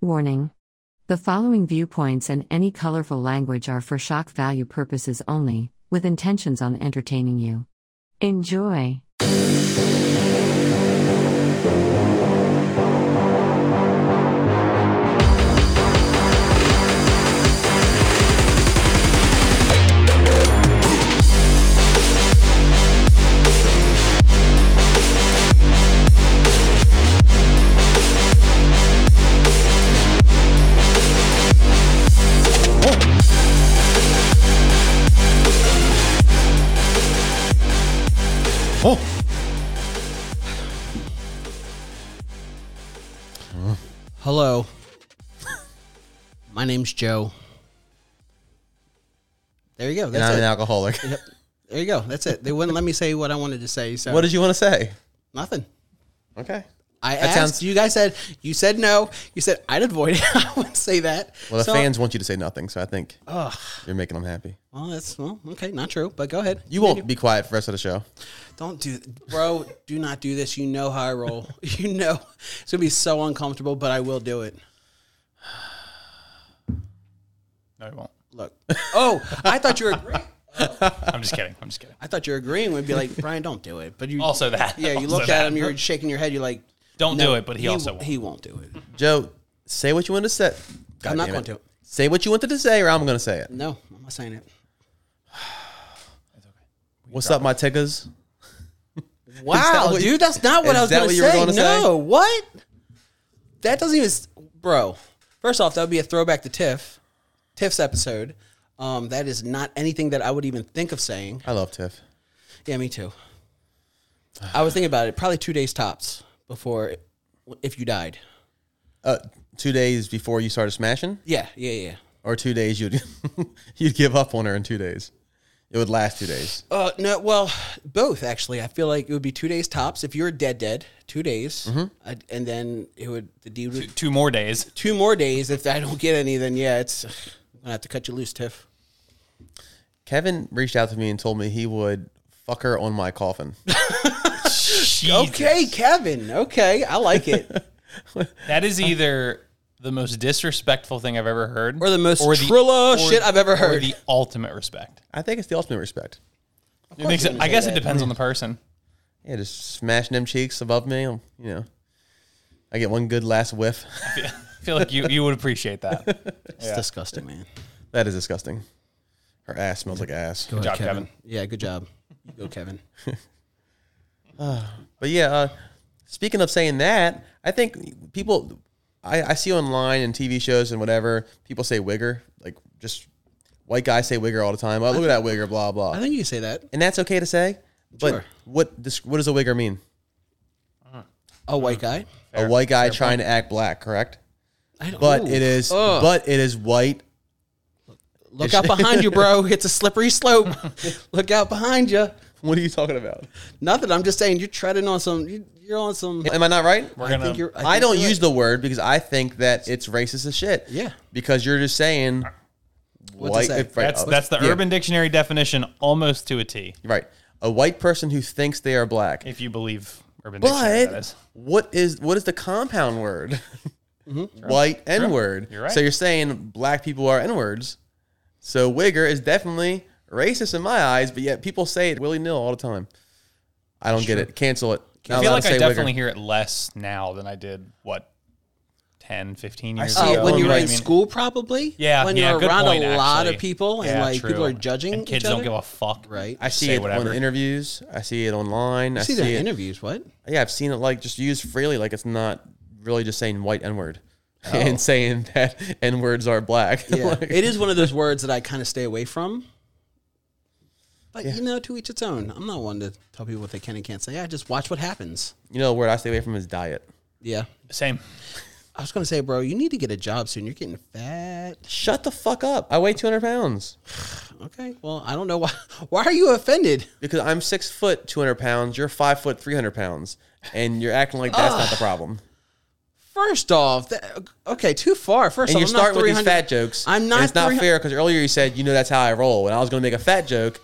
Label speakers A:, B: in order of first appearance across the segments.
A: Warning. The following viewpoints and any colorful language are for shock value purposes only, with intentions on entertaining you. Enjoy.
B: Oh.
C: Hello. My name's Joe. There you go.
B: And
C: That's
B: I'm
C: it.
B: an alcoholic.
C: Yep. There you go. That's it. They wouldn't let me say what I wanted to say, so
B: What did you want to say?
C: nothing.
B: Okay.
C: I
B: That
C: asked.
B: sounds-
C: you guys said you said no. You said I'd avoid it. I wouldn't say that.
B: Well, the
C: So-
B: fans want you to say nothing, so I think
C: Ugh.
B: you're making them happy.
C: well, that's well, okay, not true. But go ahead.
B: You won't be quiet for the rest of the show.
C: Don't do, bro. do not do this. You know how I roll. You know it's gonna be so uncomfortable, but I will do it.
D: No, it won't.
C: Look. Oh, I thought you were. Agreeing.
D: I'm just kidding. I'm just kidding.
C: I thought you were agreeing. Would be like Brian, don't do it. But you
D: Also that.
C: Yeah, you
D: Also
C: looked at
D: that.
C: him. You're shaking your head. You're like,
D: Don't do it, but he also won't.
C: he won't do it.
B: Joe, say what you want to say. God
C: I'm not
B: damn
C: going to.
B: Say what you wanted to say, or I'm going to say it.
C: No, I'm not saying it.
B: What's up, my tickers?
C: Wow,
B: what you-
C: dude, that's not what
B: Is
C: I was
B: that
C: going to
B: what you were
C: say.
B: gonna say?
C: No, what? That doesn't even, s- bro. First off, that would be a throwback to Tiff, Tiff's episode. Um, that is not anything that I would even think of saying.
B: I love Tiff.
C: Yeah, me too. I was thinking about it. Probably two days tops before, if you died.
B: Uh, two days before you started smashing,
C: Yeah, yeah, yeah.
B: or two days you'd you'd give up on her in two days. It would last two days.
C: Uh, no, well, both actually. I feel like it would be two days tops if you were dead, dead. Two days,
B: Mm-hmm.
C: I, and then it would the deed would
D: Two more days.
C: two more days. If I don't get any, then yeah, it's I'm gonna have to cut you loose, Tiff.
B: Kevin reached out to me and told me he would fuck her on my coffin.
C: Okay, Kevin. Okay, I like it.
D: That is either the most disrespectful thing I've ever heard,
C: Or the most Trilla shit I've ever
D: or
C: heard.
D: the ultimate respect.
B: I think it's the ultimate respect.
D: It makes it- I guess it depends on the person.
B: Yeah, just smashing them cheeks above me. um, You know, I get one good last whiff.
D: I feel like you, you would appreciate that. Good
C: It's disgusting, man.
B: that is disgusting. Her ass smells like ass.
C: Good
D: job, Kevin.
C: Yeah, good job. You go, Kevin.
B: But yeah, uh, speaking of saying that, I think people, I, I see online and TV shows and whatever, people say wigger. Like just white guys say wigger all the time. Oh, look at that wigger, blah blah.
C: I think you can say that.
B: and that's okay to say. But
C: Sure.
B: what this, what does a wigger mean?
C: A white guy.
B: a white guy trying to act black, correct?
C: I don't,
B: But
C: ooh.
B: it is,
C: Ugh.
B: but it is white.
C: look out behind you, bro. It's a slippery slope. look out behind you.
B: What are you talking about?
C: Nothing. I'm just saying you're treading on some. You, you're on some.
B: Am I not right?
D: We're gonna,
C: think you're-
B: I,
C: think
B: don't
C: you're right.
B: use the word because I think that it's racist as shit.
C: Yeah.
B: Because you're just saying
C: to
B: white.
C: say.
B: Right,
D: that's
B: uh,
D: that's the
B: yeah,
D: Urban Dictionary definition, almost to a T.
B: Right. A white person who thinks they are black.
D: If you believe Urban Dictionary, that
B: But
D: is.
B: what is what is the compound word?
C: Mm-hmm.
B: White N word.
D: You're right.
B: So you're saying black people are N words. So wigger is definitely racist in my eyes, but yet people say it willy nil all the time. I don't get it. Cancel it. Not
D: I
B: allowed
D: feel
B: to
D: like I
B: say wigger.
D: definitely hear it less now than I did what 10, 15 years
C: Oh,
D: ago.
C: when you
D: know
C: were
D: what I
C: in
D: mean?
C: school, probably.
D: Yeah,
C: when
D: yeah,
C: you're
D: good
C: around
D: point,
C: a lot
D: actually.
C: of people and
D: Yeah,
C: like
D: true.
C: people are judging.
D: And kids
C: each
D: don't
C: other.
D: give a fuck,
C: right.
B: I see
D: Say
B: it
D: whatever.
B: on interviews. I see it online. I
C: see
B: see,
C: their
B: it.
C: interviews. What?
B: yeah, I've seen it like just used freely, like it's not really just saying white N word and saying that N words are black.
C: Oh. Yeah,
B: Like,
C: it is one of those words that I kind of stay away from. But you know, to each its own. I'm not one to tell people what they can and can't say. I just watch what happens.
B: you know, a word I stay away from is diet.
C: Yeah.
D: Same.
C: I was gonna say, bro, you need to get a job soon. You're getting fat.
B: Shut the fuck up. I weigh 200 pounds
C: Okay. Well, I don't know why. Why are you offended?
B: because I'm six foot 200 pounds. You're five foot 300 pounds. And you're acting like that's not the problem.
C: First off, that, okay, too far. First
B: And
C: off,
B: you're
C: I'm not
B: starting with these
C: 300
B: fat jokes.
C: I'm
B: and
C: not
B: it's not
C: 300
B: fair because earlier you said, you know, that's how I roll. And I was going to make a fat joke,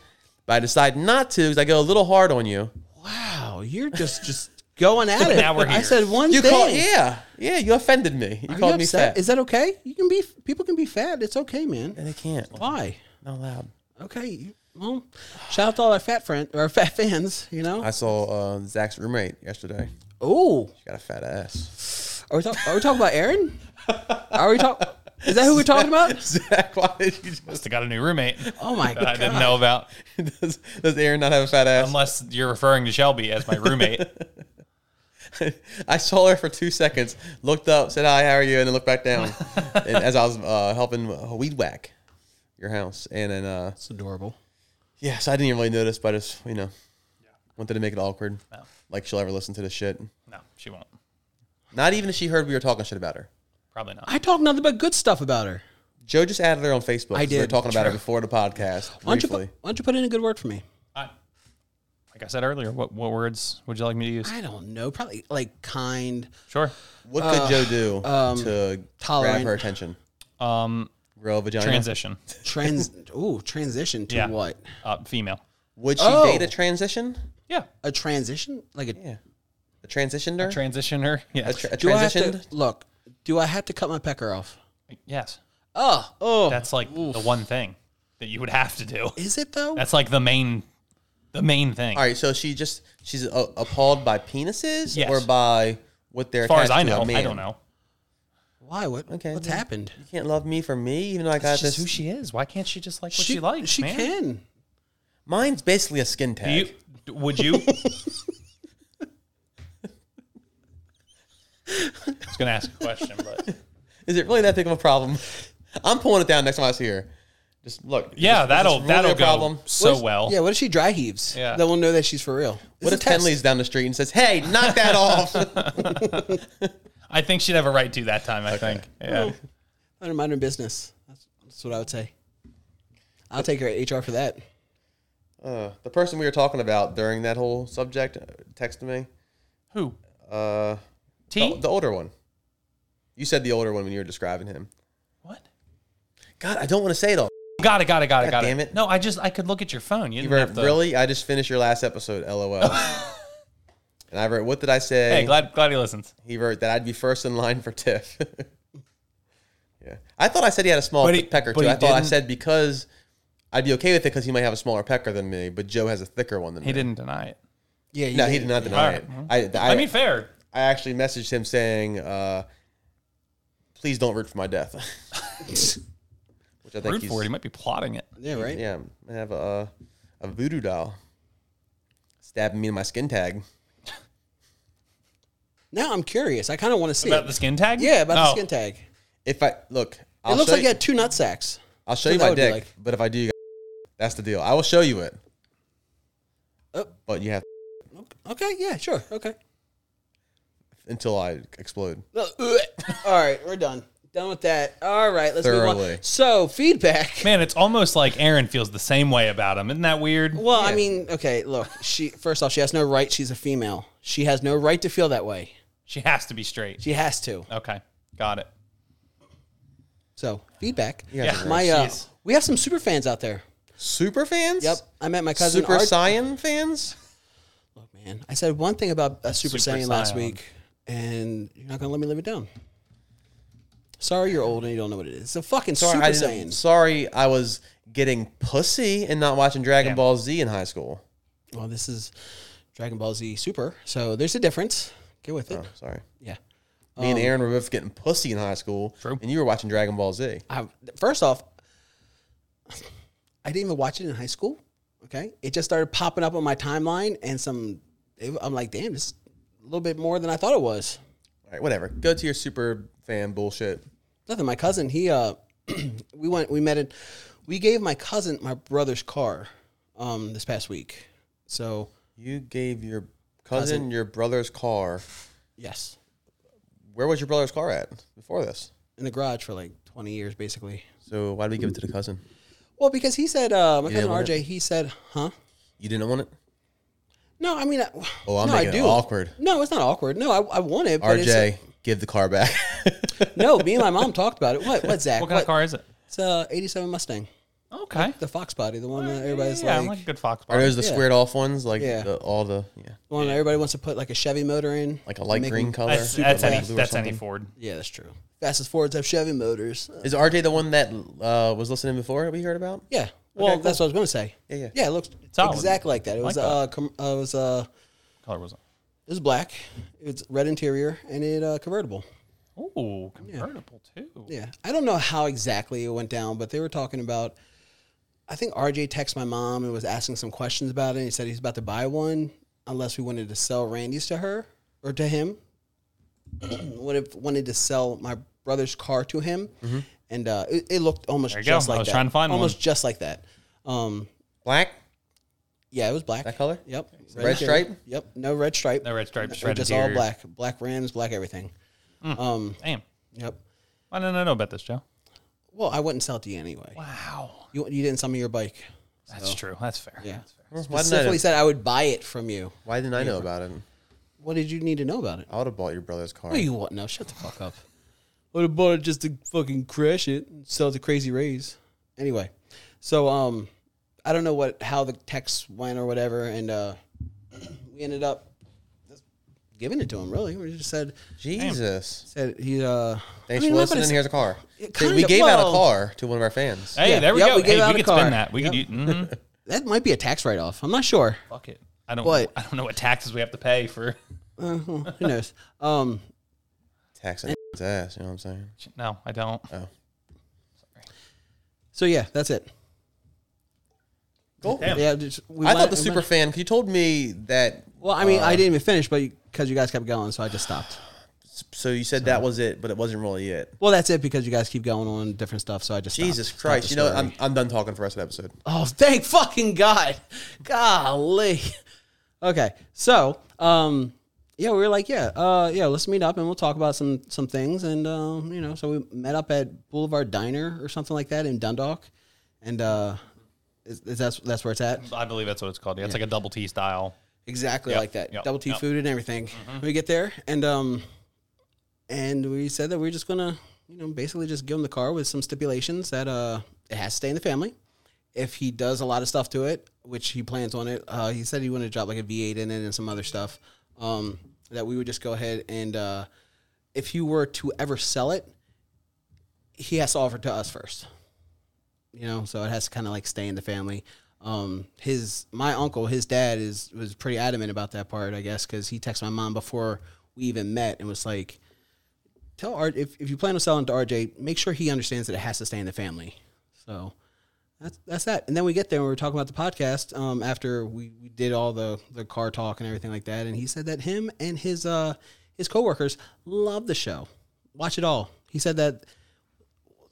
B: but I decided not to because I go a little hard on you.
C: Wow, you're just just going at it.
D: Now we're
C: But I
D: here.
C: said one
B: You
C: thing.
B: call yeah, yeah. You offended me. You
C: Are
B: called me
C: upset?
B: fat.
C: Is that okay? You can be. People can be fat. It's okay, man.
B: and they can't.
C: Why?
B: Not allowed.
C: Okay. you- Well, shout out to all our fat friend or fat fans. You know.
B: I saw uh, Zach's roommate yesterday.
C: Oh,
B: She got a fat ass.
C: are we, talk- are we talking about Aaron? Are we talking? Is that who we're talking about?
B: Zach, why did you just?
D: Must have got a new roommate.
C: Oh my
D: that I
C: god!
D: didn't know about.
B: Does, does Aaron not have a fat ass?
D: Unless you're referring to Shelby as my roommate.
B: I saw her for two seconds, looked up, said hi, how are you, and then looked back down. and as I was uh, helping uh, weed whack your house, and then uh,
C: It's adorable.
B: yeah, so I didn't even really notice, but I just you know wanted to make it awkward, like she'll ever listen to this shit.
D: no, she won't.
B: Not even if she heard we were talking shit about her.
D: Probably not.
C: I talk nothing but good stuff about her.
B: Joe just added her on Facebook.
C: I
B: 'cause We were
C: did.
B: talking about her before the podcast.
C: Why don't, you
B: briefly.
C: put, why don't you put in a good word for me?
D: I, like I said earlier, what, what words would you like me to use?
C: I don't know. Probably like kind.
D: sure.
B: What could
C: uh,
B: Joe do
C: um,
B: to grab
C: tolerant.
B: her attention?
D: Um,
B: Grow a vagina.
D: transition.
C: Trans. ooh, transition to
D: Yeah.
C: what?
D: Uh, female.
B: Would she
C: Oh.
B: date a transition?
D: Yeah.
C: A transition? Like a
B: Yeah, a transitioner. A,
D: Transitioner. Yeah.
B: tra- a
C: do I have
B: transitioned.
C: to look? Do I have to cut my pecker off?
D: yes.
C: Oh, oh,
D: That's like the one thing that you would have to do.
C: is it though?
D: That's like the main, the main thing.
B: All right, so she just she's uh, appalled by penises
D: Yes.
B: or by what they're
D: As far as I
B: attached to, a
D: know, I
B: man?
D: don't know.
C: Why? What?
B: Okay,
C: what's
B: yeah.
C: happened?
B: You can't love me for me, even though I got
D: It's just who
B: this.
D: she is. Why can't she just like what she, likes?
C: She
D: man?
C: can.
B: Mine's basically a skin
D: Do
B: tag.
D: you, would you? I was gonna ask a question, but
B: Is it really that big of a problem? I'm pulling it down next time I see her. Just look.
D: yeah,
B: just-
D: that'll
B: just really
D: that'll
B: a
D: go
B: problem.
D: so
C: What if-
D: well.
C: Yeah. What if she dry heaves?
D: Yeah.
C: Then we'll know that she's for real.
B: What if
C: It's a test.
B: Tenley's down the street and says, "Hey, knock that off"?
D: I think she'd have a right to that time. I think. Yeah.
C: Under modern business. That's, that's what I would say. I'll take her HR for that.
B: Uh, the person we were talking about during that whole subject uh, texted me.
D: Who?
B: Uh,
D: T.
B: The, the older one. You said the older one when you were describing him.
D: what?
B: God, I don't want to say it all.
D: Got it. Got it. Got it.
B: God
D: Got
B: damn
D: it.
B: it.
D: No, I just I could look at your phone. You
B: You
D: didn't
B: wrote,
D: have to,
B: really? I just finished your last episode, LOL. and I wrote, what did I say?
D: Hey, glad glad he listens.
B: he wrote that I'd be first in line for Tiff. yeah. I thought I said he had a small
D: But he-
B: pecker,
D: but
B: too.
D: he
B: I thought I
D: didn't.
B: said because I'd be okay with it because he might have a smaller pecker than me, but Joe has a thicker one than
D: He
B: me.
D: didn't deny it.
C: Yeah. You
B: No,
C: did.
B: he did not deny
D: Alright.
B: it. I, I,
D: I mean, fair.
B: I actually messaged him saying, uh, please don't root for my death. Which I think
D: Rude
B: he's,
D: for it. He might be plotting it.
C: Yeah. Right.
B: Yeah, I have a a voodoo doll stabbing me in my skin tag.
C: Now I'm curious. I kind of want to see
D: About
C: it.
D: the skin tag?
C: Yeah, about the
D: Oh.
C: skin tag.
B: If I look, I'll
C: it looks
B: show
C: like you
B: you,
C: had two nut sacks.
B: I'll show
C: so
B: you
C: that
B: my
C: would be
B: dick,
C: like-
B: but if I do, you got that's the deal. I will show you it,
C: Oh,
B: but you have
C: okay, yeah, sure, okay.
B: until I explode.
C: No, ugh. All right, we're done. Done with that. All right, let's move
B: Thoroughly.
C: on. So feedback.
D: Man, it's almost like Aaron feels the same way about him. Isn't that weird?
C: Well, I mean, okay. Look, she first off, she has no right. She's a female. She has no right to feel that way.
D: She has to be straight.
C: She has to.
D: Okay, got it.
C: So feedback.
B: Yeah.
D: Yeah.
C: My, uh,
D: Jeez.
C: we have some super fans out there.
B: Super fans?
C: Yep, I met my cousin.
B: Super
C: Art-
B: Saiyan fans?
C: Look, man, I said one thing about uh, Super,
D: Super
C: Saiyan last
D: Saiyan.
C: week, and you're not gonna let me live it down. Sorry, you're old and you don't know what it is. It's a fucking
B: Sorry,
C: Super
B: I
C: Saiyan.
B: didn't, sorry, I was getting pussy and not watching Dragon
D: Damn.
B: Ball Z in high school.
C: Well, this is Dragon Ball Z Super, so there's a difference. Get with it.
B: Oh, sorry.
C: Yeah.
B: Me
C: Um,
B: and Aaron were both getting pussy in high school,
D: True.
B: and you were watching Dragon Ball Z.
C: I, first off, I didn't even watch it in high school. Okay, it just started popping up on my timeline, and some. It, I'm like, damn, this is a little bit more than I thought it was.
B: All right, whatever. Go to your super fan bullshit.
C: Nothing. My cousin, he uh, we went, we met it. We gave my cousin my brother's car, um, this past week. So
B: You gave your cousin, your brother's car.
C: yes,
B: Where was your brother's car at before this?
C: in the garage for like 20 years, basically.
B: So why did we give it to the cousin?
C: Well, because he said, uh, my cousin
B: didn't want
C: RJ, he said, huh?
B: You didn't want it.
C: No, I mean, I,
B: Oh, I'm
C: no, I
B: making
C: do.
B: it awkward.
C: No, it's not awkward. No, I, I want it. But
B: RJ, give the car back.
C: It's, no, me and my mom talked about it. What? What, Zach?
D: What kind of car is it?
C: It's a '87 Mustang.
D: Okay.
C: The Fox Potty, the one that everybody's
D: yeah, I
C: like,
D: like a good fox
B: Are
D: body.
B: those the squared off ones? Like
C: Yeah.
B: the, all the yeah,
C: the one that everybody wants to put like a Chevy motor in,
B: like a light
C: Make
B: green
C: them-
B: color.
D: That's,
B: or
D: that's
B: light
D: any
B: blue or
D: that's any
B: something?
D: Ford.
C: Yeah, that's true. Fastest Fords have Chevy motors. Uh,
B: Is RJ the one that uh, was listening before that we heard about?
C: yeah. Well, that's what I was gonna say.
B: Yeah, yeah.
C: Yeah, it looks
D: Solid.
C: exactly like that. It was
D: Like
C: uh, com- uh, it was uh,
D: Color was it?
C: it was black. It's red interior and it uh, convertible.
D: Oh, convertible too.
C: Yeah, I don't know how exactly it went down, but they were talking about. I think RJ texted my mom and was asking some questions about it. And he said he's about to buy one unless we wanted to sell Randy's to her or to him. what if wanted to sell my brother's car to him? And uh, it, it looked almost
D: Mm-hmm. you go.
C: just
D: I
C: like
D: was
C: that.
D: trying to find
C: almost
D: one.
C: just like that. Um,
B: Black,
C: yeah, it was black.
B: that color.
C: Yep.
B: Red
C: interior.
B: stripe?
C: Yep. No red stripe.
D: No red stripes.
C: It was
D: Red
C: just all
D: interior.
C: black. Black rims. Black everything. Um.
D: Damn.
C: Yep.
D: Why didn't I know about this, Joe?
C: Well, I wouldn't sell it to you anyway.
D: Wow.
C: You, you didn't sell me your bike.
D: That's true. That's fair.
C: Yeah.
D: That's fair.
B: Why didn't, I,
C: Specifically
B: know-
C: said I would buy it from you.
B: why didn't I know about it?
C: What did you need to know about it?
B: I would have bought your brother's car.
C: Oh, you what? No, shut the fuck up. I would have bought it just to fucking crash it and sell it to Crazy Rays. Anyway, so um, I don't know what how the text went or whatever, and uh, we ended up just giving it to him. Really, we just said
B: Jesus.
C: said he uh.
B: Thanks
C: I
B: for
C: mean, not gonna
B: listening.
C: say-
B: Here's a car.
C: It
B: See, we
C: kinda-
B: gave out a
C: well-
B: car to one of our fans.
D: Hey,
C: Yeah.
D: there we
C: Yeah,
D: go.
C: we gave
D: hey,
C: out
D: we
C: a
D: could spin
C: car.
D: that. We could. u- mhm.
C: That might be a tax write off. I'm not sure.
D: Fuck it. I don't.
C: But-
D: I don't know what taxes we have to pay for.
C: Who knows? Um,
B: Taxing his ass. You know what I'm saying?
D: No, I don't.
B: Oh,
C: so yeah, that's it.
B: cool.
D: Damn.
C: Yeah, just, we
B: I
C: went-
B: thought the
C: we
B: super
C: went-
B: fan. You told me that.
C: Well, I mean,
B: Uh,
C: I didn't even finish, but because you guys kept going, so I just stopped.
B: So you said that was it, but it wasn't really it.
C: Well, that's it because you guys keep going on different stuff, so I just stopped.
B: Jesus
C: Stopped
B: Christ!
C: the
B: You know,
C: story.
B: I'm, I'm done talking for the rest of the episode.
C: oh, thank fucking God, golly. Okay, so um, yeah, we were like, yeah, uh, yeah, let's meet up and we'll talk about some some things, and um, you know, so we met up at Boulevard Diner or something like that in Dundalk, and uh, is, is that's that's where it's at.
D: I believe that's what it's called. Yeah, it's like a double T style.
C: Exactly
D: Yep,
C: like that.
D: yep,
C: Double T
D: yep. Mm-hmm.
C: food and everything. We get there and um and we said that we are just gonna, you know, basically just give him the car with some stipulations that uh it has to stay in the family. If he does a lot of stuff to it, which he plans on it, uh, he said he wanted to drop like a V8 in it and some other stuff. Um, that we would just go ahead and uh, if he were to ever sell it, he has to offer it to us first you know so it has to kind of like stay in the family um his my uncle his dad is was pretty adamant about that part i guess because he texted my mom before we even met and was like tell R if, if you plan on selling to rj make sure he understands that it has to stay in the family so that's that's that and then we get there and we were talking about the podcast um after we, we did all the the car talk and everything like that and he said that him and his uh his coworkers love the show watch it all he said that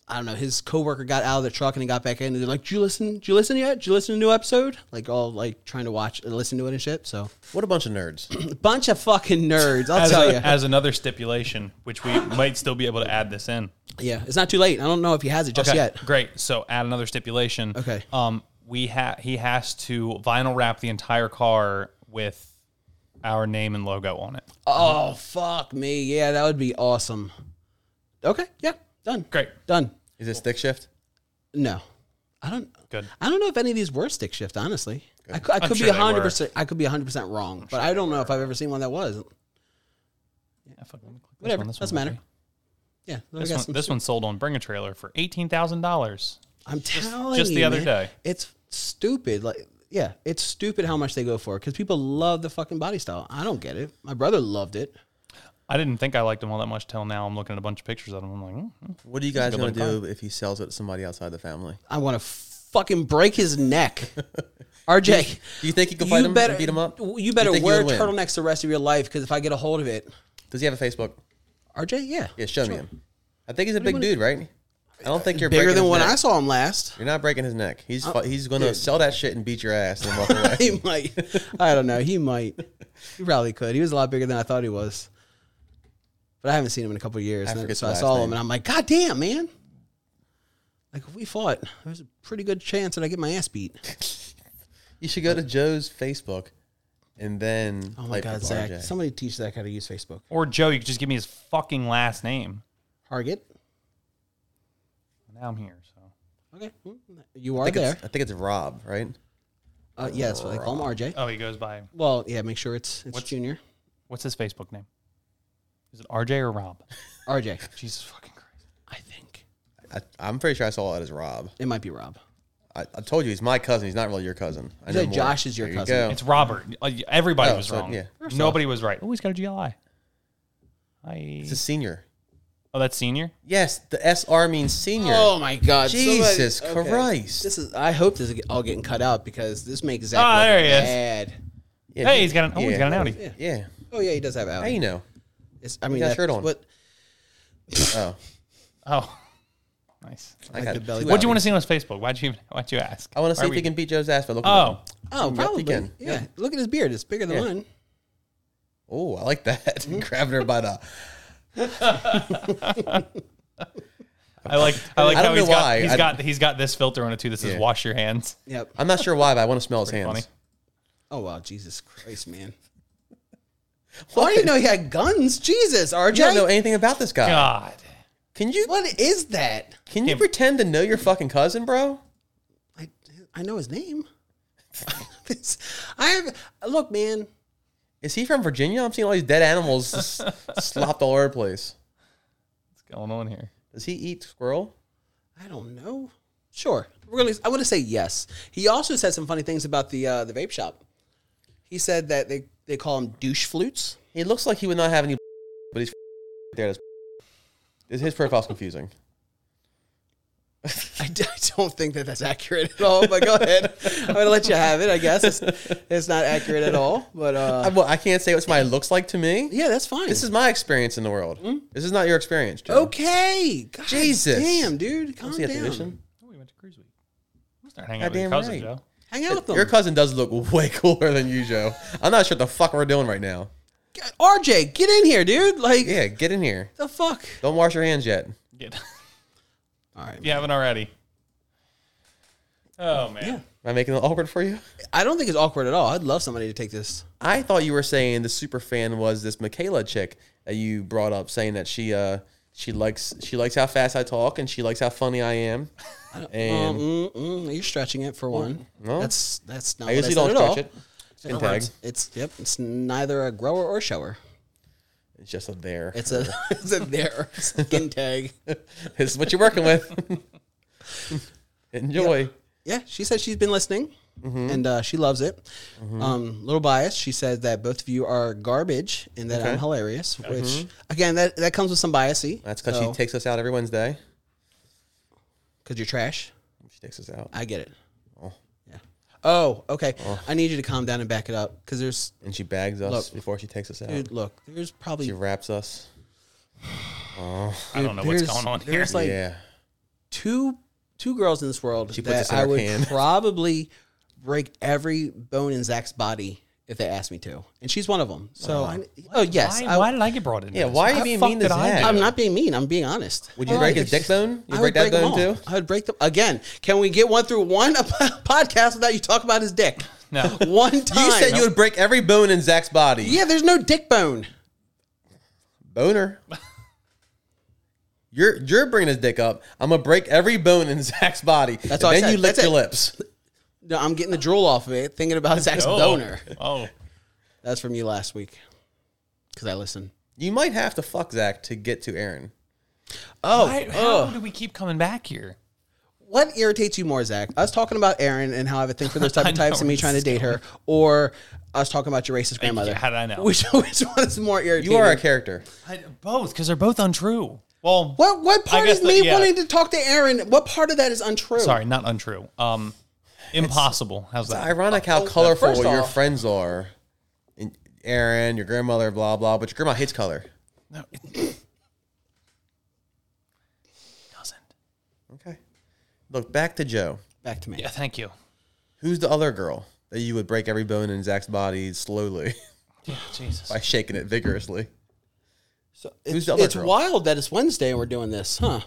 C: I don't know, his coworker got out of the truck and he got back in and they're like, Did you listen? Did you listen yet? Did you listen to a new episode? Like all like trying to watch and listen to it and shit. So
B: What a bunch of nerds!
C: a bunch of fucking nerds, I'll
D: As,
C: tell
D: a-
C: you.
D: as another stipulation, which we might still be able to add this in.
C: yeah. It's not too late. I don't know if he has it just
D: Okay,
C: yet.
D: great. So add another stipulation.
C: Okay.
D: Um, we ha- he has to vinyl wrap the entire car with our name and logo on it.
C: Oh fuck me. Yeah, that would be awesome. Okay, yeah. Done.
D: Great.
C: Done.
B: Is it stick shift?
C: No. I don't
D: Good.
C: I don't know if any of these were stick shift, honestly. I, cou- I could
D: sure
C: be
D: they
C: hundred percent I could be hundred percent wrong, but I don't know if I've ever seen one that was.
D: Yeah, fuck, let me click this
C: Whatever.
D: one, this
C: Doesn't
D: one
C: matter.
D: might
C: Yeah. then we
D: be- This
C: got
D: one,
C: some-
D: this one sold on Bring a Trailer for eighteen thousand dollars.
C: I'm telling
D: just
C: you,
D: the other
C: man,
D: day.
C: It's stupid. Like, yeah, it's stupid how much they go for because people love the fucking body style. I don't get it. My brother loved it.
D: I didn't think I liked him all that much till now. I'm looking at a bunch of pictures of him. I'm like, mm, mm.
B: What are you guys going to
D: Good
B: do if he sells it to somebody outside the family?
C: I want to fucking break his neck. RJ,
B: Do you think he can fight
C: you
B: him
C: better
B: and beat him up?
C: You better
B: think he
C: wear
B: would win?
C: turtlenecks the rest of your life because if I get a hold of it,
B: Does he have a Facebook?
C: RJ, yeah,
B: Yeah, show me him. I think he's a big dude, right? I don't think you're
C: bigger
B: breaking
C: than
B: his
C: when
B: neck.
C: I saw him last.
B: You're not breaking his neck. He's fu- he's going to sell that shit and beat your ass and walk away.
C: He might. I don't know. He might. He probably could. He was a lot bigger than I thought he was. But I haven't seen him in a couple of years.
B: I
C: and
B: forget
C: so
B: the
C: I
B: last
C: saw
B: name.
C: him and I'm like, God damn, man. Like, if we fought, there's a pretty good chance that I get my ass beat.
B: You should go to Joe's Facebook and then
C: Oh my
B: like
C: God, Zach. Somebody teach Zach how to use Facebook.
D: or Joe, you could just give me his fucking last name.
C: Target.
D: Now I'm here. So
C: Okay, mm, you are
B: I think,
C: there.
B: it's, I think it's Rob, right?
C: Uh, yeah, that's what they call him, RJ.
D: Oh, he goes by
C: Well, yeah, make sure it's it's
D: What's-
C: Junior
D: what's his Facebook name? Is it RJ or Rob?
C: RJ.
D: Jesus fucking Christ!
C: I think
B: I, I'm pretty sure I saw that as Rob.
C: it might be Rob.
B: I, I told you he's my cousin. He's not really your cousin. I
C: You said Josh is your
B: There
C: cousin.
B: go.
D: It's Robert. Uh, Everybody
B: Oh,
D: was
B: so,
D: wrong.
B: yeah.
D: Nobody was right. Oh, he's got a GLI. I.
B: It's a senior.
D: Oh, that's senior.
B: Yes, the SR means senior.
C: Oh my God!
B: Jesus Christ.
C: This is. I hope this is all getting cut out because this makes Zach
D: Ah,
C: look
D: there he is.
C: bad.
B: Yeah,
D: Hey,
B: he-
D: he's got an. Oh, he's
B: yeah.
D: got an Audi.
C: Yeah.
B: Yeah.
C: Oh yeah, he does have out.
B: How you know?
C: It's, I mean,
B: got a
C: that's
B: shirt on.
C: What
B: Oh,
D: Oh, nice.
B: I
C: Like
B: got
C: the belly
B: two
C: button.
D: What do you want to see on his Facebook? Why'd you Why'd you ask?
B: I want to
D: Why
B: see if
D: are
B: he
D: we-
B: can beat Joe's ass by looking. at
D: Oh,
B: him.
C: Oh,
B: Yep,
C: probably.
B: he can.
C: Yeah. Look at his beard. It's bigger than
B: Yeah.
C: mine.
B: Oh, I like that. Grabbing her by the.
D: I like I like
B: I don't
D: how
B: know
D: he's got
B: why.
D: he's
B: I-
D: got he's got this filter on it too. This says
B: Yeah.
D: wash your hands.
C: Yep.
B: I'm not sure why, but I want to smell his hands.
D: funny.
C: Oh wow, Jesus Christ, man.
B: What?
C: Why do you know he had guns? Jesus, RJ.
B: You don't know anything about this guy.
D: God,
B: Can you
C: what is that?
B: can you pretend to know your fucking cousin, bro?
C: I I know his name. This- I have look, man.
B: Is he from Virginia? I'm seeing all these dead animals just slopped all over the place.
D: what's going on here?
B: Does he eat squirrel?
C: I don't know. Sure, we're gonna. I want to say yes. He also said some funny things about the uh, the vape shop. He said that they they call him douche flutes.
B: He looks like he would not have any, but he's there. That's This- his profile's confusing.
C: I, d- I don't think that that's accurate at all. But go ahead. I'm gonna let you have it. I guess it's, it's not accurate at all. But
B: I,
C: uh,
B: well, I can't say what somebody looks like to me.
C: yeah, that's fine.
B: This is my experience in the world.
C: Hmm?
B: This is not your experience, Joe.
C: okay. God
B: Jesus.
C: damn, dude, Oh, calm
B: Was he at the
C: down.
B: mission?
D: Oh, we went to cruise week. I'm gonna start hanging out with your
B: Goddamn
D: cousin
B: right.
D: Joe.
C: Hang out with them.
B: Your cousin does look way cooler than you, Joe. I'm not sure what the fuck we're doing right now.
C: RJ, get in here, dude. Like
B: Yeah, get in here.
C: the fuck.
B: Don't wash your hands yet.
D: Get,
C: All
D: if
C: right.
D: you haven't already. Oh man,
C: Yeah.
B: Am I making it awkward for you?
C: I don't think it's awkward at all. I'd love somebody to take this.
B: I thought you were saying the super fan was this Michaela chick that you brought up, saying that she uh she likes she likes how fast I talk and she likes how funny I um, am. And
C: Mm-mm, you're stretching it for one.
B: No.
C: That's that's not.
B: I
C: what
B: usually
C: said
B: don't
C: at all.
B: stretch it. It's
C: It
B: been
C: works.
B: tagged.
C: It's, yep. It's neither a grower or shower.
B: It's just a there.
C: It's a it's a there skin tag.
B: this is what you're working with. Enjoy.
C: Yeah, she said she's been listening,
B: Mm-hmm.
C: and uh, she loves it. Um, little biased. She said that both of you are garbage and that I'm hilarious, which again that that comes with some biasy.
B: Mm-hmm. That's because she takes us out every Wednesday.
C: because you're trash.
B: She takes us out
C: I get it. Yeah. Oh, okay. I need you to calm down and back it up because there's
B: and she bags us
C: Look.
B: before she takes us out.
C: dude, look, there's probably
B: She wraps us.
D: I don't know what's
C: there's-
D: going on here.
C: there's, like
B: yeah.
C: two two girls in this world
B: She puts us
C: that
B: in
C: I
B: her
C: would
B: hand.
C: probably break every bone in Zach's body if they asked me to, and she's one of them. So, I, oh yes,
D: why,
C: I,
D: why did I get brought in?
B: Yeah, why are you being mean to Zach?
C: I'm not being mean. I'm being honest.
B: Would you
C: I
B: break
C: like
B: his
C: it.
B: dick bone? You break
C: I would
B: that
C: break them
B: bone
C: all.
B: too?
C: I would break them again. Can we get one through one podcast without you talk about his dick?
D: No.
C: one time.
B: You said you would break every bone in Zach's body.
C: Yeah, there's no dick bone.
B: Boner. You're you're bringing his dick up. I'm gonna break every bone in Zach's body. That's
C: all I
B: Then
C: said.
B: you lick
C: That's
B: your
C: it.
B: lips.
C: No, I'm getting the drool off of it thinking about Zach's
D: Oh.
C: boner.
D: Oh,
C: That's from you last week because I listened.
B: You might have to fuck Zach to get to Aaron.
C: Oh,
D: why, how do we keep coming back here?
C: what irritates you more, Zach? Us talking about Aaron and how I have a thing for those type
D: I
C: of types
D: know,
C: and me
D: it's
C: trying to date her, or us talking about your racist grandmother?
D: how did I know?
C: Which, which one is more irritating?
B: You are a character.
D: I, both, because they're both untrue. Well,
C: What, what
D: I
C: part
D: guess
C: is
D: the-
C: me
D: yeah.
C: wanting to talk to Aaron? What part of that is untrue?
D: Sorry, not untrue. Um, impossible. How's that?
B: Ironic how colorful
C: Oh, first
B: your
C: off-
B: friends are. And Aaron, your grandmother, blah blah, but your grandma hates color.
D: No, it doesn't.
B: Okay. Look back to Joe.
C: Back to me.
D: Yeah, thank you.
B: Who's the other girl that you would break every bone in Zach's body slowly
D: Yeah, Jesus.
B: by shaking it vigorously?
C: So
B: Who's
C: it's
B: the other
C: it's
B: girl?
C: wild that it's Wednesday and we're doing this, huh?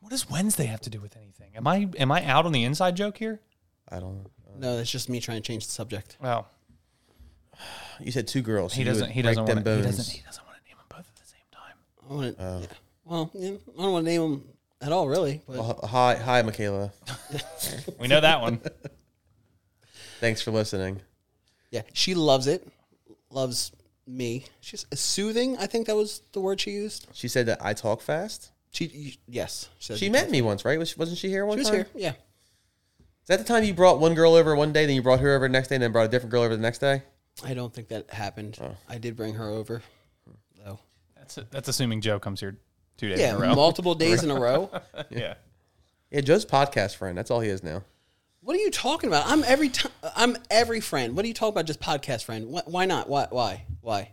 D: What does Wednesday have to do with anything? Am I am I out on the inside joke here?
B: I don't know.
C: No, that's just me trying to change the subject.
D: Wow.
B: You said two girls. so
D: He
B: you
D: doesn't.
B: would
D: He doesn't
B: break
D: want.
B: them
D: to- He
B: bones.
C: Oh.
D: doesn't. He doesn't want to name them both at
C: I
D: the same time.
C: want to, yeah. Well, yeah, I don't want to name them at all, really. But
B: Well, h- hi, hi, Michaela.
D: We know that one.
B: Thanks for listening.
C: yeah, she loves it. Loves me. She's soothing. I think that was the word she used.
B: She said that I talk fast.
C: She yes. said-
B: She met me once, right? Was- Wasn't she here one
C: She was
B: time?
C: here. Yeah.
B: Is that the time you brought one girl over one day, then you brought her over the next day, and then brought a different girl over the next day?
C: I don't think that happened.
B: Oh.
C: I did bring her over, though.
D: That's that's assuming Joe comes here two days
C: Yeah,
D: in a row.
C: multiple days in a row.
D: yeah.
B: Yeah, Joe's podcast friend. That's all he is now.
C: What are you talking about? I'm every time. I'm every friend. What are you talking about? Just podcast friend? Why, why not? Why? Why? Why?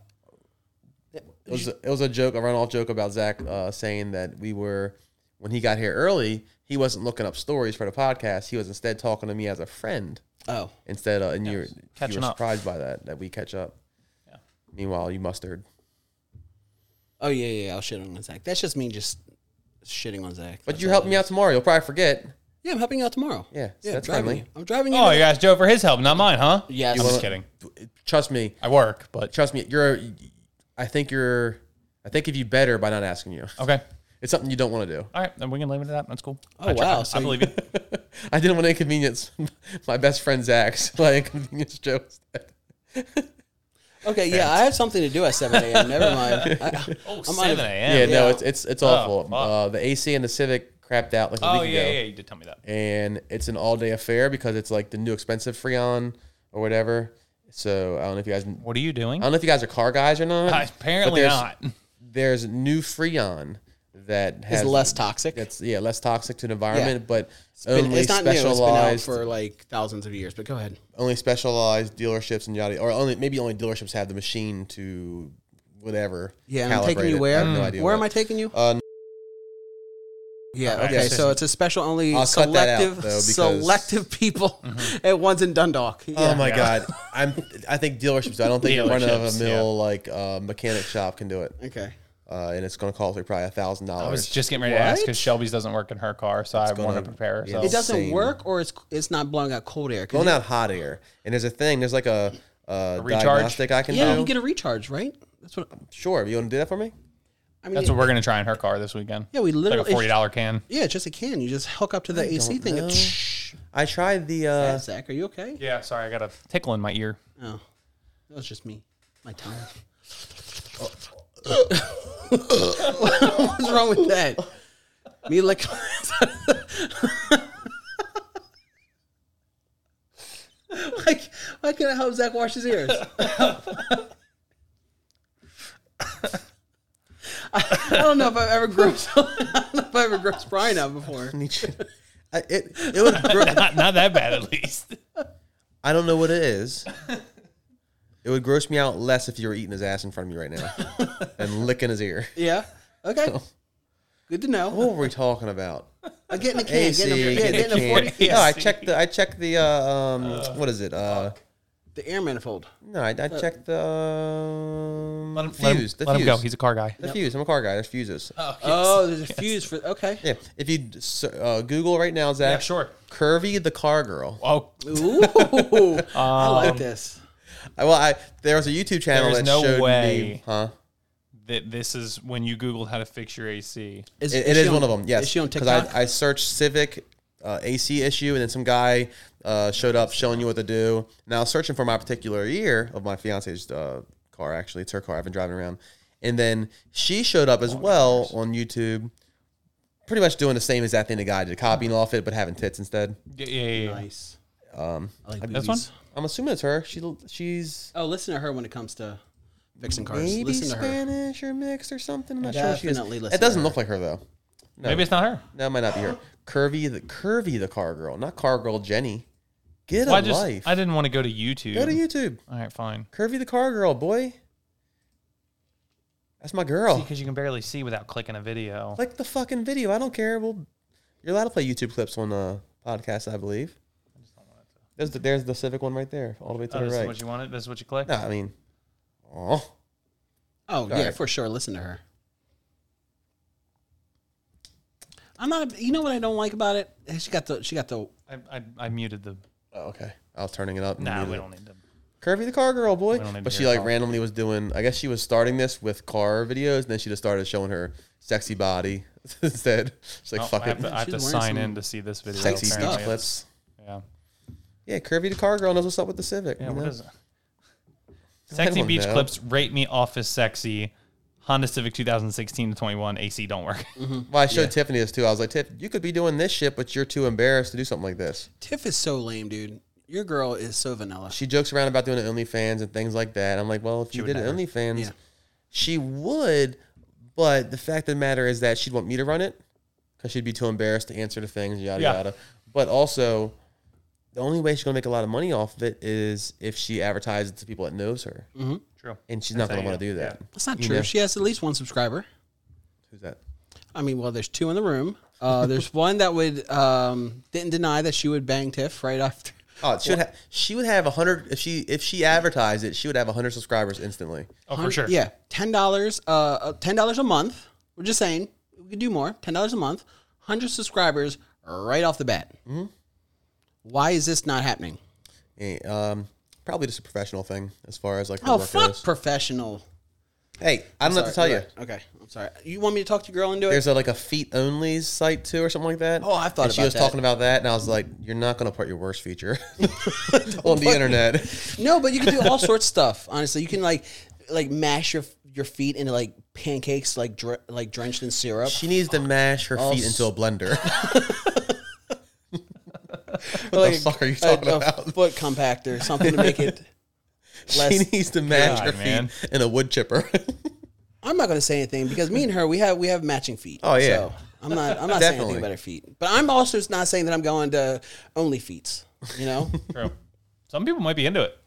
B: It was it was a joke, a runoff joke about Zach uh, saying that we were when he got here early, he wasn't looking up stories for the podcast. He was instead talking to me as a friend
C: Oh,
B: instead. Of, and you were, you
D: catching
B: were
D: up.
B: surprised by that that we catch up.
D: Yeah.
B: Meanwhile, you mustard.
C: oh yeah, yeah. yeah, I'll shit on Zach. That's just me just shitting on Zach.
B: But you helped me out tomorrow. You'll probably forget.
C: Yeah, I'm helping you out tomorrow.
B: Yeah, so
C: yeah.
B: that's
C: driving
B: friendly.
C: you. I'm driving you.
D: Oh, you asked Joe for his help, not mine, huh?
C: Yes.
D: I'm
C: You
D: just
B: wanna-
D: kidding.
B: Trust me.
D: I work, but
B: Trust me. You're. I think you're. I think if you better by not asking you.
D: okay.
B: It's something you don't want to do.
D: All right, then we can leave it at that. That's cool.
C: Oh,
D: I
C: wow,
D: I,
C: so
D: I
C: you-
D: believe you.
B: I didn't want to inconvenience my best friend Zach's by inconvenience jokes.
C: Okay, yeah. I have something to do at 7 a.m. Never mind. I,
D: Oh,
C: I'm out of-
D: 7 a.m.
B: Yeah, no,
C: Yeah.
B: it's it's it's awful.
D: Oh, fuck.
B: uh, the AC and the Civic crapped out like a
D: Oh,
B: week
D: yeah,
B: ago,
D: yeah. You did tell me that.
B: and it's an all day affair because it's like the new expensive Freon or whatever. So I don't know if you guys, I
D: What are you doing?
B: don't know if you guys are car guys or not. but
D: Uh, Apparently
B: there's-
D: not.
B: There's new Freon that
C: it's
B: has
C: less toxic. It's,
B: That's yeah, less toxic to the environment, but
C: been,
B: only
C: it's not new. It's been out
B: specialized,
C: for like thousands of years. But go ahead.
B: only specialized dealerships and yada, or only maybe only dealerships have the machine to whatever.
C: Yeah, and I'm taking
B: calibrate
C: you
B: it.
C: where?
B: I have no idea.
C: Where
B: what-
C: am I taking you?
B: Uh,
C: Yeah.
D: Alright,
C: Okay.
D: yes,
C: So it's a special only
B: I'll cut that out,
C: selective
B: though, because-
C: selective people at ones in Dundalk. Yeah.
B: Oh my
D: Yeah.
B: god, I'm. I think dealerships. I don't think a run of a
D: Dealerships,
B: mill
D: yeah.
B: like uh, mechanic shop can do it,
C: Okay.
B: uh, and it's going to cost like probably a thousand
D: I was
B: dollars.
D: just getting ready to ask
C: What?
D: because Shelby's doesn't work in her car, so I want to
B: gonna-
D: prepare.
B: yeah,
D: herself.
C: It doesn't
B: Insane.
C: work, or it's it's not blowing out cold air. 'Cause
B: Going
C: you-
B: out hot air, and there's a thing. There's like a, uh
D: recharge?
B: diagnostic I can
C: Yeah,
B: do.
C: you get a recharge, right? That's what
B: sure, you want to do that for me?
C: I mean.
D: That's what we're gonna try in her car this weekend.
C: Yeah, we
D: like a
C: literally-
D: forty dollar can.
C: yeah, it's just a can. You just hook up to the AC
B: don't
C: thing.
B: know.
C: and Shh.
B: I tried the. Uh,
C: Zach, are you okay?
D: Yeah, sorry, I got a tickle in my ear.
C: Oh, that was just me. My tongue. What's wrong with that? Me like. like, why can't I help Zach wash his ears? I, I don't know if I've ever grossed. I don't know if I've ever grossed Brian out before.
B: I, it, it would gro-
D: Not, not that bad, at least.
B: I don't know what it is. It would gross me out less if you were eating his ass in front of me right now and licking his ear.
C: Yeah. Okay. Good to know.
B: What were we talking about?
C: I'm getting a can.
B: AC.
C: getting a, yeah,
B: getting
C: getting a
B: a
C: 40
B: can. No, I checked the. I checked the. Uh, um, what is it? Uh,
C: The air manifold.
B: No, I, I checked the um,
D: Let him, let him-
B: fuse. the
D: let him
B: fuse.
D: go. He's a car guy.
B: the fuse. I'm a car guy. There's fuses.
C: Oh, there's a fuse for. Okay.
B: Yeah. If you s- uh, Google right now, Zach.
D: Yeah, sure.
B: Curvy the car girl.
D: Oh,
C: Ooh, I like this.
B: I- Well, I there was a YouTube channel that
D: There is no
B: showed me,
D: way.
B: huh?
D: that this is when you Googled how to fix your AC.
C: Is,
B: It- it
C: she
B: is
C: on-
B: one of them. Yes.
C: Is she on
B: 'Cause
C: TikTok?
B: I, I searched Civic uh, AC issue, and then some guy uh, showed up showing you what to do. Now I was searching for my particular year of my fiance's uh, car. Actually, it's her car. I've been driving around, and then she showed up
C: Oh
B: as well on YouTube. Pretty much doing the same exact thing the guy did, copying off it but having tits instead.
D: Yeah, yeah, yeah.
C: nice. Um, I like
D: This one?
C: boobies.
B: I'm assuming it's her. She she's
C: Oh, listen to her when it comes to fixing cars.
B: maybe
C: listen to her.
B: Spanish or mixed or something. I'm not sure. if She is.
C: Definitely listen
B: It
C: to
B: doesn't
C: her.
B: look like her though. No,
D: Maybe it's not her.
B: that might not be her. Curvy the curvy the car girl, not car girl Jenny. Get
D: Well, I
B: a
D: just
B: life.
D: I didn't want to go to YouTube.
B: Go to YouTube.
D: All right, fine.
B: Curvy the car girl, boy. That's my girl.
D: Because you can barely see without clicking a video.
B: Like the fucking video. I don't care. Well, you're allowed to play YouTube clips on uh, podcasts, I believe. There's the there's the Civic one right there, all the way to
D: Oh,
B: the
D: this is
B: right.
D: what you wanted. This is what you clicked.
B: No, I mean, oh,
C: Oh yeah,
B: right.
C: for sure. Listen to her. I'm not. a- You know what I don't like about it? Eh, She got the. She got the.
D: I, I, I muted the.
B: okay. I was turning it up. and
D: Oh, Nah,
B: muted
D: we
B: it.
D: don't need to.
B: Curvy the car girl, boy.
D: don't need to
B: But she
D: hear
B: like
D: car.
B: randomly was doing. I guess she was starting this with car videos, and then she just started showing her sexy body instead. She's like,
D: Oh,
B: "Fuck
D: I have
B: it,
D: to, I have
C: She's
D: to
C: wearing
D: sign
C: some
D: in to see this video.
B: sexy
C: stuff.
B: beach
D: apparently.
B: clips."
D: Yeah.
B: Yeah, Curvy the car girl knows what's up with the Civic.
D: Yeah,
B: you
D: what
B: know?
D: is it? Sexy
B: don't
D: beach
B: know.
D: clips. Rate me office sexy. Honda Civic 2016 to 21 AC don't work.
B: Well, I showed Tiffany this too. I was like, Tiff, you could be doing this shit, but you're too embarrassed to do something like this.
C: Tiff is so lame, dude. Your girl is so vanilla.
B: She jokes around about doing OnlyFans and things like that. I'm like, well, if you
D: would
B: did
D: never.
B: OnlyFans,
C: Yeah.
B: she would. But the fact of the matter is that she'd want me to run it because she'd be too embarrassed to answer to things, yada
D: Yeah.
B: yada. But also, the only way she's gonna make a lot of money off of it is if she advertises to people that knows her,
D: True.
B: and she's not gonna
D: Mm-hmm. That's how you
B: want to
D: know.
B: do that.
C: That's not
B: You
C: true.
B: know.
C: She has at least one subscriber.
B: Who's that?
C: I mean, well, there's two in the room. Uh, there's one that would um, didn't deny that she would bang Tiff right after.
B: Oh, she would ha- she would have hundred if she if she advertised it, she would have hundred subscribers instantly.
D: Oh, for sure.
C: Yeah, ten dollars. Uh, uh, ten dollars a month. We're just saying we could do more. Ten dollars a month, hundred subscribers right off the bat.
D: Mm-hmm.
C: Why is this not happening?
B: Eh, Um, probably just a professional thing as far as like the
C: Oh
B: work
C: fuck,
B: goes.
C: professional.
B: Hey, I don't know what to tell
C: Sorry,
B: you.
C: you're right. Okay, I'm sorry. You want me to talk to your girl and do it?
B: There's a, like a feet only site too, or something like that.
C: Oh, I've thought
B: and she
C: about
B: was
C: that.
B: talking about that, and I was like, "You're not going to put your worst feature on the internet."
C: No, but you can do all sorts of stuff. Honestly, you can like like mash your your feet into like pancakes, like dr- like drenched in syrup.
B: She needs to mash her feet into a blender. what the fuck are you
C: a,
B: talking
C: a
B: about?
C: foot compactor, something to make it.
B: She
C: less-
B: needs to mash
D: God,
B: her feet
D: man.
B: in a wood chipper.
C: I'm not going to say anything because me and her we have we have matching feet.
B: Oh, yeah.
C: so I'm not I'm not saying anything
B: Definitely.
C: about her feet, but I'm also not saying that I'm going to only feet. You know,
D: True. Some people might be into it.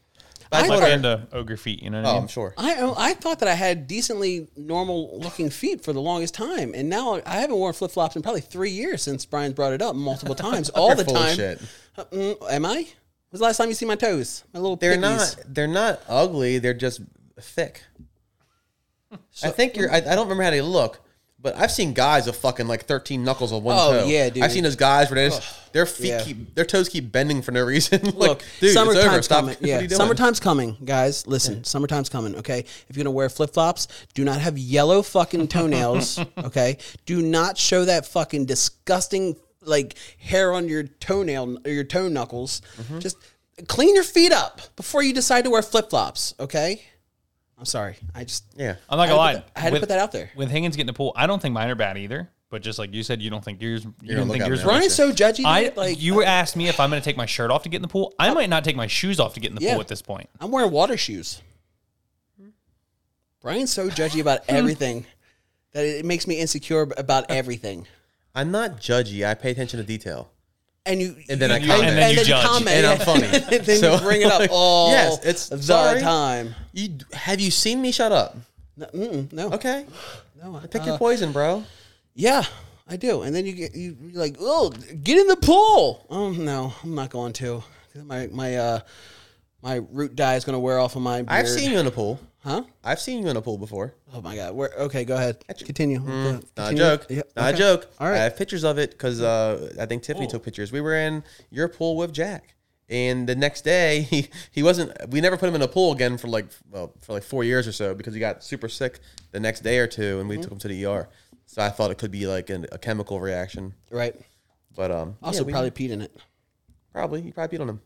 C: I
D: Might be
C: thought,
B: uh,
D: into ogre feet. You know what I
B: oh,
D: mean?
B: I'm sure.
C: I I thought that I had decently normal looking feet for the longest time, and now I haven't worn flip flops in probably three years since Brian's brought it up multiple times. All the
B: Full
C: time,
B: of shit.
C: Uh, mm, am I? When's the last time you see my toes? My little
B: They're
C: pickies.
B: not. They're not ugly. They're just thick. I think you're. I, I don't remember how they look, but I've seen guys with fucking like thirteen knuckles on one
C: Oh,
B: toe.
C: yeah, dude.
B: I've seen those guys where they just, their feet
C: Yeah.
B: keep their toes keep bending for no reason. like,
C: Look,
B: dude,
C: summertime's
B: it's over. Stop.
C: coming.
B: What are
C: Yeah,
B: you doing?
C: summertime's coming, guys. Listen, summertime's coming. Okay, if you're gonna wear flip flops, do not have yellow fucking toenails. okay, do not show that fucking disgusting like hair on your toenail or your toe knuckles.
B: Mm-hmm.
C: Just clean your feet up before you decide to wear flip flops. Okay, I'm sorry. I just
B: Yeah.
D: I'm not gonna
C: I had
D: lie.
C: to put that- I had to
D: with-
C: put that out there.
D: With Higgins getting the pool, I don't think mine are bad either. But just like you said, you don't think yours. You don't
B: look
D: think
B: at
D: yours.
B: me.
D: were-
C: Brian's so judgy. Dude.
D: I
C: like
D: you asked me if I'm going to take my shirt off to get in the pool. I might not take my shoes off to get in the
C: Yeah.
D: pool at this point.
C: I'm wearing water shoes. Brian's so judgy about everything that it makes me insecure about everything.
B: I'm not judgy. I pay attention to detail.
C: and you
B: And then I
C: you-
B: comment. And
C: and,
B: then
C: then
B: you
C: you
D: judge.
C: comment,
B: And I'm
C: yeah.
B: funny.
C: And then
B: So,
C: you bring it up
B: like,
C: all
B: yes, it's-
C: the
B: sorry.
C: time.
B: You have you seen me? Shut up.
C: No, mm-mm, no,
B: Okay.
C: no, uh, I-
B: Pick your poison, bro.
C: yeah, I do. And then you get you you're like, oh, get in the pool. Oh no, I'm not going to. My my uh my root dye is going to wear off on my beard.
B: I've seen you in a pool.
C: huh?
B: I've seen you in a pool before.
C: Oh my god. Where? Okay, go ahead. Continue. Go-
B: Mm, Not a
C: continue.
B: joke.
C: Yeah,
B: Not
C: okay.
B: a joke.
C: All right.
B: I have pictures of it because uh, I think Tiffany took pictures. We were in your pool with Jack, and the next day he, he wasn't. We never put him in a pool again for like well, for like four years or so because he got super sick the next day or two,
D: Mm-hmm.
B: and we took him to the ER. So I thought it could be like an, a chemical reaction,
C: Right.
B: but um, yeah,
C: Also,
B: we-
C: probably peed in it.
B: probably you probably peed on him.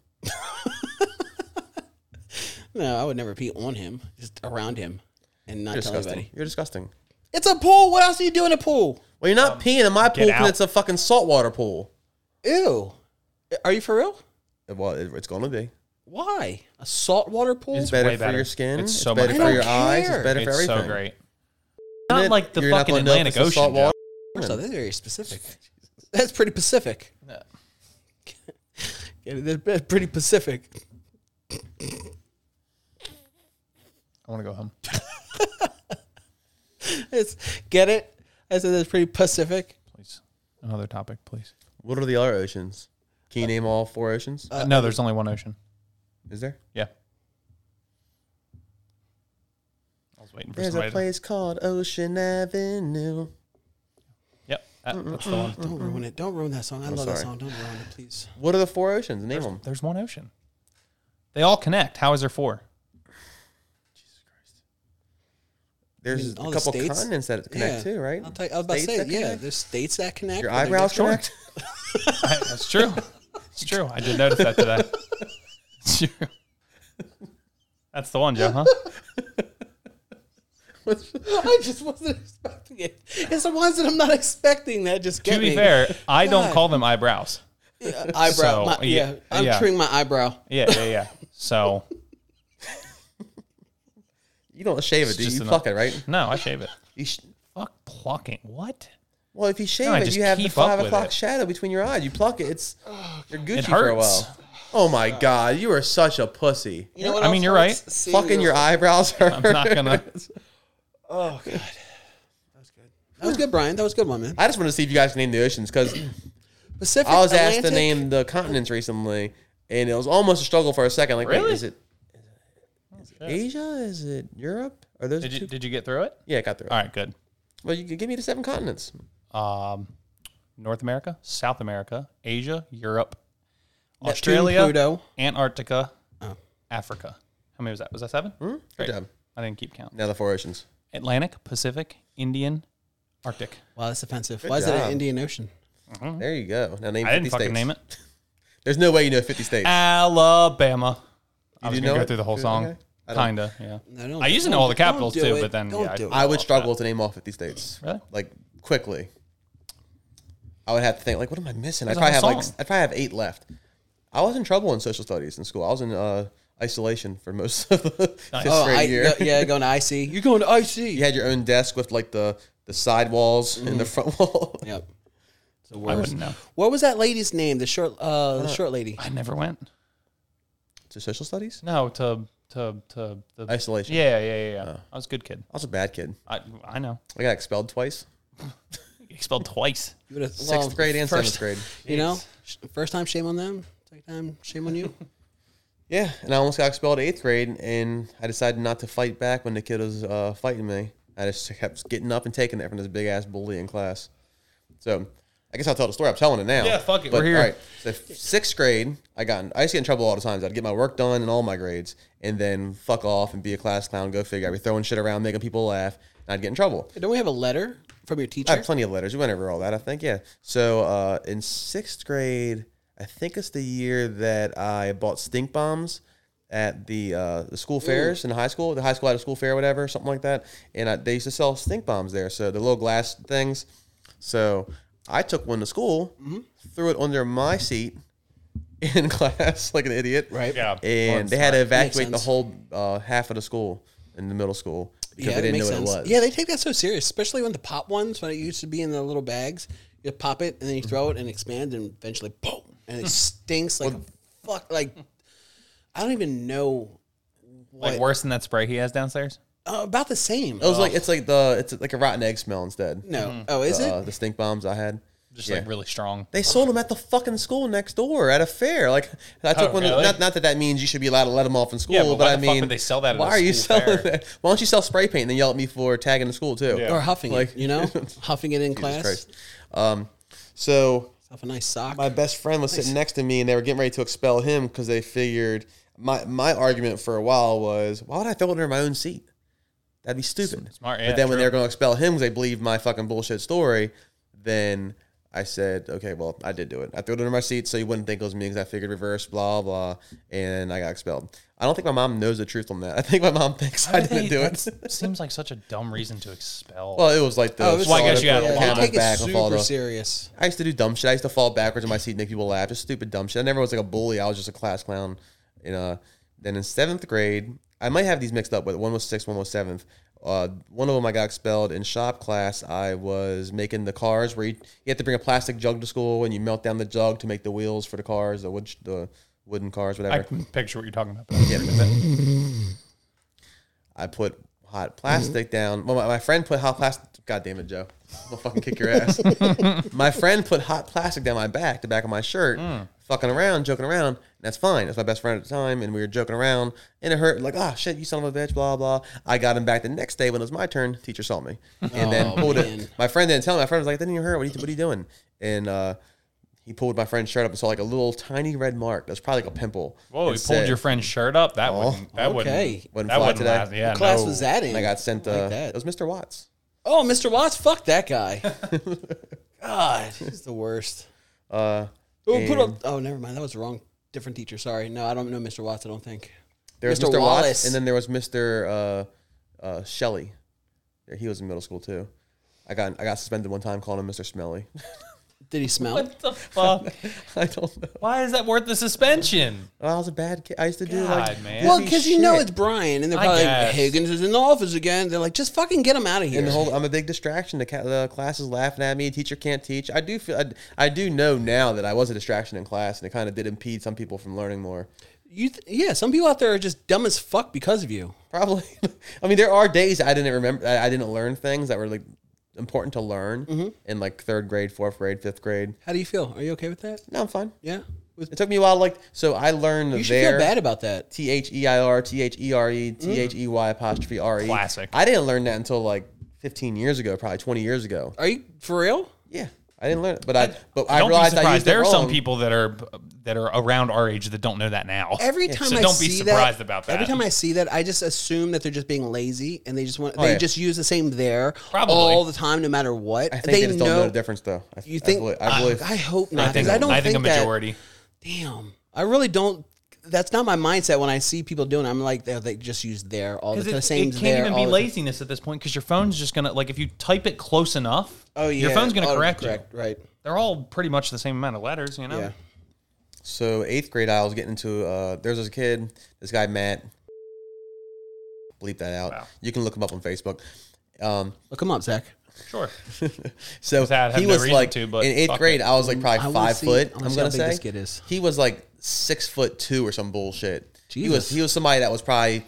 C: No, I would never pee on him. Just around him, and not
B: You're
C: tell
B: disgusting.
C: anybody.
B: You're disgusting.
C: It's a pool. What else do you do in a pool?
B: Well, you're not peeing in my pool
D: Um, out.
B: because it's a fucking saltwater pool.
C: Ew. Are you for real?
B: Well, it, it's going to be.
C: Why? A saltwater pool?
D: It's
B: better
D: way
B: for
D: better.
B: your skin.
D: It's
B: It's,
D: so
B: better
D: much
B: for
C: better.
B: your
C: I don't
B: eyes.
C: care.
B: It's better for
D: It's
B: everything.
D: so great. Not like the
B: You're not
D: fucking
B: gonna know if
D: Atlantic
B: it's a
D: Ocean.
B: salt
D: Jeff.
B: water.
C: So that's very specific. That's pretty Pacific. Yeah, that- that's pretty Pacific.
D: I want to go home.
C: It's, get it? I said that's pretty Pacific.
D: Please. Another topic, please.
B: What are the other oceans? Can you name all four oceans?
D: no, there's only one ocean.
B: Is there?
D: Yeah. I was waiting for
B: There's
D: somebody.
B: a place called Ocean Avenue.
D: To, yep. that- that's the one.
C: Don't ruin it. Don't ruin that song. I love that
B: sorry.
C: song. Don't ruin it, please.
B: What are the four oceans? Name them.
D: There's one ocean. They all connect. How is there four?
B: There's
C: I mean, all
B: a
C: the
B: couple
C: states-
B: continents that connect
C: yeah.
B: too, right?
C: I'll tell you, I was about to
B: States
C: say,
B: that
C: yeah,
B: connect?
C: there's states that connect.
B: Your
C: where they
B: eyebrows
C: go- Sure.
B: connect.
D: That's true. It's true. I did notice that today. It's true. That's the one, Joe, huh?
C: I just wasn't expecting it. It's the ones that I'm not expecting that just get
D: to be
C: me.
D: fair, I don't
C: God.
D: call them eyebrows.
C: Yeah, Uh, eyebrow.
D: So,
C: my-
D: yeah,
C: yeah, I'm
D: yeah.
C: trimming my eyebrow.
D: Yeah, yeah, yeah. So
B: You don't shave it,
D: It's
B: do you?
D: just
B: You
D: an-
B: pluck it, right?
D: no, I shave it.
B: You sh-
D: Fuck plucking. What?
B: well, if you shave
D: I
B: it,
D: just
B: you have the
D: keep up
B: five
D: with
B: o'clock
D: it.
B: shadow between your eyes. You pluck it, it's
C: Oh,
B: you're Gucci
D: It
B: for a
D: hurts.
B: while. Oh my god, you are such a pussey.
C: You know what
D: I
C: else
D: mean, you're
C: hurts?
D: right.
C: Seeing
B: Fucking your eyebrows are.
D: I'm not gonna.
C: Oh god, that was good. That was good, Brian. That was a good one, man.
B: I just want to see if you guys can name the oceans because
C: Pacific.
B: I was asked to
C: Atlantic.
B: name the continents recently, and it was almost a struggle for a second. Like,
D: Really? Oh,
B: wait, is it is it Asia? Is it Europe? Are those
D: Did you
B: two?
D: did you get through it?
B: Yeah, I got through.
D: All right, good.
B: Well, you can give me the seven continents.
D: Um, North America, South America, Asia, Europe,
C: Neptune,
D: Australia,
C: Pluto.
D: Antarctica,
C: Oh. Hmm?
D: Africa. How many was that? Was that seven?
B: Good
D: Great.
B: job.
D: I didn't keep count.
B: Now the four oceans.
D: Atlantic, Pacific, Indian, Arctic.
C: Wow, that's offensive. Why is it
B: job.
C: an Indian Ocean?
B: There you go. Now name
D: Mm-hmm.
B: 50
D: I didn't fucking
B: states.
D: name it. Ah.
B: There's no way you know 50 states.
D: Alabama. I
B: You
D: was
B: do
D: gonna
B: know
D: go
B: it?
D: through the whole
B: Okay.
D: song.
B: I don't-
D: Kinda, yeah.
C: No, don't-
D: I used to
C: don't-
D: know all the
C: don't
D: capitals
C: do
D: too,
C: it.
D: but then
C: Don't
D: yeah,
C: do it.
B: I would struggle to name all 50 states.
D: Really?
B: Like quickly. I would have to think like, what am I missing? I
D: There's a
B: probably have
D: whole
B: like
D: song.
B: I probably have eight left. I was in trouble in social studies in school. I was in uh, isolation for most of the fifth
C: Oh,
B: grade
C: I,
B: year.
C: no, yeah, going to IC. You're going to IC.
B: You had your own desk with like the the side walls and the front wall.
C: Yep. It's the
D: I
C: worst.
D: wouldn't know.
C: What was that lady's name? The short, uh, the short lady.
D: I never went.
B: to social studies?
D: No, to to to the
B: Isolation. Oh.
D: Yeah, yeah, yeah. yeah. I was a good kid.
B: I was a bad kid.
D: I I know.
B: I got expelled twice.
D: Expelled twice.
C: You would've-
B: Sixth
C: well,
B: grade and
C: first,
B: seventh grade.
C: You know, sh- first time shame on them. Second time shame on you.
B: Yeah, and I almost got expelled eighth grade, and I decided not to fight back when the kid was uh, fighting me. I just kept getting up and taking it from this big ass bully in class. So I guess I'll tell the story. I'm telling it now.
D: Yeah, fuck it, we're here.
B: So f- sixth grade, I got in- I used to get in trouble all the times. I'd get my work done and all my grades, and then fuck off and be a class clown. Go figure. I'd be throwing shit around, making people laugh, and I'd get in trouble.
C: Don't we have a letter from your
B: I
C: teacher?
B: have plenty of letters. We went over all that, I think. Yeah. So uh, in sixth grade, I think it's the year that I bought stink bombs at the uh, the
C: Mm.
B: school fairs in high school. The high school had a school fair, or whatever, something like that. And I, they used to sell stink bombs there. So the little glass things. So I took one to school,
C: Mm-hmm.
B: threw it under my seat in class like an idiot.
C: Right.
D: Yeah.
B: And they had to
C: Makes
B: evacuate the
C: sense.
B: whole uh, half of the school in the middle school because
C: Yeah,
B: they didn't
C: it
B: know
C: makes
B: what
C: sense.
B: it was.
C: Yeah, they take that so serious, especially when the pop ones, when it used to be in the little bags, you pop it and then you throw it and expand and eventually boom, and
B: Hmm.
C: it stinks like a fuck. Like I don't even know
D: Like worse than that spray he has downstairs.
C: uh, about the same.
B: It was like it's like the it's like a rotten egg smell instead.
C: no, oh, is
B: uh,
C: it?
B: the stink bombs I had.
D: Just
B: Yeah.
D: like really strong.
B: They sold them at the fucking school next door at a fair. Like I took
D: Oh,
B: one. of-
D: really?
B: Not, not that that means you should be allowed to let them off in school,
D: Yeah,
B: but,
D: but why
B: I
D: the fuck
B: mean,
D: would they sell that at
B: why
D: a
B: are you
D: school
B: selling
D: fair?
B: that? Why don't you sell spray paint and then yell at me for tagging the school too?
D: Yeah.
B: Jesus
C: Or huffing
B: like-
C: it, you know, huffing it in class.
B: Christ. Um, so
C: Off a nice sock. Oh,
B: my best friend was sitting next to me, and they were getting ready to expel him because they figured my my argument for a while was why would I throw it under my own seat? That'd be stupid.
D: smart,
B: But
D: yeah,
B: then when they
D: true.
B: were going to expel him because they believed my fucking bullshit story, then I said, okay, well, I did do it. I threw it under my seat so you wouldn't think it was me because I figured reverse, blah blah, and I got expelled. I don't think my mom knows the truth on that. I think my mom thinks I didn't do it.
D: That seems like such a dumb reason to expel.
B: Well, it was like the.
C: Oh, it was
D: Well, I guess
B: solid
D: you had a
B: put
C: yeah,
B: the
D: lot
C: they
D: of
B: camera
C: take it
B: back and follow
C: super
B: the-
C: serious.
B: I used to do dumb shit. I used to fall backwards in my seat, and make people laugh, just stupid dumb shit. I never was like a bully. I was just a class clown. And uh, then in seventh grade, I might have these mixed up, but one was sixth, one was seventh. Uh, one of them I got expelled in shop class. I was making the cars where you, you had to bring a plastic jug to school and you melt down the jug to make the wheels for the cars, the wood, the wooden cars,
D: I
B: whatever.
D: can picture what you're talking about.
B: I, put hot plastic down. Well, my, my friend put hot plastic. God damn it, Joe! I'll fucking kick your ass. my friend put hot plastic down my back, the back of my shirt,
D: Mm.
B: fucking around, joking around. And that's fine. That's my best friend at the time, and we were joking around, and it hurt. Like, ah, shit, you son of a bitch, blah blah. I got him back the next day when it was my turn. Teacher saw me, and then
C: Oh,
B: pulled
C: man.
B: it. My friend didn't tell me. My friend was like, "That didn't even hurt. What are you, what are you doing?" And uh, he pulled my friend's shirt up and saw like a little tiny red mark. That was probably like a pimple.
D: Whoa,
B: It
D: you pulled
B: said- Oh,
D: your friend's shirt up. That wouldn't. That
C: okay.
B: Wouldn't
D: wouldn't. That
B: fly
D: wouldn't
B: today.
D: last. Yeah.
C: What class
D: no.
C: was that in?
B: And I got sent. Uh,
C: that.
B: It was Mr. Watts.
C: Oh, Mr. Watts, fuck that guy. God, he's the worst.
B: Uh,
C: Oh, put up.
B: and
C: Oh, never mind. That was the wrong, different teacher. Sorry. No, I don't know Mr. Watts. I don't think.
B: there was
C: Mr.
B: Mr. Watts,
C: Wallace.
B: and then there was Mr. Uh, uh, Shelley. Yeah, he was in middle school too. I got I got suspended one time calling him Mr. Smelly.
C: Did he smell?
D: What the fuck?
B: I don't know.
D: Why is that worth the suspension?
B: I was a bad kid. I used to do like
D: God, man.
C: Well,
B: goofy
C: because you know
B: shit.
C: it's Brian, and they're
D: I
C: probably like,
D: guess.
C: Higgins is in the office again. They're like, just fucking get him out of here.
B: And the whole, I'm a big distraction. The, ca- the class is laughing at me. Teacher can't teach. I do feel. I, I do know now that I was a distraction in class, and it kind of did impede some people from learning more.
C: you th- yeah, some people out there are just dumb as fuck because of you.
B: Probably. I mean, there are days I didn't remember. I, I didn't learn things that were like important to learn
C: Mm-hmm.
B: in like third grade, fourth grade, fifth grade.
C: How do you feel? Are you okay with that?
B: No, I'm fine.
C: Yeah. With,
B: It took me a while. Like, so I learned
C: you should
B: there.
C: feel bad Mm-hmm. about that.
B: T H E I R T H E R E T H E Y apostrophe R E.
D: Classic.
B: I didn't learn that until like 15 years ago, probably 20 years ago.
C: Are you for real?
B: Yeah, I didn't learn it, but I but I
D: don't be
B: realized I
D: surprised.
B: used
D: There
B: it
D: are some
B: wrong.
D: people that are that are around our age that don't know that now.
C: Every time
D: so
C: I
D: don't
C: see
D: be surprised
C: that,
D: about that.
C: Every time I see that, I just assume that they're just being lazy and they just want they
B: Oh, yeah.
C: just use the same there
D: Probably.
C: all the time, no matter what.
B: I think they,
C: they
B: just
C: know,
B: don't know the difference, though. I,
C: You
B: I
C: think? Oh,
B: believe- I believe.
C: I hope not.
D: I think
C: 'cause I don't
D: I think, a
C: that-
D: majority.
C: damn, I really don't. That's not my mindset when I see people doing. it. I'm like, they, they just use there all the
D: Because
C: time.
D: it,
C: Same
D: it can't
C: there
D: even
C: all
D: be
C: the time.
D: laziness at this point because your phone's just gonna like if you type it close enough.
C: Oh yeah,
D: your phone's gonna correct,
C: correct
D: you.
C: right?
D: They're all pretty much the same amount of letters, you know.
C: Yeah.
B: So eighth grade, I was getting into. Uh, there's this kid, this guy Matt. Bleep that out.
D: Wow.
B: You can look him up on Facebook. Um,
C: Look him up, Zach.
D: Sure.
B: so
D: I have
B: he
D: no
B: was
D: reason
B: like
D: to, but
B: in eighth
D: fuck
B: grade,
D: it.
B: I was like
C: I
B: probably
C: wanna
B: five
C: see-
B: foot.
C: I wanna
B: I'm
C: see
B: gonna
C: how big
B: say
C: this kid is.
B: he was like six foot two or some bullshit. He was
C: Jesus.
B: he was somebody that was probably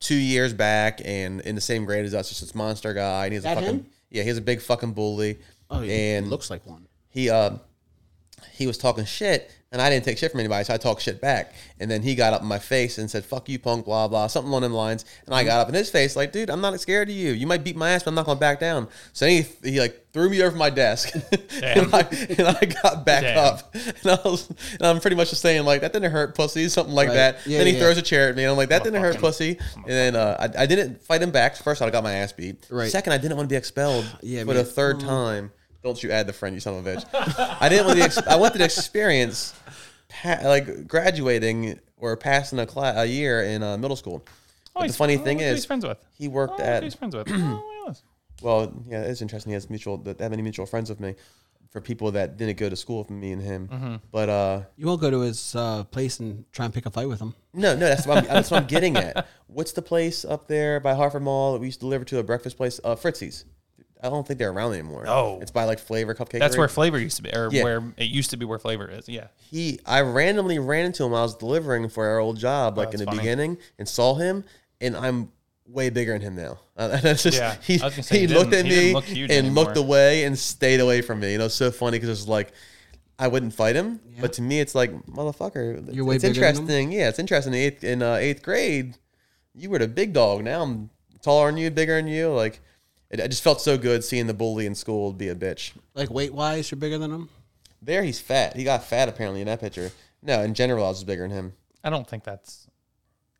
B: two years back and in the same grade as us. Just this monster guy, and he's a
C: That
B: fucking
C: him?
B: yeah, he was a big fucking bully.
C: Oh, he
B: and
C: looks like one.
B: he uh he was talking shit and I didn't take shit from anybody, so I talked shit back. And then he got up in my face and said, Fuck you, punk, blah, blah, something along them lines. And I got up in his face, like, dude, I'm not scared of you. You might beat my ass, but I'm not gonna back down. So he, he like threw me over my desk. and, I, and I got back
D: Damn.
B: up. And I was and I'm pretty much just saying, like, that didn't hurt pussy, something like
C: Right.
B: that.
C: Yeah,
B: then he
C: yeah,
B: throws a chair at me, and I'm like, that didn't hurt
D: Motherfucking-
B: pussy. And then uh, I, I didn't fight him back. First I got my ass beat.
C: Right.
B: Second, I didn't want to be expelled
C: Yeah,
B: for
C: man. Mm.
B: the third time. Don't you add the friend, you son of a bitch. I didn't want to. Ex- I wanted to experience, pa- like graduating or passing a class a year in uh, middle school. But the
D: he's-
B: funny
D: oh,
B: thing
D: look who he's
B: is,
D: friends with.
B: he worked
D: Oh, look who
B: at
D: he's friends with. Oh, look at this.
B: well, yeah, it's interesting. He has mutual that that many mutual friends with me, for people that didn't go to school with me and him.
D: Mm-hmm.
B: But uh,
C: You won't go to his uh, place and try and pick a fight with him.
B: no, no, that's what I'm, that's what I'm getting at. What's the place up there by Harford Mall that we used to deliver to a breakfast place? Uh, Fritzy's. I don't think they're around anymore.
D: No.
B: it's by like Flavor Cupcake.
D: That's where flavor used to be, or
B: Yeah.
D: where it used to be, where flavor is. Yeah.
B: he I randomly ran into him while I was delivering for our old job, like in
D: Oh, that's
B: the
D: funny.
B: beginning, and saw him, and I'm way bigger than him now. Uh, that's just,
D: Yeah,
B: he,
D: I was gonna say,
B: he
D: he
B: looked
D: didn't-
B: at
D: he didn't
B: me
D: look huge
B: and
D: anymore.
B: looked away and stayed away from me. You know, it's so funny because it's like I wouldn't fight him, but to me, it's like motherfucker. It's,
C: You're way
B: it's
C: bigger than him?
B: interesting. Yeah, it's interesting. In eighth in uh, eighth grade, you were the big dog. Now I'm taller than you, bigger than you. Like it, I just felt so good seeing the bully in school be a bitch.
C: Like weight wise, you're bigger than him.
B: There, he's fat. He got fat apparently in that picture. No, in general, I was bigger than him.
D: I don't think that's.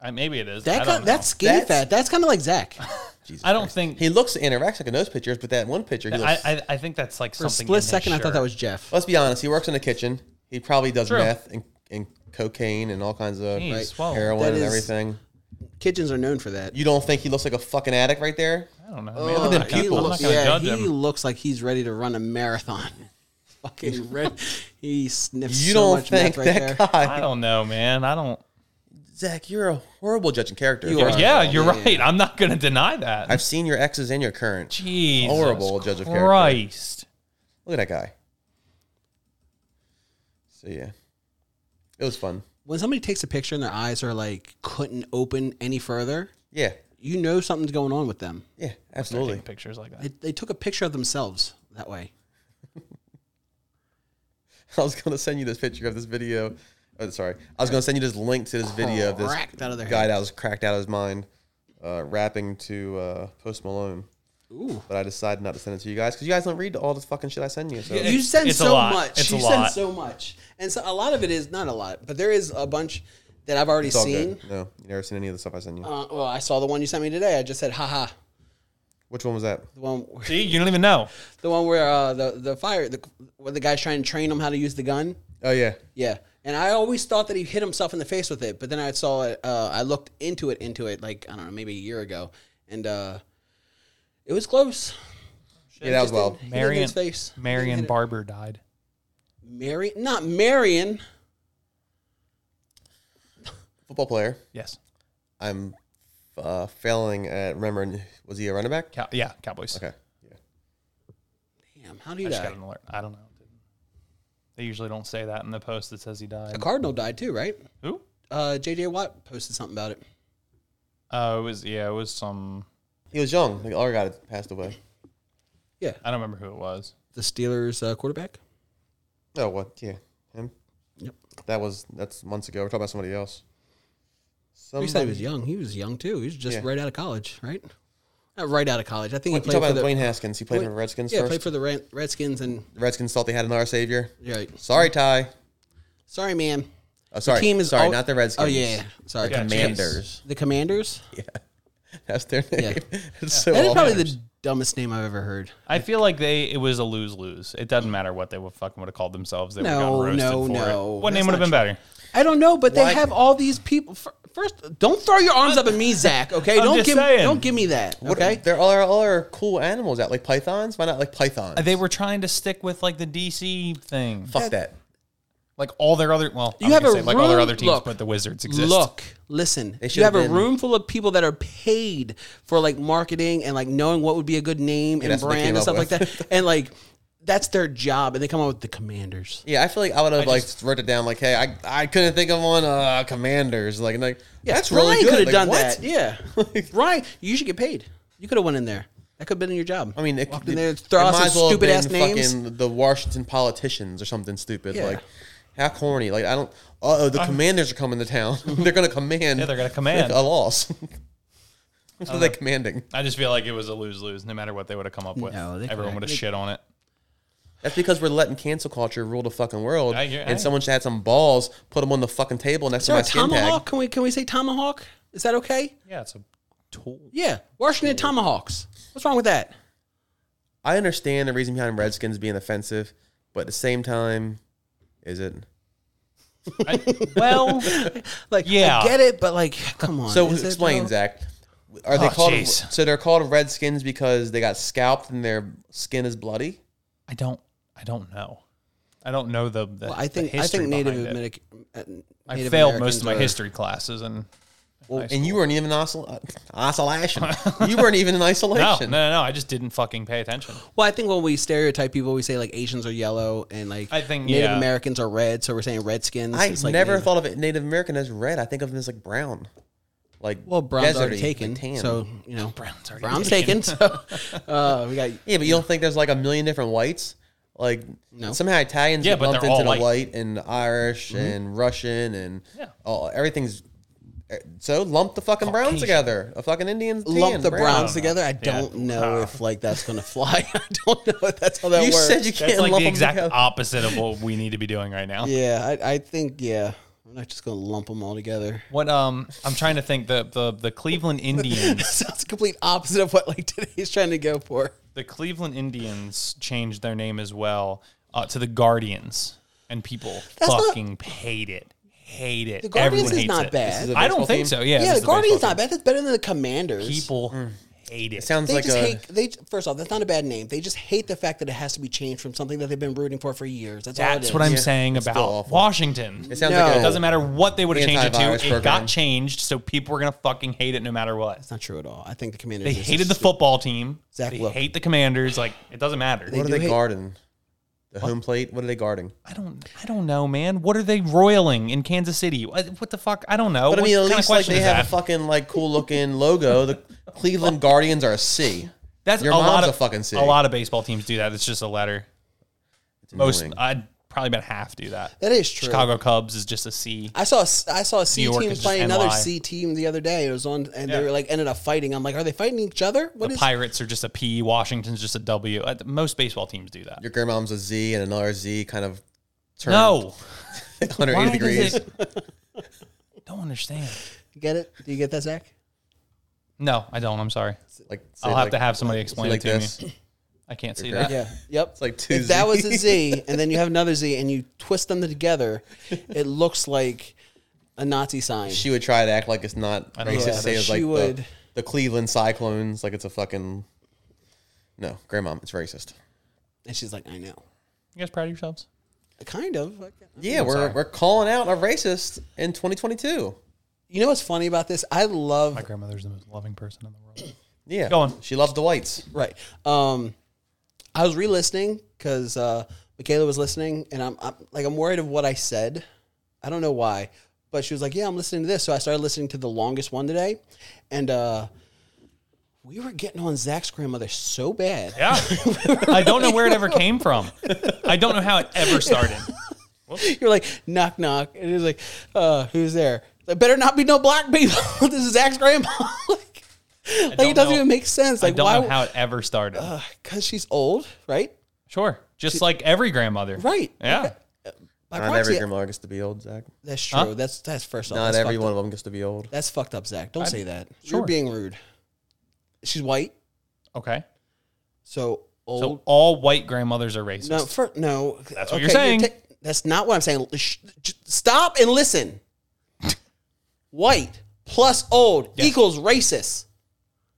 D: I, maybe it is. I
C: That
D: don't
C: kind,
D: know.
C: that's skinny
B: That's-
C: fat. That's kind of like Zach.
B: Jesus
D: I don't
B: Christ.
D: think-
B: he looks anorexic in those pictures, but that one picture, he
D: I,
B: looks,
D: I, I think that's like
C: For a
D: something.
C: split
D: in his
C: second, I thought
D: shirt.
C: that was Jeff.
B: let's be honest, he works in the kitchen. He probably does
D: True.
B: meth and, and cocaine and all kinds of
D: Jeez,
B: right,
D: whoa.
B: heroin
C: That
B: and
C: is-
B: everything.
C: Kitchens are known for that.
B: You don't think he looks like a fucking addict right there?
D: I don't know.
C: Oh,
D: man. I'm not
C: he
D: gonna- I'm
C: looks-
D: not gonna
C: yeah,
D: judge
C: he
D: him.
C: looks like he's ready to run a marathon. Fucking red. He sniffs
B: You
C: so
B: don't
C: much
B: think
C: meth right there.
B: that guy,
D: I don't know, man. I don't.
B: Zach? You're a horrible judge in character.
C: You are.
B: First of
D: Yeah,
B: all.
D: you're
C: yeah.
D: right. I'm not going to deny that.
B: I've seen your exes and your current.
D: Jesus
B: horrible judge of character.
D: Christ.
B: Look at that guy. So yeah, it was fun.
C: When somebody takes a picture and their eyes are like couldn't open any further,
B: Yeah,
C: you know something's going on with them.
B: yeah,
D: Taking
B: absolutely.
D: pictures like that.
C: They, they took a picture of themselves that way.
B: I was gonna send you this picture of this video. Oh, sorry, I was gonna send you this link to this video of this
C: Cracked out of their
B: guy that was cracked out of his mind, uh, rapping to uh, Post Malone.
C: Ooh.
B: But I decided not to send it to you guys because you guys don't read all this fucking shit I send you. So
D: Yeah.
C: you
D: It's-
C: send
D: it's a
C: so
D: lot.
C: much.
D: It's
C: you
D: a
C: send
D: lot.
C: so much, and so a lot of it is not a lot, but there is a bunch that I've already
B: it's all
C: seen.
B: good. No, you never seen any of the stuff I send you.
C: Uh, well, I saw the one you sent me today. I just said, haha.
B: Which one was that?
C: The one, where-
D: See, you don't even know.
C: the one where uh, the the fire, the where the guy's trying to train him how to use the gun.
B: Oh yeah,
C: Yeah, and I always thought that he hit himself in the face with it, but then I saw it. Uh, I looked into it, into it, like I don't know, maybe a year ago, and uh, it was close.
B: yeah, that was well.
C: He didn't hit
D: Marion,
C: his face. He
D: Marion
C: didn't hit
D: Barber died.
C: it. Mary, not Marion.
B: Football player.
D: Yes.
B: I'm uh, failing at remembering. Was he a running back?
D: Cow- yeah, Cowboys.
B: Okay. Yeah.
C: Damn, how do you
D: I just
C: die?
D: got an alert. I don't know. They usually don't say that in the post that says he died.
C: A cardinal died too, right?
D: Who?
C: Uh, JJ Watt posted something about it.
D: Uh, it was yeah, it was some.
B: He was young. The other guy that passed away.
C: Yeah,
D: I don't remember who it was.
C: the Steelers uh, quarterback.
B: Oh, what? Yeah, him.
C: Yep.
B: That was that's months ago. We're talking about somebody else. Somebody,
C: You said he was young. He was young too. He was just
B: Um, Yeah.
C: right out of college, right? Not right out of college. I think
B: You
C: he
B: talking
C: played for
B: about
C: the
B: Dwayne Haskins? He played for the Redskins
C: yeah,
B: first.
C: played for the Red- Redskins, and
B: the Redskins thought they had another savior.
C: you're right.
B: Sorry, Ty.
C: Sorry, man.
B: Oh, sorry.
C: team is
B: sorry,
C: al-
B: not the Redskins.
C: Oh yeah, sorry.
D: Yeah.
B: Commanders.
C: The Commanders.
B: That's their name.
C: Yeah.
B: it's so
C: That is probably
B: awful.
C: the dumbest name I've ever heard.
D: I feel like they it was a lose lose. It doesn't matter what they would fucking would have called themselves. They
C: No,
D: would have gotten
C: no,
D: roasted for
C: no.
D: it. What
C: That's
D: name would have been
C: not
D: better?
C: I don't know, but
B: Why-
C: they have all these people. Fir- First, don't throw your arms up at me, Zach. Okay,
D: I'm
C: don't
D: just
C: give
D: saying.
C: don't give me that.
B: What-
C: Okay,
B: There are other cool animals out, like pythons. Why not like pythons?
D: Uh, They were trying to stick with like the DC thing,
B: Fuck that.
D: like all their other well,
C: You
D: I was
C: have
D: gonna
C: a
D: say, like all their
C: room-
D: other teams,
C: look.
D: but the Wizards exist.
C: look, listen.
B: should
C: You have
B: have
C: a
B: been-
C: room full of people that are paid for like marketing and like knowing what would be a good name and
B: that's what they came
C: brand and
B: up
C: stuff like
B: with.
C: that, and like that's their job, and they come up with the Commanders.
B: Yeah, I feel like I would have like wrote it down like, hey, I, I couldn't think of one. Uh, commanders, like, and like
C: Yeah,
B: that's really
C: Ryan
B: good.
C: could have
B: Like,
C: done
B: what?
C: that. Yeah, Ryan, you should get paid. You could have went in there. That could have been in your job.
B: I mean, it,
C: Walked
B: it,
C: in there, throw out
B: might
C: some
B: as well have
C: stupid ass
B: been
C: names.
B: Fucking the Washington politicians or something stupid.
C: Yeah.
B: Like, how corny. Like, I don't. Uh oh, the commanders are coming to town. they're gonna command.
D: Yeah, they're gonna command.
B: a loss. what are they commanding?
D: I just feel like it was a lose lose, no matter what they would have come up with.
C: No, they could've-
D: Everyone would have
C: they-
D: shit on it.
B: That's because we're letting cancel culture rule the fucking world.
D: I hear-
B: and
D: I-
B: someone should have some balls, put them on the fucking table next
C: Is
B: to
C: there
B: my
C: a
B: skin tag.
C: tomahawk? Can we can we say tomahawk? Is that okay?
D: Yeah, it's a tool.
C: Yeah, Washington Tomahawks. What's wrong with that?
B: I understand the reason behind Redskins being offensive, but at the same time, is it?
D: I- well,
C: Like,
D: Yeah.
C: I get it, but like, come on.
B: So
C: is it,
B: explain,
C: though?
B: Zach. Are they
D: Oh,
B: called?
D: jeez.
B: So they're called Redskins because they got scalped and their skin is bloody.
D: I don't. I don't know. I don't know the. the
C: Well, I think
D: the
C: I
D: history
C: think Native,
D: behind it.
C: America, uh,
D: I
C: Native
D: failed
C: Americans
D: most of my
C: are-
D: history classes, and
B: and you weren't even in isol- uh, isolation. you weren't even in
D: no, no,
B: isolation.
D: no, no, I just didn't fucking pay attention.
C: Well, I think when we stereotype people, we say like Asians are yellow and like
D: I think,
C: Native
D: yeah.
C: Americans are red, so we're saying Redskins.
B: I
C: It's like
B: never
C: Native-
B: thought of it Native American as red. I think of them as like brown, like
C: Well, brown's already
B: deserty,
C: taken,
B: like tan.
C: so you know
D: Brown's already
C: brown's taken. So uh, we got
B: yeah, but you don't think there's like a million different whites. Like
C: No. Mm-hmm.
B: somehow Italians
D: Yeah,
B: get
D: but
B: lumped
D: they're all
B: into the
D: white.
B: white and Irish and Russian and
D: Yeah.
B: all, everythings. eh, So lump the fucking browns
D: Caucasian.
B: together. A fucking Indian
C: lump the
B: brown.
C: browns together. I don't know if like that's gonna fly. I don't know if that's how that
B: You
C: works.
B: said you can't
D: That's like
B: lump
D: the
B: them
D: exact
B: together.
D: opposite of what we need to be doing right now.
C: Yeah, I, I think yeah. I'm not just gonna lump them all together.
D: What um, I'm trying to think the the the Cleveland Indians.
C: Sounds complete opposite of what like today's trying to go for.
D: the Cleveland Indians changed their name as well uh, to the Guardians, and people
C: not-
D: fucking hate it, hate it.
C: The Guardians
D: Everyone
C: is
D: hates
C: not
D: it.
C: bad. This is
B: a
D: I don't
B: baseball
D: think
B: team?
D: so. Yeah,
C: yeah,
D: this
C: the
D: is a
C: Guardians
D: baseball
C: not bad. That's better than the Commanders.
D: team. People hate it.
B: Sounds
C: they
B: like
C: just
B: a
C: hate. They first off, that's not a bad name. They just hate the fact that it has to be changed from something that they've been rooting for for years. That's, all it
D: That's
C: is.
D: what I'm
B: Yeah,
D: saying
B: it's still
D: about
B: awful.
D: Washington.
B: It sounds
C: No.
B: like a,
D: It doesn't matter what they would have changed it to.
B: Antivirus
D: It
B: program.
D: got changed, so people were gonna fucking hate it no matter what.
C: It's not true at all. I think the Commanders.
D: They
C: is
D: hated the
C: just-
D: football team.
C: Zach,
D: they
C: look.
D: hate the Commanders. Like it doesn't matter.
B: What are
C: do
B: they
C: hate-
B: guarding? The home plate. What are they guarding?
D: I don't. I don't know, man. What are they roiling in Kansas City? Uh, What, what the fuck? I don't know.
B: But I
D: What
B: mean, at
D: kind of
B: least like
D: question
B: they
D: is
B: have
D: that?
B: a fucking like cool looking logo. The Cleveland Guardians are a C.
D: That's
B: your
D: a
B: mom's
D: lot
B: a
D: of
B: fucking C.
D: A lot of baseball teams do that. It's just a letter.
B: It's
D: Most
B: annoying.
D: I probably about half do that.
C: That is true.
D: Chicago Cubs is just a C.
C: I saw a s- I saw a C
D: New York
C: team
D: is just
C: playing another
D: NY.
C: C team the other day. It was on, and
D: Yeah.
C: they were like ended up fighting. I'm like, are they fighting each other? What
D: the
C: is?
D: Pirates are just a P. Washington's just a W. Uh, Most baseball teams do that.
B: Your grandmom's a Z and another Z kind of turned
D: No,
B: 180
D: Why does
B: degrees.
D: it- don't understand.
C: Get it? Do you get that, Zach?
D: No, I don't. I'm sorry.
B: Like
D: I'll have to have somebody explain
B: like
D: it to
B: this.
D: me. I can't see
B: Your
D: that.
C: Yeah. Yep.
B: It's like two.
C: if that was a
B: Zs.
C: Z, and then you have another Z, and you twist them together, it looks like a Nazi sign.
B: she would try to act like it's not
D: don't know.
B: racist.
D: Yeah,
B: say it's
C: she
B: like The,
C: would.
B: the Cleveland Cyclones, like it's a fucking. No, grandma, it's racist.
C: and she's like, I know.
D: You guys proud of yourselves?
C: Kind of.
B: Yeah, we're
D: sorry.
B: we're calling out a racist in 2022.
C: You know what's funny about this? I love
D: My grandmother's the most loving person in the world.
B: Yeah,
D: Go on.
B: She loves the whites.
C: Right. Um, I was re-listening because uh, Michaela was listening, and I'm, I'm like, I'm worried of what I said. I don't know why, but she was like, "Yeah, I'm listening to this." So I started listening to the longest one today, and uh, we were getting on Zach's grandmother so bad.
D: Yeah. I don't know where it ever came from. I don't know how it ever started.
C: You're like, "Knock, knock," and it was like, uh, "Who's there?" There better not be no black people. this is Zach's grandma. like, like,
D: don't
C: it doesn't
D: know.
C: even make sense.
D: I
C: Like,
D: don't
C: why?
D: know how it ever started.
C: Because she's old, right?
D: sure. Just like every grandmother.
C: Right.
D: Yeah.
C: By
B: Not every
C: proxy,
B: grandma gets to be old, Zach.
C: that's true. That's that's first off.
B: Not
C: that's fucked
B: every
C: up.
B: one of them gets to be old.
C: That's fucked up, Zach. Don't say that.
D: sure.
C: You're being rude. She's white,
D: Okay.
C: so old.
D: So all white grandmothers are racist.
C: no, fir- no.
D: That's what you're saying.
C: ta- that's not what I'm saying. Sh- j- Stop and listen. white plus old
D: Yes.
C: equals racist.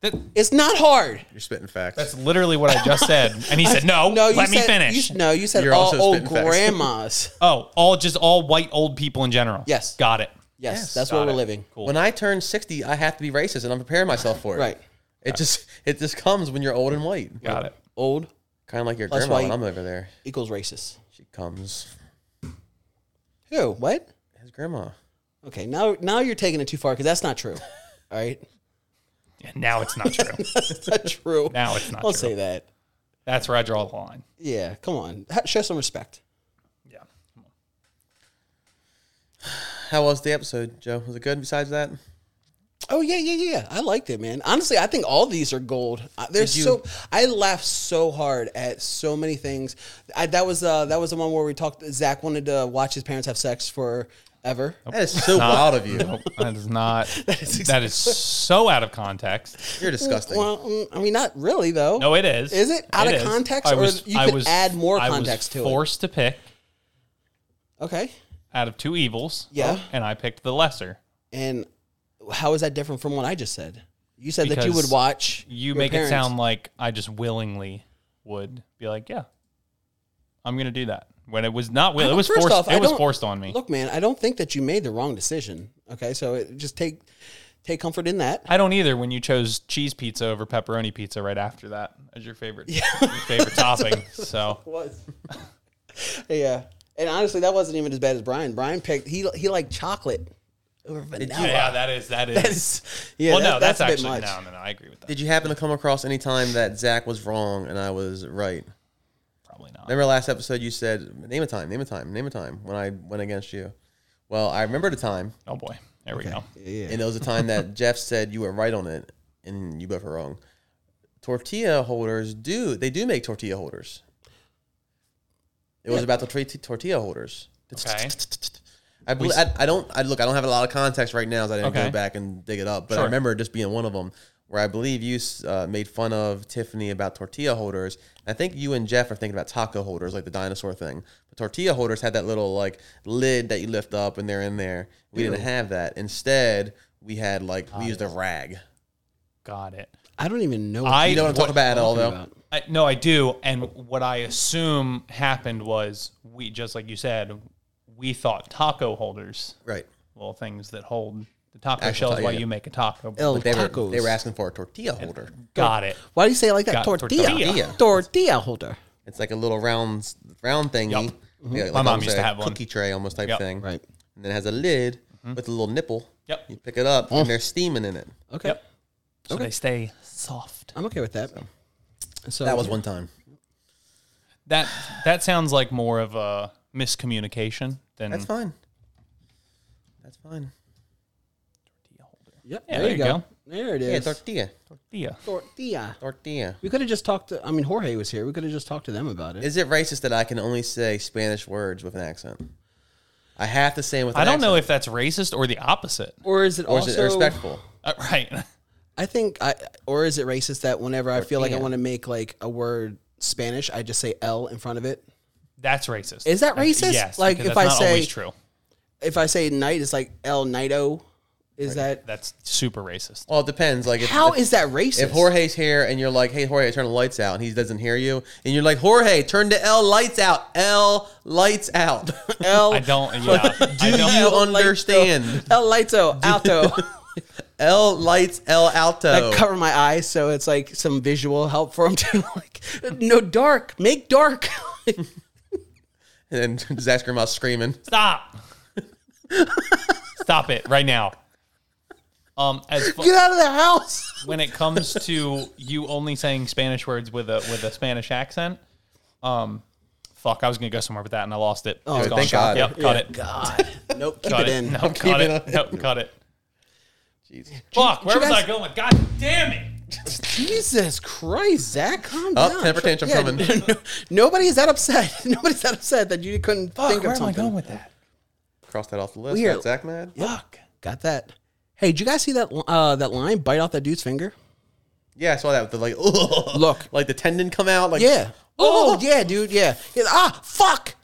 D: That-
C: It's not hard.
B: You're spitting facts.
D: that's literally what I just said. And he said, no,
C: No, you
D: let
C: said,
D: me finish.
C: You, no, you said
B: You're
C: all
B: also
C: old
B: spitting facts.
C: grandmas.
D: oh, all just all white old people in general.
C: Yes.
D: Got it.
C: Yes, that's where
D: Got
C: we're
D: it.
C: living.
D: Cool.
B: when I turn 60, I have to be racist, and I'm preparing myself for it.
C: Right.
B: It just it just comes when you're old and white.
D: Got it.
C: Old
B: Kind of like your
C: Plus
B: grandma when
C: white.
B: I'm over there.
C: equals racist.
B: She comes.
C: Who? What?
B: His grandma.
C: Okay, now now you're taking it too far because that's not true. All right,
D: Yeah, Now it's not true.
C: that's not true.
D: Now it's not
C: Don't
D: true.
C: say that.
D: That's where I draw the line.
C: Yeah, come on. Ha- Show some respect.
D: Yeah.
B: How was the episode, Joe? Was it good? Besides that,
C: Oh yeah, yeah, yeah. I liked it, man. Honestly, I think all these are gold. Uh, There's
B: Did you-
C: so I laughed so hard at so many things. I, that was uh, that was the one where we talked. Zach wanted to watch his parents have sex forever.
D: Oh,
B: that is so wild of you.
D: Nope, that is not. that, is so out of context.
B: You're disgusting.
C: Well, mm, I mean, not really though.
D: No, it is.
C: Is it? Out of context? Or you could add more
D: I was
C: context to it.
D: Forced to pick
C: Okay.
D: out of two evils.
C: Yeah.
D: and I picked the lesser.
C: And how is that different from what I just said? You said that you
D: Because
C: would watch.
D: You
C: your
D: make
C: parents.
D: it sound like I just willingly would be like, yeah, I'm gonna do that. When it was not will,
C: don't-
D: it was
C: first
D: forced.
C: off, I
D: it was
C: don't-
D: forced on me.
C: Look, man, I don't think that you made the wrong decision. Okay, so it, just take take comfort in that.
D: I don't either. When you chose cheese pizza over pepperoni pizza right after that as your favorite, your favorite topping. So
C: was. yeah, and honestly, that wasn't even as bad as Brian. Brian picked he he liked chocolate over vanilla.
D: yeah, that is that is.
C: That's- yeah,
D: well,
C: that-
D: no, that's,
C: a bit
D: actually
C: much.
D: no, no, no. I agree with that.
B: Did you happen to come across any time that Zach was wrong and I was right?
D: Probably not.
B: Remember last episode you said name a time, name a time, name a time when I went against you. Well, I remembered a time,
D: Oh boy, there we go.
B: and it was a time that Jeff said you were right on it, and you both were wrong. Tortilla holders do they do make tortilla holders? It was about the tra- tortilla holders.
D: Okay.
B: I, believe, I I don't I look I don't have a lot of context right now, so I didn't
D: Okay.
B: go back and dig it up. But I
D: Sure.
B: remember just being one of them where I believe you uh, made fun of Tiffany about tortilla holders. I think you and Jeff are thinking about taco holders, like the dinosaur thing. But tortilla holders had that little like lid that you lift up and they're in there. We didn't have that. Instead, we had like we used a rag.
D: Got it.
C: I don't even know.
D: I
B: You don't want to talk about it all though.
D: I, no, I do. And what I assume happened was we just like you said, we thought taco holders,
B: Right.
D: little things that hold the taco
B: Actual
D: shells
B: taco,
D: while
B: yeah.
D: you make a taco.
C: El
B: They were,
C: Oh, tacos.
B: they were asking for a tortilla holder.
D: Got it.
C: Why do you say it like that?
D: Got
C: tortilla.
D: tortilla.
C: tortilla, holder.
B: It's like a little round round thingy.
D: Yup. Mm-hmm.
B: Yeah, like
D: My mom
B: almost
D: used
B: a
D: to have one.
B: cookie tray almost type
D: Yup.
B: thing.
C: Right.
B: and then it has a lid with a little nipple.
D: Mm-hmm. Yep.
B: You pick it up and they're steaming in it.
C: Okay,
D: Yep. So they stay soft.
C: I'm okay with that. So,
B: That was one time.
D: That that sounds like more of a miscommunication, then
B: That's fine. That's fine.
D: tortilla holder. uh,
C: Yep.
D: Yeah,
C: there, you go. There it
B: Yeah,
C: is.
B: tortilla.
D: Tortilla.
C: tortilla.
B: Tortilla.
C: We could have just talked to, I mean, Jorge was here. We could have just talked to them about it.
B: Is it racist that I can only say Spanish words with an accent? I have to say it with an
D: I don't know
B: accent.
D: if that's racist or the opposite.
C: or is it
B: Or is
C: also
B: it respectful?
D: Uh, right.
C: I think I or is it racist that whenever I feel like I
B: Tortilla.
C: want to make like a word Spanish, I just say L in front of it.
D: That's racist.
C: Is that
D: That's-
C: racist?
D: Yes.
C: Like,
D: because
C: if
D: that's
C: I
D: not
C: say-
D: always true,
C: If I say night, it's like El Nido. Is that
D: that's super racist.
B: Well, it depends. Like, if,
C: how
B: if,
C: is that racist?
B: if Jorge's here and you're like, "Hey, Jorge, turn the lights out," and he doesn't hear you, and you're like, "Jorge, turn the L lights out, L lights out."
C: El
D: I don't. Yeah. I
B: Do
D: don't,
B: you understand?
C: El Lito Alto.
B: L lights L alto.
C: I cover my eyes so it's like some visual help for him to like no dark, make dark.
B: and Zach Grandma screaming.
D: Stop. Stop it right now. Um, as fu-
C: Get out of the house.
D: when it comes to you only saying Spanish words with a with a Spanish accent, um, fuck, I was gonna go somewhere with that and I lost it. Oh,
B: thank God.
D: Yep, cut it.
C: God. Nope. Keep
D: Cut
C: it,
D: it.
C: in.
D: No, cut it. No, cut it.
B: Jeez.
D: Fuck, where
C: you
D: was I
C: guys-
D: going? God damn it!
C: Jesus Christ, Zach, calm
B: Oh,
C: down.
B: temper tantrum coming.
C: no- nobody's that upset. Nobody's that upset that you couldn't think of something.
D: with that?
B: Cross that off the list.
C: Weird.
B: Got Zach mad?
C: Fuck. Got that. Hey, did you guys see that uh, that line bite off that dude's finger?
B: Yeah, I saw that with the like. Look, like the tendon come out. Like,
C: Yeah. Oh, yeah, dude. Yeah. Yeah, Ah, fuck.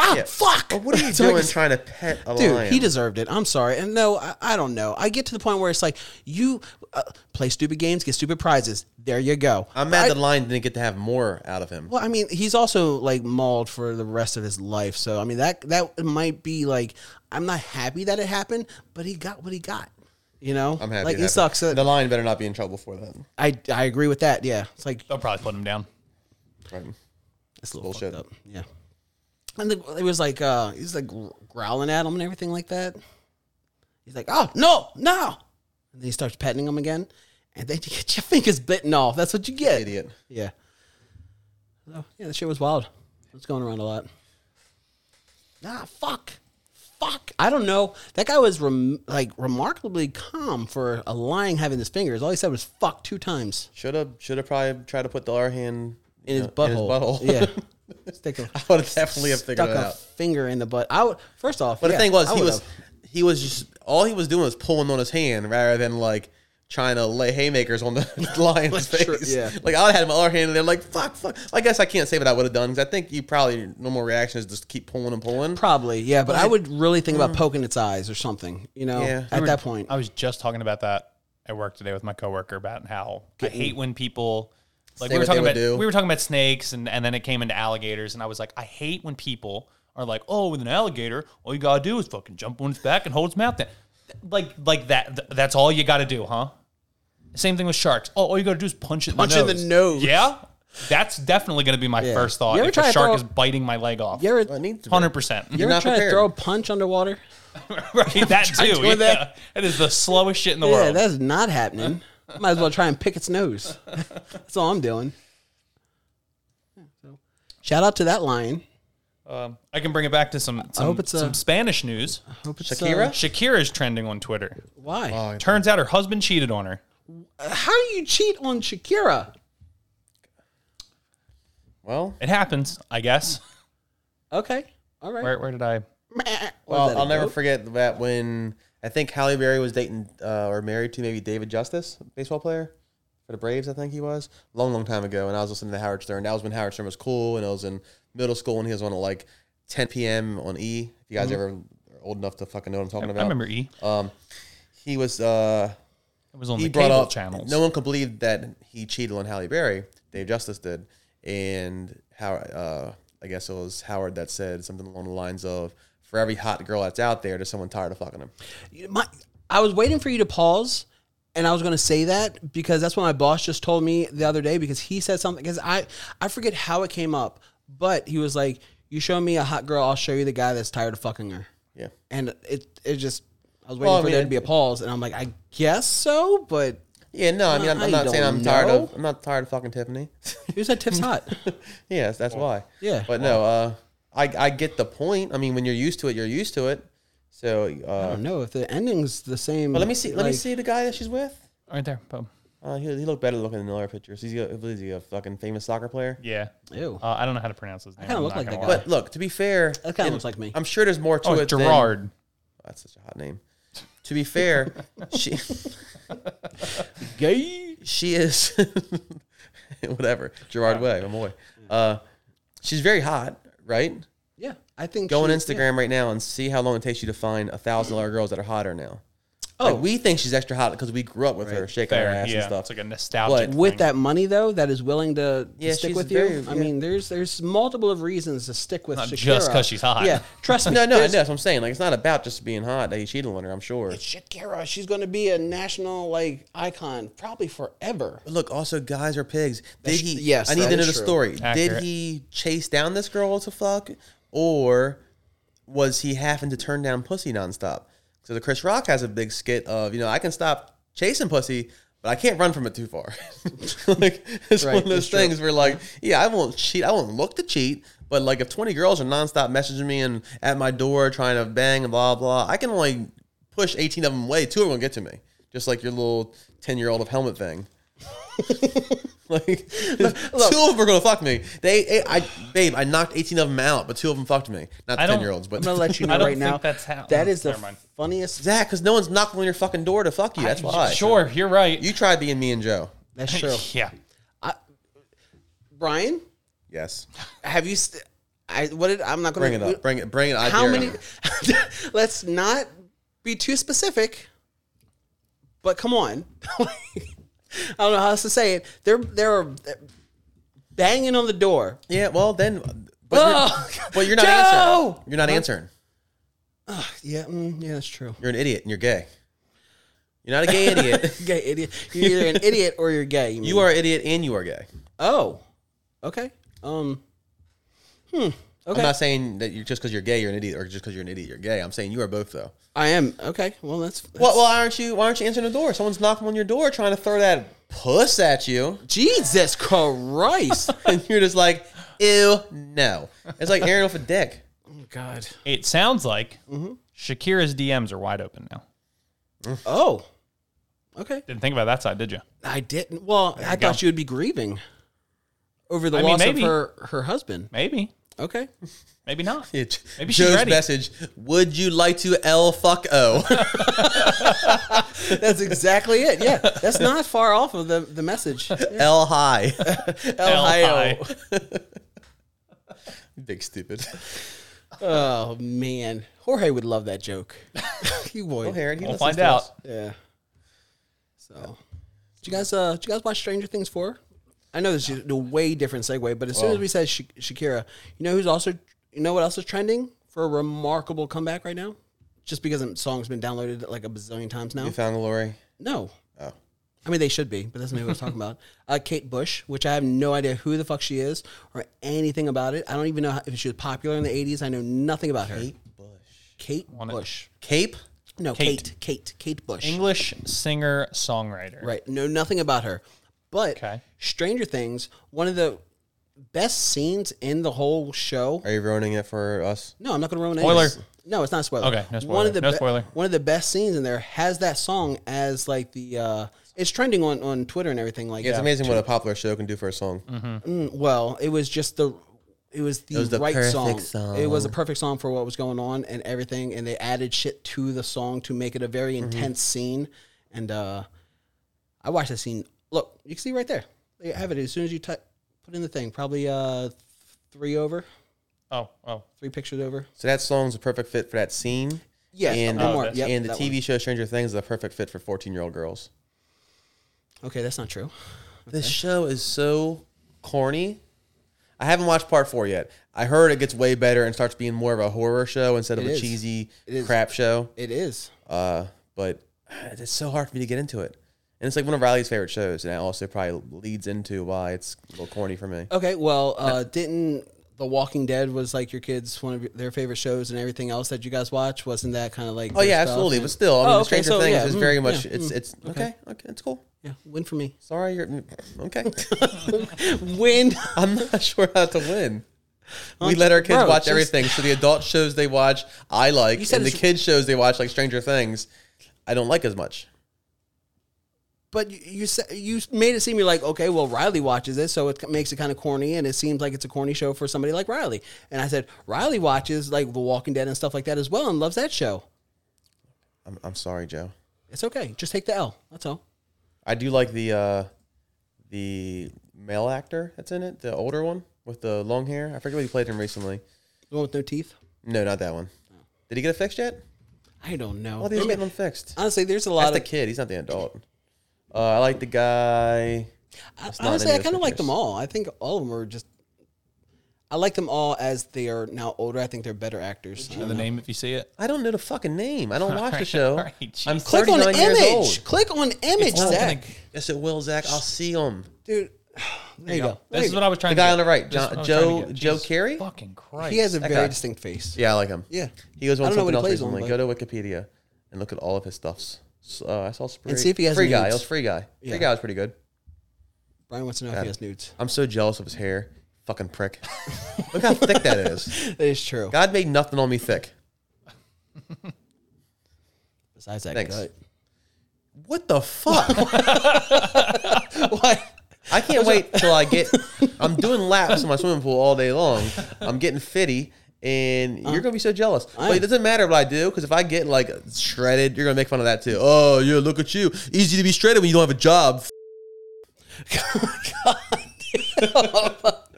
C: Ah,
B: Yeah.
C: fuck.
B: Well, what are you
C: So I
B: doing
C: guess-
B: trying to pet a
C: Dude,
B: lion?
C: he deserved it. I'm sorry. And no, I, I don't know. I get to the point where it's like, you uh, play stupid games, get stupid prizes. There you go.
B: I'm mad
C: I-
B: the lion didn't get to have more out of him.
C: Well, I mean, he's also like mauled for the rest of his life. So I mean, that that might be like, I'm not happy that it happened, but he got what he got. You know,
B: I'm happy.
C: Like
B: it
C: it,
B: happened.
C: sucks. uh,
B: the
C: That,
B: lion better not be in trouble for that.
C: I I agree with that. Yeah, it's like
D: They'll probably put him down.
B: Right.
C: it's a little
B: Bullshit.
C: fucked up. Yeah, and the, it was like uh, he's like gr- growling at him and everything like that. He's like, oh no, no, and then he starts petting him again, and then you get your fingers bitten off. That's what you get.
B: Idiot.
C: Yeah. So, yeah, that shit was wild. It's going around a lot. Ah, fuck. Fuck. I don't know. That guy was rem- like remarkably calm for a lion having his fingers. All he said was fuck two times
B: Should have should have probably tried to put the R hand
C: in
B: you
C: his
B: know,
C: butthole.
B: butthole.
C: Yeah. Stick a,
B: I would have definitely have figured
C: stuck
B: it
C: a
B: out.
C: finger in the butt. I would, first off,
B: But
C: yeah,
B: the thing was,
C: I
B: he was
C: would've.
B: he was just all he was doing was pulling on his hand rather than like trying to lay haymakers on the lion's face.
C: sure, yeah.
B: Like I would have had my other hand in there, like fuck, fuck. I guess I can't say what I would have done because I think you probably your normal reaction is just keep pulling and pulling.
C: probably yeah. But I would really think about poking its eyes or something. You know,
B: mm. Yeah.
C: at that point,
D: I was just talking about that at work today with my coworker about how I hate when people like
B: Say
D: we were
B: what they
D: talking
B: would
D: about
B: do.
D: we were talking about snakes and, and then it came into alligators and I was like I hate when people are like oh with an alligator all you gotta do is fucking jump on its back and hold its mouth down like like that th- that's all you gotta do huh same thing with sharks oh all you gotta do is punch it
C: Punch
D: in
C: in
D: the
C: the
D: nose
C: nose.
D: yeah that's definitely gonna be my
C: Yeah.
D: first thought
C: You ever
D: if
C: try
D: a
C: to
D: shark
C: throw-
D: is biting my leg off
C: you ever
B: I need to. be.
D: hundred percent
C: you ever
B: not
C: try
B: prepared.
C: to throw a punch underwater?
D: right that too yeah.
C: doing that.
D: that is the slowest shit in the
C: Yeah,
D: world
C: that's not happening. Might as well try and pick its nose. that's all I'm doing. So, shout out to that lion.
D: Um, I can bring it back to some some,
C: hope it's a-
D: some Spanish news.
C: Hope it's, uh,
B: Shakira?
D: Shakira is trending on Twitter.
C: why?
D: Turns out her husband cheated on her.
C: How do you cheat on Shakira?
B: Well,
D: It happens, I guess.
C: Okay. All right. Eh,
D: Where, where did I?
B: well, I'll never forget that when I think Halle Berry was dating uh, or married to maybe David Justice, baseball player for the Braves, I think he was, long, long time ago. And I was listening to Howard Stern. That was when Howard Stern was cool, and I was in middle school, and he was on at like 10 p.m. on E. If you guys ever are old enough to fucking know what I'm talking about,
D: Mm-hmm. I remember E.
C: Uh,
B: Um, he was. Uh,
D: It was on
C: E
B: he
D: the
B: brought
D: cable
B: up
D: channels.
B: no one could believe that he cheated on Halle Berry. Dave Justice did, and how uh, I guess it was Howard that said something along the lines of, "For every hot girl that's out there, there's someone tired of fucking him."
C: My, I was waiting for you to pause, and I was going to say that because that's what my boss just told me the other day because he said something. Because I, I forget how it came up, but he was like, "You show me a hot girl, I'll show you the guy that's tired of fucking her."
B: Yeah,
C: and it it just I was waiting
B: Well, I
C: for
B: mean,
C: there to be a pause, and I'm like, I guess so, but
B: yeah. No, I mean, I'm, I'm
C: I
B: not saying
C: don't
B: I'm tired
C: know.
B: of. I'm not tired of fucking Tiffany.
C: who said Tiff's hot?
B: yes, that's why.
C: Yeah.
B: but no. uh I I get the point. I mean, when you're used to it, you're used to it. So,
C: I
B: uh,
C: don't know if the ending's the same.
B: but let me see. Let me
C: like-
B: see the guy that she's with.
D: Right there. Boom.
B: Uh, he, he looked better looking in the other pictures. He's a, is he a fucking famous soccer player?
D: Yeah.
C: Ew.
D: Uh, I don't know how to pronounce his name.
C: kinda
D: I'm
C: look
D: not
C: like
D: gonna
C: that
D: lie.
C: guy.
B: But look, to be fair,
C: That kind
B: and
C: of looks like me.
B: I'm sure there's more to
D: Oh,
B: it. than-
D: Gerard.
B: that's such a hot name. To be fair, she
C: Gay.
B: she is whatever Gerard Way. I'm away. Uh, she's very hot, right?
C: Yeah, I think
B: Go on
C: she-
B: Instagram right now and see how long it takes you to find a thousand dollar girls that are hotter now.
C: Oh.
B: Oh, we think she's extra hot because we grew up with her shaking
D: Fair.
B: her ass
D: yeah.
B: and stuff.
D: It's like a nostalgic.
B: But-
D: thing.
C: with that money though that is willing to, to
B: Yeah,
C: stick
B: she's
C: with
B: very-
C: you. I
B: yeah.
C: mean, there's there's multiple of reasons to stick with
D: Not
C: Shakira.
D: just 'cause she's hot.
C: Yeah, trust me.
B: no, no, I know,
C: there's-
B: that's what I'm saying. Like, it's not about just being hot. They cheated on her, I'm sure.
C: Shakira, she's going to be a national like icon probably forever.
B: But look, also guys are pigs. Did he?
C: yes,
B: I need
C: that
B: to know
C: is
B: the
C: true.
B: story.
D: Accurate.
B: Did he chase down this girl to fuck, or was he having to turn down pussy nonstop? So the Chris Rock has a big skit of you know I can stop chasing pussy, but I can't run from it too far. like it's
C: Right,
B: one of those
C: that's true.
B: things where like yeah I won't cheat, I won't look to cheat. But like if twenty girls are nonstop messaging me and at my door trying to bang and blah blah, I can only push eighteen of them away. Two are gonna get to me, just like your little ten year old of helmet thing. Like two of them are gonna fuck me. They, I, babe, I knocked eighteen of them out, but two of them fucked me. Not
D: I don't-
B: ten year olds, but
C: I'm going to let you know
D: I don't
C: right
D: think
C: now.
D: that's how-
C: that is the
D: Never mind.
C: funniest.
B: Zach, because no one's knocking on your fucking door to fuck you. That's why.
D: Sure, you're right.
B: You tried being me and Joe.
C: That's true.
D: Yeah.
C: Brian,
B: Yes.
C: have you? St- I what did I'm not going
B: Bring it up. Bring it. Bring it. I
C: How
B: dare
C: many?
B: you.
C: let's not be too specific. But come on, I don't know how else to say it. They're they're banging on the door.
B: Yeah. Well, then. But, you're, but you're not
C: Oh, Joe!
B: answering. You're not answering.
C: Yeah, mm, yeah, that's true.
B: You're an idiot and you're gay. You're not a gay idiot.
C: Gay idiot. You're either an idiot or you're gay. mean.
B: You are an idiot and you are gay.
C: Oh, okay. Um, Okay.
B: I'm not saying that you're just because you're gay you're an idiot or just because you're an idiot you're gay. I'm saying you are both though.
C: I am okay. Well, that's, that's
B: Well, well, why aren't you? Why aren't you answering the door? Someone's knocking on your door trying to throw that puss at you,
C: Jesus Christ.
B: and you're just like, "Ew, no." It's like airing off a dick.
C: oh God.
D: It sounds like
C: Mm-hmm.
D: Shakira's DMs are wide open now.
C: Oh, okay.
D: Didn't think about that side, did you?
C: I didn't. Well, I
D: go.
C: thought you would be grieving over the
D: I mean,
C: loss
D: maybe.
C: of her her husband.
D: Maybe.
C: Okay.
D: Maybe not.
B: It,
D: Maybe she's
B: Joe's
D: ready.
B: message: Would you like to l fuck o?
C: That's exactly it. Yeah, that's not far off of the, the message.
B: l high?
D: L-I.
B: Big stupid.
C: Oh man, Jorge would love that joke. he would.
B: Oh, Harry, he
D: We'll
B: listens
D: find
B: to
D: out.
B: us.
C: Yeah. So, did you guys uh, did you guys watch Stranger Things four? I know this is a way different segue, but as soon as we said Sha- Shakira, you know who's also you know what else is trending for a remarkable comeback right now? Just because the song's been downloaded like a bazillion times now.
B: You found glory.
C: No,
B: Oh,
C: I mean they should be, but that's not who I was talking about. Uh, Kate Bush, which I have no idea who the fuck she is or anything about it. I don't even know how, if she was popular in the eighties. I know nothing about her. Kate Bush. Kate Bush.
B: cape.
C: No,
D: Kate.
C: Kate. Kate. Kate Bush.
D: English singer songwriter.
C: Right. Know nothing about her. But
D: Okay.
C: Stranger Things, one of the best scenes in the whole show.
B: Are you ruining it for us?
C: No, I'm not going to ruin
D: Spoiler.
C: it. No, it's not a spoiler.
D: Okay, no
C: One
D: spoiler.
C: of the
D: No
C: be-
D: spoiler.
C: One of the best scenes in there has that song as like the. uh It's trending on on Twitter and everything like.
B: Yeah, it's
C: that.
B: amazing what a popular show can do for a song.
C: Well, it was just the. It was the,
B: was the
C: right
B: perfect
C: song.
B: song.
C: It was a perfect song for what was going on and everything, and they added shit to the song to make it a
B: Mm-hmm.
C: very intense scene. And uh I watched the scene. Look, you can see right there. They have it as soon as you type, put in the thing. Probably uh three over,
D: Oh, oh.
C: three pictures over.
B: So that song's a perfect fit for that scene.
C: Yeah,
B: and,
C: one more.
B: and
C: Yep,
B: the
C: that
B: TV show Stranger Things is a perfect fit for 14 year old girls.
C: one. Okay, that's not true.
B: This show is so corny. I haven't watched part four yet. I heard it gets way better and starts being more of a horror show instead of
C: It
B: a
C: is.
B: cheesy
C: is.
B: crap show.
C: It is.
B: Uh, but it's so hard for me to get into it. And it's like one of Riley's favorite shows, and that also probably leads into why it's a little corny for me.
C: Okay, well, uh, didn't The Walking Dead was like your kids one of your- their favorite shows, and everything else that you guys watch wasn't that kind of like?
B: Oh
C: their
B: yeah,
C: stuff?
B: absolutely. But still, I mean,
C: Oh,
B: the
C: okay,
B: Stranger
C: so,
B: Things
C: yeah,
B: is
C: mm,
B: very much.
C: yeah,
B: it's
C: mm,
B: it's okay, okay, it's cool.
C: Yeah, win for me.
B: Sorry, you're okay.
C: Win.
B: I'm not sure how to win. We let our kids
C: Bro,
B: watch
C: just-
B: everything. So the adult shows they watch, I like,
C: You said
B: and the
C: it's-
B: kids shows they watch, like Stranger Things, I don't like as much.
C: But you, you sa- you made it seem you're like okay, well Riley watches it, so it makes it kind of corny, and it seems like it's a corny show for somebody like Riley. And I said Riley watches like The Walking Dead and stuff like that as well, and loves that show.
B: I'm, I'm sorry, Joe.
C: It's okay, just take the L. That's all.
B: I do like the uh, the male actor that's in it, the older one with the long hair. I forget what he played him recently.
C: The one with no teeth.
B: No, not that one. Did he get it fixed yet?
C: I don't know.
B: Oh,
C: They
B: he's
C: made-
B: getting them fixed.
C: honestly, there's a lot
B: That's the
C: of
B: kid. He's not the adult. Uh, I like the guy.
C: I-
B: It's not
C: honestly,
B: any
C: I
B: of those
C: kind of like
B: pictures.
C: them all. I think all of them are just. I like them all as they are now older. I think they're better actors. Um,
D: Know the name if you see it.
B: I don't know the fucking name. I don't watch the
D: right,
B: show.
D: all right,
B: I'm
D: jeez.
C: Click on
B: 39 years
C: image.
B: old.
C: Click on image,
D: not
C: Zach.
D: gonna-
B: Yes, it will, Zach. I'll see him.
C: Dude, there you go. There
D: This
C: you
D: is
C: go.
D: what I was trying.
B: The
D: to
B: guy
D: get.
B: on the right,
D: This
B: John-
D: is what I was trying
B: Joe-
D: to get.
B: Joe
D: Jesus
B: Carey?
D: Fucking Christ.
C: He has a
B: That
C: very
B: guy.
C: distinct face.
B: Yeah, I like him.
C: Yeah.
B: He was
C: I
B: on
C: don't know
B: something
C: what he
B: else
C: plays on,
B: recently.
C: but-
B: Go to Wikipedia and look at all of his stuffs. So, uh, I saw Spree.
C: And see if he has
B: Free Guy. It
C: nudes.
B: was Free Guy.
C: Yeah.
B: Free Guy was pretty good.
C: Brian wants to know if
B: Got it.
C: he has nudes.
B: I'm so jealous of his hair. Fucking prick. look how thick that is.
C: That is true.
B: God made nothing on me thick.
C: Besides that
B: Thanks.
C: gut.
B: What the fuck?
C: What?
B: I can't wait till I get. I'm doing laps in my swimming pool all day long. I'm getting fitty, and
C: Uh-huh.
B: you're gonna be so jealous. But it doesn't matter what I do because if I get like shredded, you're gonna make fun of that too. Oh, yeah, look at you. Easy to be shredded when you don't have a job.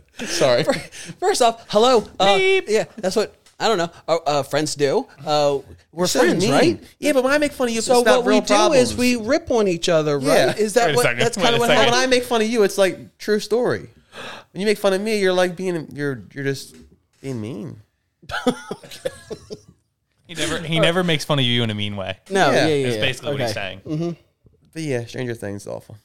B: Sorry.
C: First off, hello. Uh, yeah, that's what I don't know. Our, uh, friends do. Uh, we're
B: So
C: friends,
B: mean.
C: right?
B: Yeah, but when I make fun of you,
C: So
B: it's not
C: what we
B: real
C: do
B: problems.
C: is we rip on each other, right?
B: Yeah.
C: Is that
D: Wait a
C: what?
D: second.
C: That's
D: Wait
C: kind
D: a
C: of what
D: second.
B: when
C: happened.
B: I make fun of you, it's like true story. When you make fun of me, you're like being you're you're just being mean.
D: He never he never makes fun of you in a mean way.
C: No,
B: Yeah.
C: yeah, yeah.
B: It's
D: That's
C: yeah.
D: basically what he's
C: Okay.
D: saying.
B: But yeah, Stranger Things is awful.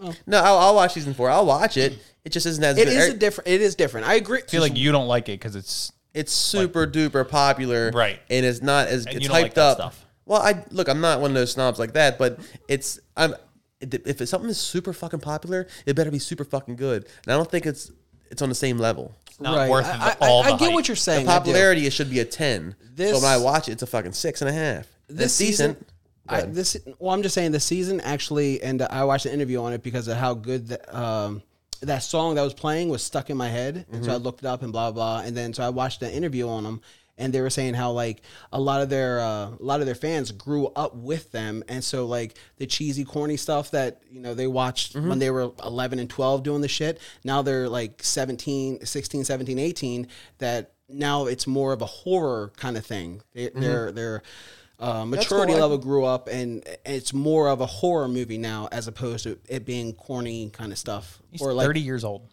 C: Oh.
B: No, I'll, I'll watch season four. I'll watch it. It just isn't as
C: It
B: good.
C: is a
B: Er-
C: different. It is different. I agree.
D: I feel like you don't like it because it's
B: it's super duper popular,
D: Right.
B: And it's not as
D: And
B: it's
D: you
B: hyped
D: don't like that
B: up.
D: stuff.
B: Well, I look. I'm not one of those snobs like that, but it's I'm. it- If it's something is super fucking popular, it better be super fucking good. And I don't think it's it's on the same level.
D: not worth
C: I, I-
D: the, all
C: I,
D: the
C: I get
D: hype.
C: what you're saying. I do.
B: Popularity, it should be a ten.
C: This-
B: but when I watch it, it's a fucking six and a half.
C: This
B: That's decent.
C: season, I, this well, I'm just saying the season actually, and I watched an interview on it because of how good the, um, that song that was playing was stuck in my head, and so I looked it up and blah blah, and then so I watched the interview on them, and they were saying how like a lot of their uh, a lot of their fans grew up with them, and so like the cheesy, corny stuff that you know they watched when they were 11 and 12 doing the shit, now they're like 17, 16, 17, 18 that. Now it's more of a horror kind of thing. They, They're they're uh, maturity
B: cool. I-
C: level grew up and it's more of a horror movie now as opposed to it being corny kind of stuff
D: He's
C: or like
D: 30 years old.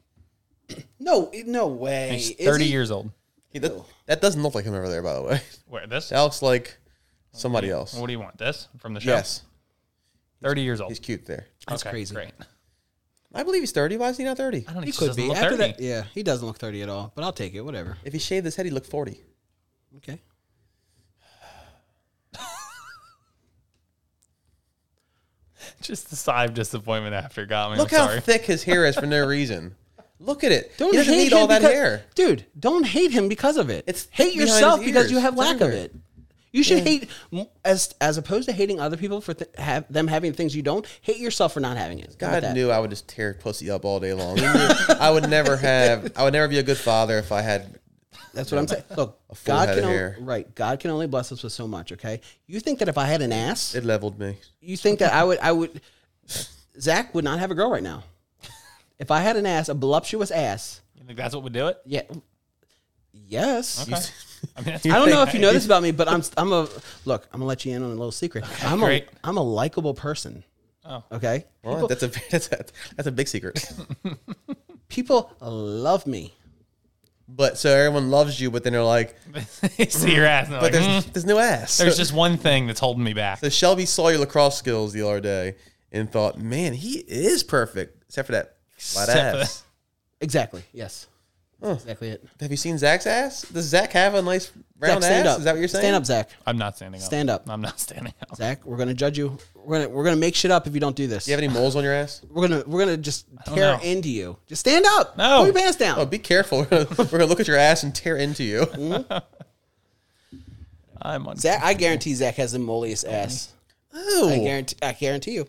C: no no way
D: He's
C: Is
D: 30
C: he?
D: years old.
B: He- that, that doesn't look like him over there, by the way.
D: Where this?
B: That looks like somebody else.
D: What do you want? This from the show?
B: Yes,
D: 30 years old.
B: he's cute there.
C: that's
D: Okay,
C: crazy
D: Great.
B: I believe he's thirty. Why is he not thirty?
D: I don't know.
C: he
D: He
C: could
D: could
C: be
D: look
C: after
D: 30.
C: that yeah he doesn't look 30 at all but i'll take it whatever
B: If he shaved his head, he looked forty.
C: okay
D: Just the sigh of disappointment after got me.
B: Look
D: I'm
B: how
D: sorry.
B: thick his hair is for no reason. Look at it.
C: don't
B: he doesn't
C: hate
B: need
C: him
B: all that
C: because-
B: hair.
C: dude don't hate him because of it
B: It's
C: hate
B: thick behind
C: yourself
B: his
C: because you
B: ears.
C: have
B: It's
C: lack of
B: everywhere.
C: it you should hate m- as as opposed to hating other people for th- have them having things you don't hate yourself for not having it How about
B: God
C: that?
B: knew I would just tear pussy up all day long. He knew I would never have. I would never be a good father if I had.
C: That's what I'm saying. Look,
B: full
C: God
B: head
C: can
B: of
C: only,
B: hair.
C: right. God can only bless us with so much. Okay. You think that if I had an ass,
B: It leveled me.
C: you think that I would, I would, Zach would not have a girl right now. If I had an ass, a voluptuous ass,
D: You think that's what would do it?
C: yeah, yes.
D: Okay. I mean, that's
C: I don't know if you know this about me, but I'm I'm a look. I'm gonna let you in on a little secret. I'm a
D: great.
C: I'm a likable person.
D: Oh.
C: Okay.
B: Well, that's a that's a, that's a big secret.
C: People love me.
B: But so everyone loves you, but then they're like,
D: See your ass. and they're
B: but
D: like,
B: there's
D: "Mm,
B: there's no ass.
D: there's just one thing that's holding me back.
B: So Shelby saw your lacrosse skills the other day and thought, man, he is perfect, except for that flat
D: Except for
B: ass.
C: Exactly. Yes. That's exactly it.
B: Have you seen Zach's ass? Does Zach have a nice round
C: Zach, stand
B: ass?
C: up.
B: Is that what you're saying?
C: Stand up, Zach.
D: I'm not standing up.
C: Stand up.
D: I'm not standing up.
C: Zach, we're gonna judge you. We're gonna we're gonna make shit up if you don't do this.
B: Do you have any moles on your ass?
C: we're gonna we're gonna just
D: don't
C: tear
D: know.
C: into you. Just stand up.
D: No.
C: Pull your pants down.
B: Oh, be careful. We're gonna look at your ass and tear into you.
D: I'm on.
C: Zach, I guarantee Zach has the molliest ass. I
B: Ew.
C: guarantee. I guarantee you.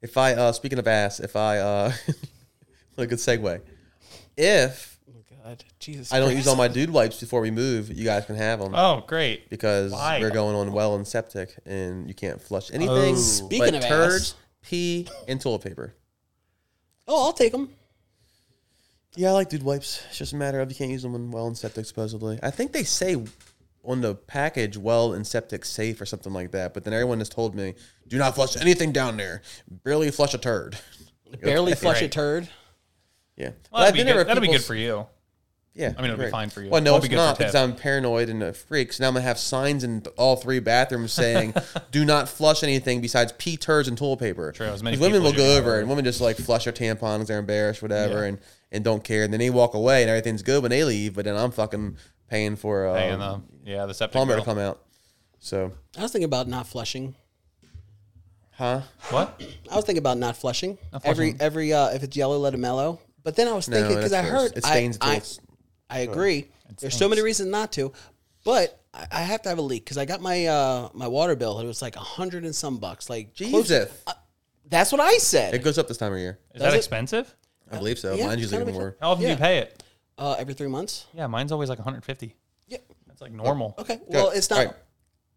B: If I uh speaking of ass, if I uh what a good segue. If
C: Oh God, Jesus.
B: I don't use all my dude wipes before we move, you guys can have them
D: Oh, great.
B: because
D: Why?
B: we're going on well and septic, and you can't flush anything.
C: Oh. Speaking
B: but
C: of
B: turds,
C: ass.
B: pee, and toilet paper.
C: Oh, I'll take him.
B: Yeah, I like dude wipes. It's just a matter of you can't use them on well and septic, supposedly. I think they say on the package well and septic safe or something like that, but then everyone has told me do not flush anything down there. Barely flush a turd.
C: Barely
B: Okay.
C: flush a
D: Right.
C: turd.
B: Yeah. But
D: Well,
B: I've
D: that'd, be
B: been there
D: good.
B: with
D: that'd be
B: people-
D: good for you.
B: Yeah.
D: I mean, it'll be fine for you.
B: Well, no,
D: Won't be
B: it's
D: good for
B: not
D: Ted.
B: because I'm paranoid and a freak. So now I'm going to have signs in th- all three bathrooms saying, do not flush anything besides pee, turds, and toilet paper.
D: True, as many
B: 'Cause women
D: people
B: will
D: as you
B: go
D: can.
B: over and women just like flush their tampons. They're embarrassed, whatever, and, and don't care. And then they walk away and everything's good when they leave. But then I'm fucking paying for uh,
D: Hang on, though. yeah, the septic
B: plumber to
D: bill.
B: come out. So,
C: I was thinking about not flushing.
B: huh?
D: What?
C: I was thinking about not flushing. Every every uh, if it's yellow, let it mellow. But then I was thinking because I
B: that's gross.
C: heard
B: It stains
C: I, I,
B: toilets.
C: I agree. There's so many reasons not to, but I, I have to have a leak because I got my uh, my water bill and it was like a hundred and some bucks. Like close-
B: Jesus.
C: that's what I
B: It
C: said.
B: goes up this time of year.
D: Is that
C: it-
D: expensive?
B: I believe so.
C: uh, yeah,
B: Mine's usually
C: gotta
B: even
C: be
B: more.
D: How often do
C: Yeah.
D: you pay it?
C: Uh, every three months.
D: Yeah, mine's always like 150.
C: Yeah.
D: That's like normal.
C: Okay. Well, it's not.
B: All right.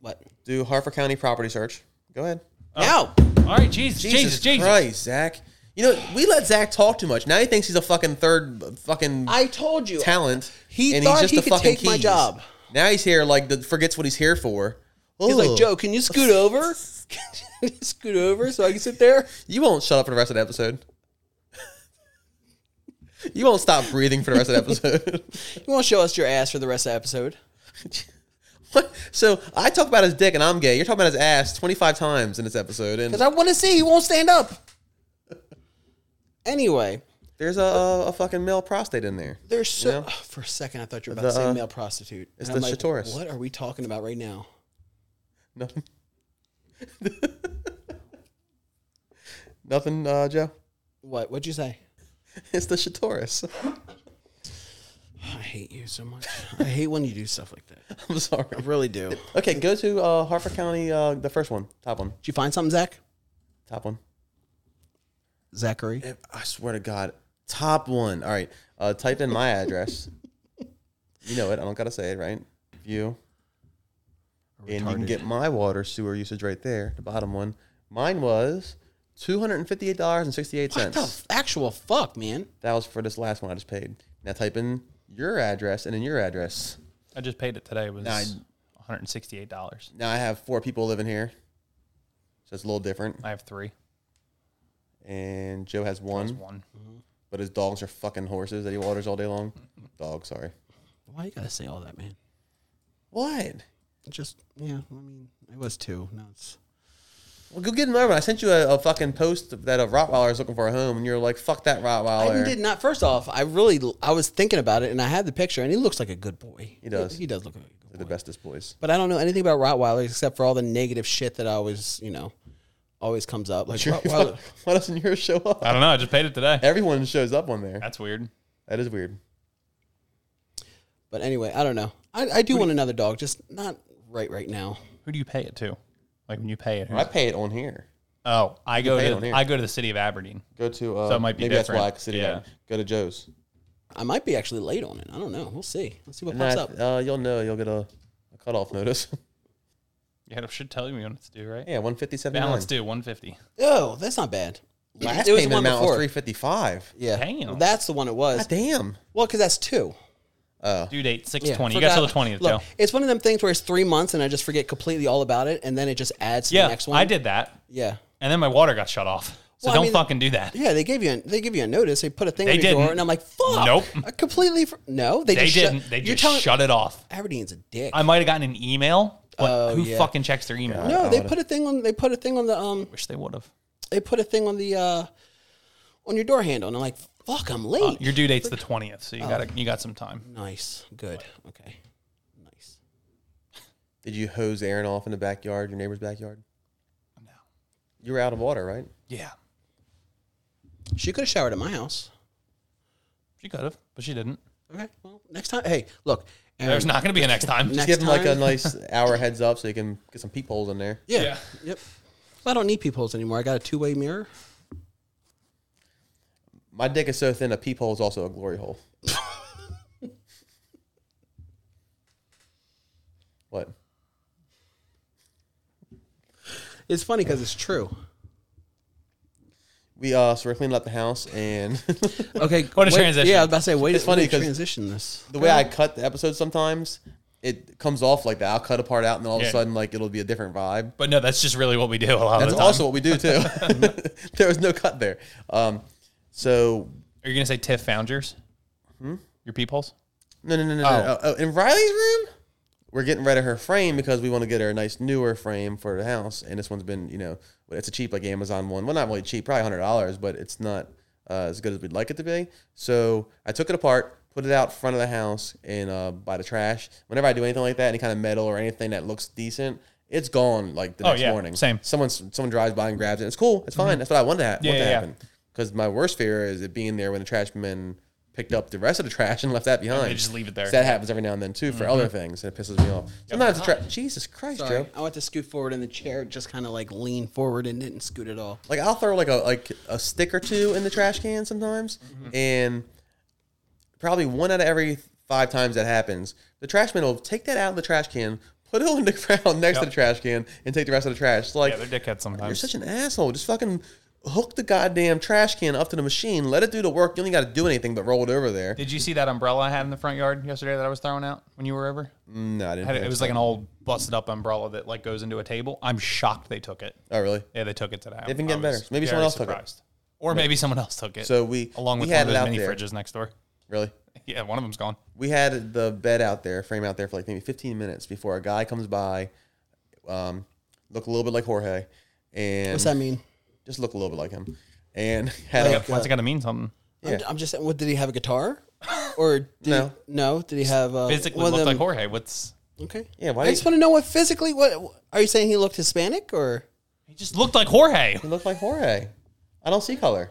C: What
B: Do Harford County property search. Go ahead.
C: now?
D: All right, Jesus, Jesus,
B: Jesus,
D: Jesus.
B: Christ, Zach. You know, we let Zach talk too much. Now he thinks he's a fucking third fucking
C: I told you.
B: talent.
C: He
B: and
C: thought
B: he's just
C: he
B: a
C: could
B: fucking
C: take my
B: keys.
C: job.
B: Now he's here, like the, forgets what he's here for.
C: He's
B: Ugh.
C: like, Joe, can you scoot over? Can you scoot over so I can sit there?
B: You won't shut up for the rest of the episode. you won't stop breathing for the rest of the episode.
C: You won't show us your ass for the rest of the episode.
B: What? So I talk about his dick and I'm gay. You're talking about his ass 25 times in this episode, and
C: Because I want to see he won't stand up. Anyway,
B: there's a, a, a fucking male prostate in there.
C: there's so.
B: Yeah.
C: for a second, I thought you were about
B: The,
C: to say
B: uh,
C: male prostitute.
B: it's
C: And I'm
B: the
C: like,
B: Shatoris.
C: What are we talking about right now?
B: Nothing. Nothing, uh, Joe.
C: What? What'd you say?
B: It's the Shatoris.
C: I hate you so much. I hate when you do stuff like that.
B: I'm sorry.
C: I really do. Did
B: Okay, go to uh, Harford County, uh, the first one, top one,
C: you find something, Zach?
B: top one.
C: Zachary.
B: If- I swear to God, top one. All right, uh, type in my address. you know it. I don't gotta say it, right? View, and you can get my water sewer usage right there, the bottom one. Mine was two hundred and fifty-eight dollars and sixty-eight
C: What the
B: cents.
C: f- actual fuck, man?
B: That was for this last one I just paid. Now type in your address and then your address.
D: I just paid it today. It was
B: Nine.
D: 168. dollars
B: Now I have four people living here, so it's a little different.
D: I have three.
B: And Joe has
D: That's
B: one.
D: one.
B: but his dogs are fucking horses that he waters all day long. Dog, sorry.
C: Why you gotta say all that, man?
B: What?
C: Just yeah. I mean, it was two. No, it's
B: Well, go get another one. I sent you a, a fucking post that a Rottweiler is looking for a home, and you're like, "Fuck that Rottweiler."
C: I did not. First off, I really I was thinking about it, and I had the picture, and he looks like a good boy. He
B: does.
C: He, does look like a good
B: They're
C: boy.
B: the bestest boys.
C: But I don't know anything about Rottweilers except for all the negative shit that I always, you know, always comes up. Like Rottweiler.
B: Why doesn't yours show up?
D: I don't know. I just paid it today.
B: Everyone shows up on there.
D: That's weird.
B: That is weird.
C: But anyway, I don't know. I, I do want another dog, just not right right now.
D: Who do you pay it to? Like when you pay it. who-
B: I pay it on here.
D: oh, I go
B: pay it on
D: to
B: here.
D: I go to the city of Aberdeen.
B: Go to uh,
D: So it might be
B: maybe that's why I
D: different.
B: consider
D: Yeah.
B: that. Go to Joe's.
C: I might be actually late on it. I don't know. We'll see. Let's see what
B: And
C: pops
B: I-
C: up.
B: uh, you'll know. You'll get a, a cutoff notice.
D: Yeah, it should tell you when it's due, right?
B: yeah, one fifty-seven.
D: Balance due 150.
C: Oh, that's not bad.
B: Last
C: It was the
B: payment
C: one
B: amount was
C: before.
B: three fifty-five.
C: Yeah,
D: Damn.
C: Well, that's the one it was.
B: God damn.
C: Well, because that's two.
B: Oh,
D: Due date
C: Yeah,
D: 620. you
C: forgot-
D: got till the 20th,
C: Look,
D: Joe.
C: It's one of them things where it's three months and I just forget completely all about it, and then it just adds to the
D: Yeah,
C: next one.
D: I did that,
C: Yeah,
D: and then my water got shut off. So
C: Well, I
D: don't
C: mean-
D: fucking do that.
C: yeah. They gave you a, they give you a notice. They put a thing
D: They
C: on your door,
D: didn't.
C: and I'm like, fuck.
D: Nope.
C: I completely. For- no, they,
D: They
C: just
D: didn't.
C: Shut,
D: they
C: you're
D: just
C: telling-
D: shut it off.
C: Aberdeen's a dick.
D: I might have gotten an email, but
C: Oh,
D: who
C: yeah.
D: fucking checks their email?
C: no, they put a thing on. They put a thing on the um.
D: Wish they would have.
C: They put a thing on the uh, on your door handle, and I'm like, fuck, I'm
D: Uh,
C: late.
D: your due date's the twentieth,
C: Oh.
D: so you got you got some time.
C: nice. Good. Okay. Nice.
B: Did you hose Aaron off in the backyard, your neighbor's backyard?
D: No.
B: You were out of water, right?
D: Yeah,
C: She could have showered at my house.
D: she could have, but she didn't.
C: Okay. Well, next time. Hey, look. Aaron,
D: There's not going to be a next time.
C: Next
B: Just give him like a
C: time-
B: nice hour heads up so you can get some peepholes in there.
C: Yeah.
D: Yeah.
C: Yep. Well, I don't need peepholes anymore. I got a two way mirror.
B: My dick is so thin a peephole is also a glory hole. what?
C: It's funny because it's true.
B: We uh so we're cleaning up the house and
C: Okay.
D: What a
C: wait-
D: transition.
C: Yeah, I was about to say, wait,
B: It's funny
C: wait,
B: 'cause-
C: transition this.
B: the way I cut the episode sometimes, it comes off like that. I'll cut a part out and all of
D: Yeah.
B: a sudden like it'll be a different vibe.
D: But no, that's just really what we do a lot
B: That's
D: of the time.
B: also what we do too. there was no cut there. Um so
D: Are you going to say Tiff found yours?
C: Hmm?
D: Your peepholes?
B: No, no, no, no, no. Oh, in Riley's room, we're getting rid of her frame because we want to get her a nice newer frame for the house. And this one's been, you know, it's a cheap like Amazon one. Well, not really cheap, probably hundred dollars, but it's not uh, as good as we'd like it to be. So I took it apart, put it out front of the house and uh, by the trash. Whenever I do anything like that, any kind of metal or anything that looks decent. It's gone like the
D: Oh,
B: next
D: yeah,
B: morning.
D: same. Mm-hmm.
B: Someone someone drives by and grabs it. It's cool. It's fine. That's what I wanted to, ha-
D: Yeah,
B: want to
D: yeah, yeah.
B: happen. Because my worst fear is it being there when the trash men picked up the rest of the trash and left that behind.
D: they just leave it there.
B: So that happens every now and then too for other things, and it pisses me off. Sometimes the tra- Jesus Christ,
C: Sorry.
B: Joe.
C: I want to scoot forward in the chair, just kind of like lean forward and didn't scoot at all.
B: Like I'll throw like a like a stick or two in the trash can sometimes,
D: Mm-hmm.
B: and probably one out of every five times that happens, the trash man will take that out of the trash can, put it on the ground next to
D: Yep.
B: the trash can, and take the rest of the trash. It's like
D: Yeah, they're dickheads
B: You're
D: sometimes.
B: such an asshole. Just fucking hook the goddamn trash can up to the machine. Let it do the work. You only got to do anything but roll it over there.
D: Did you see that umbrella I had in the front yard yesterday that I was throwing out when you were over?
B: No, I didn't.
D: Had it,
B: think
D: it was
B: so.
D: like an old busted up umbrella that like goes into a table. I'm shocked they took it.
B: oh really?
D: Yeah, they took it today.
B: They've been getting better. Maybe someone else took it.
D: took it. Or maybe someone else took it.
B: So we
D: along with
B: we
D: one
B: had
D: of
B: it
D: those
B: out
D: mini
B: there.
D: fridges next door.
B: Really?
D: Yeah, one of them's gone.
B: we had the bed out there, frame out there for like maybe 15 minutes before a guy comes by, um, look a little bit like Jorge, and
C: What's that mean?
B: just look a little bit like him, and had
D: Why
B: a,
D: does it got to mean something?
C: I'm, I'm just saying, what, did he have a guitar? Or did
B: No.
C: He, no? Did he have uh,
D: Physically
C: one of
D: looked like
C: them-
D: Jorge. What's
C: Okay.
B: Yeah, why
C: I
B: do
C: just
B: you-
C: want to know what physically, what are you saying he looked Hispanic or?
D: he just looked like Jorge?
B: he looked like Jorge. I don't see color.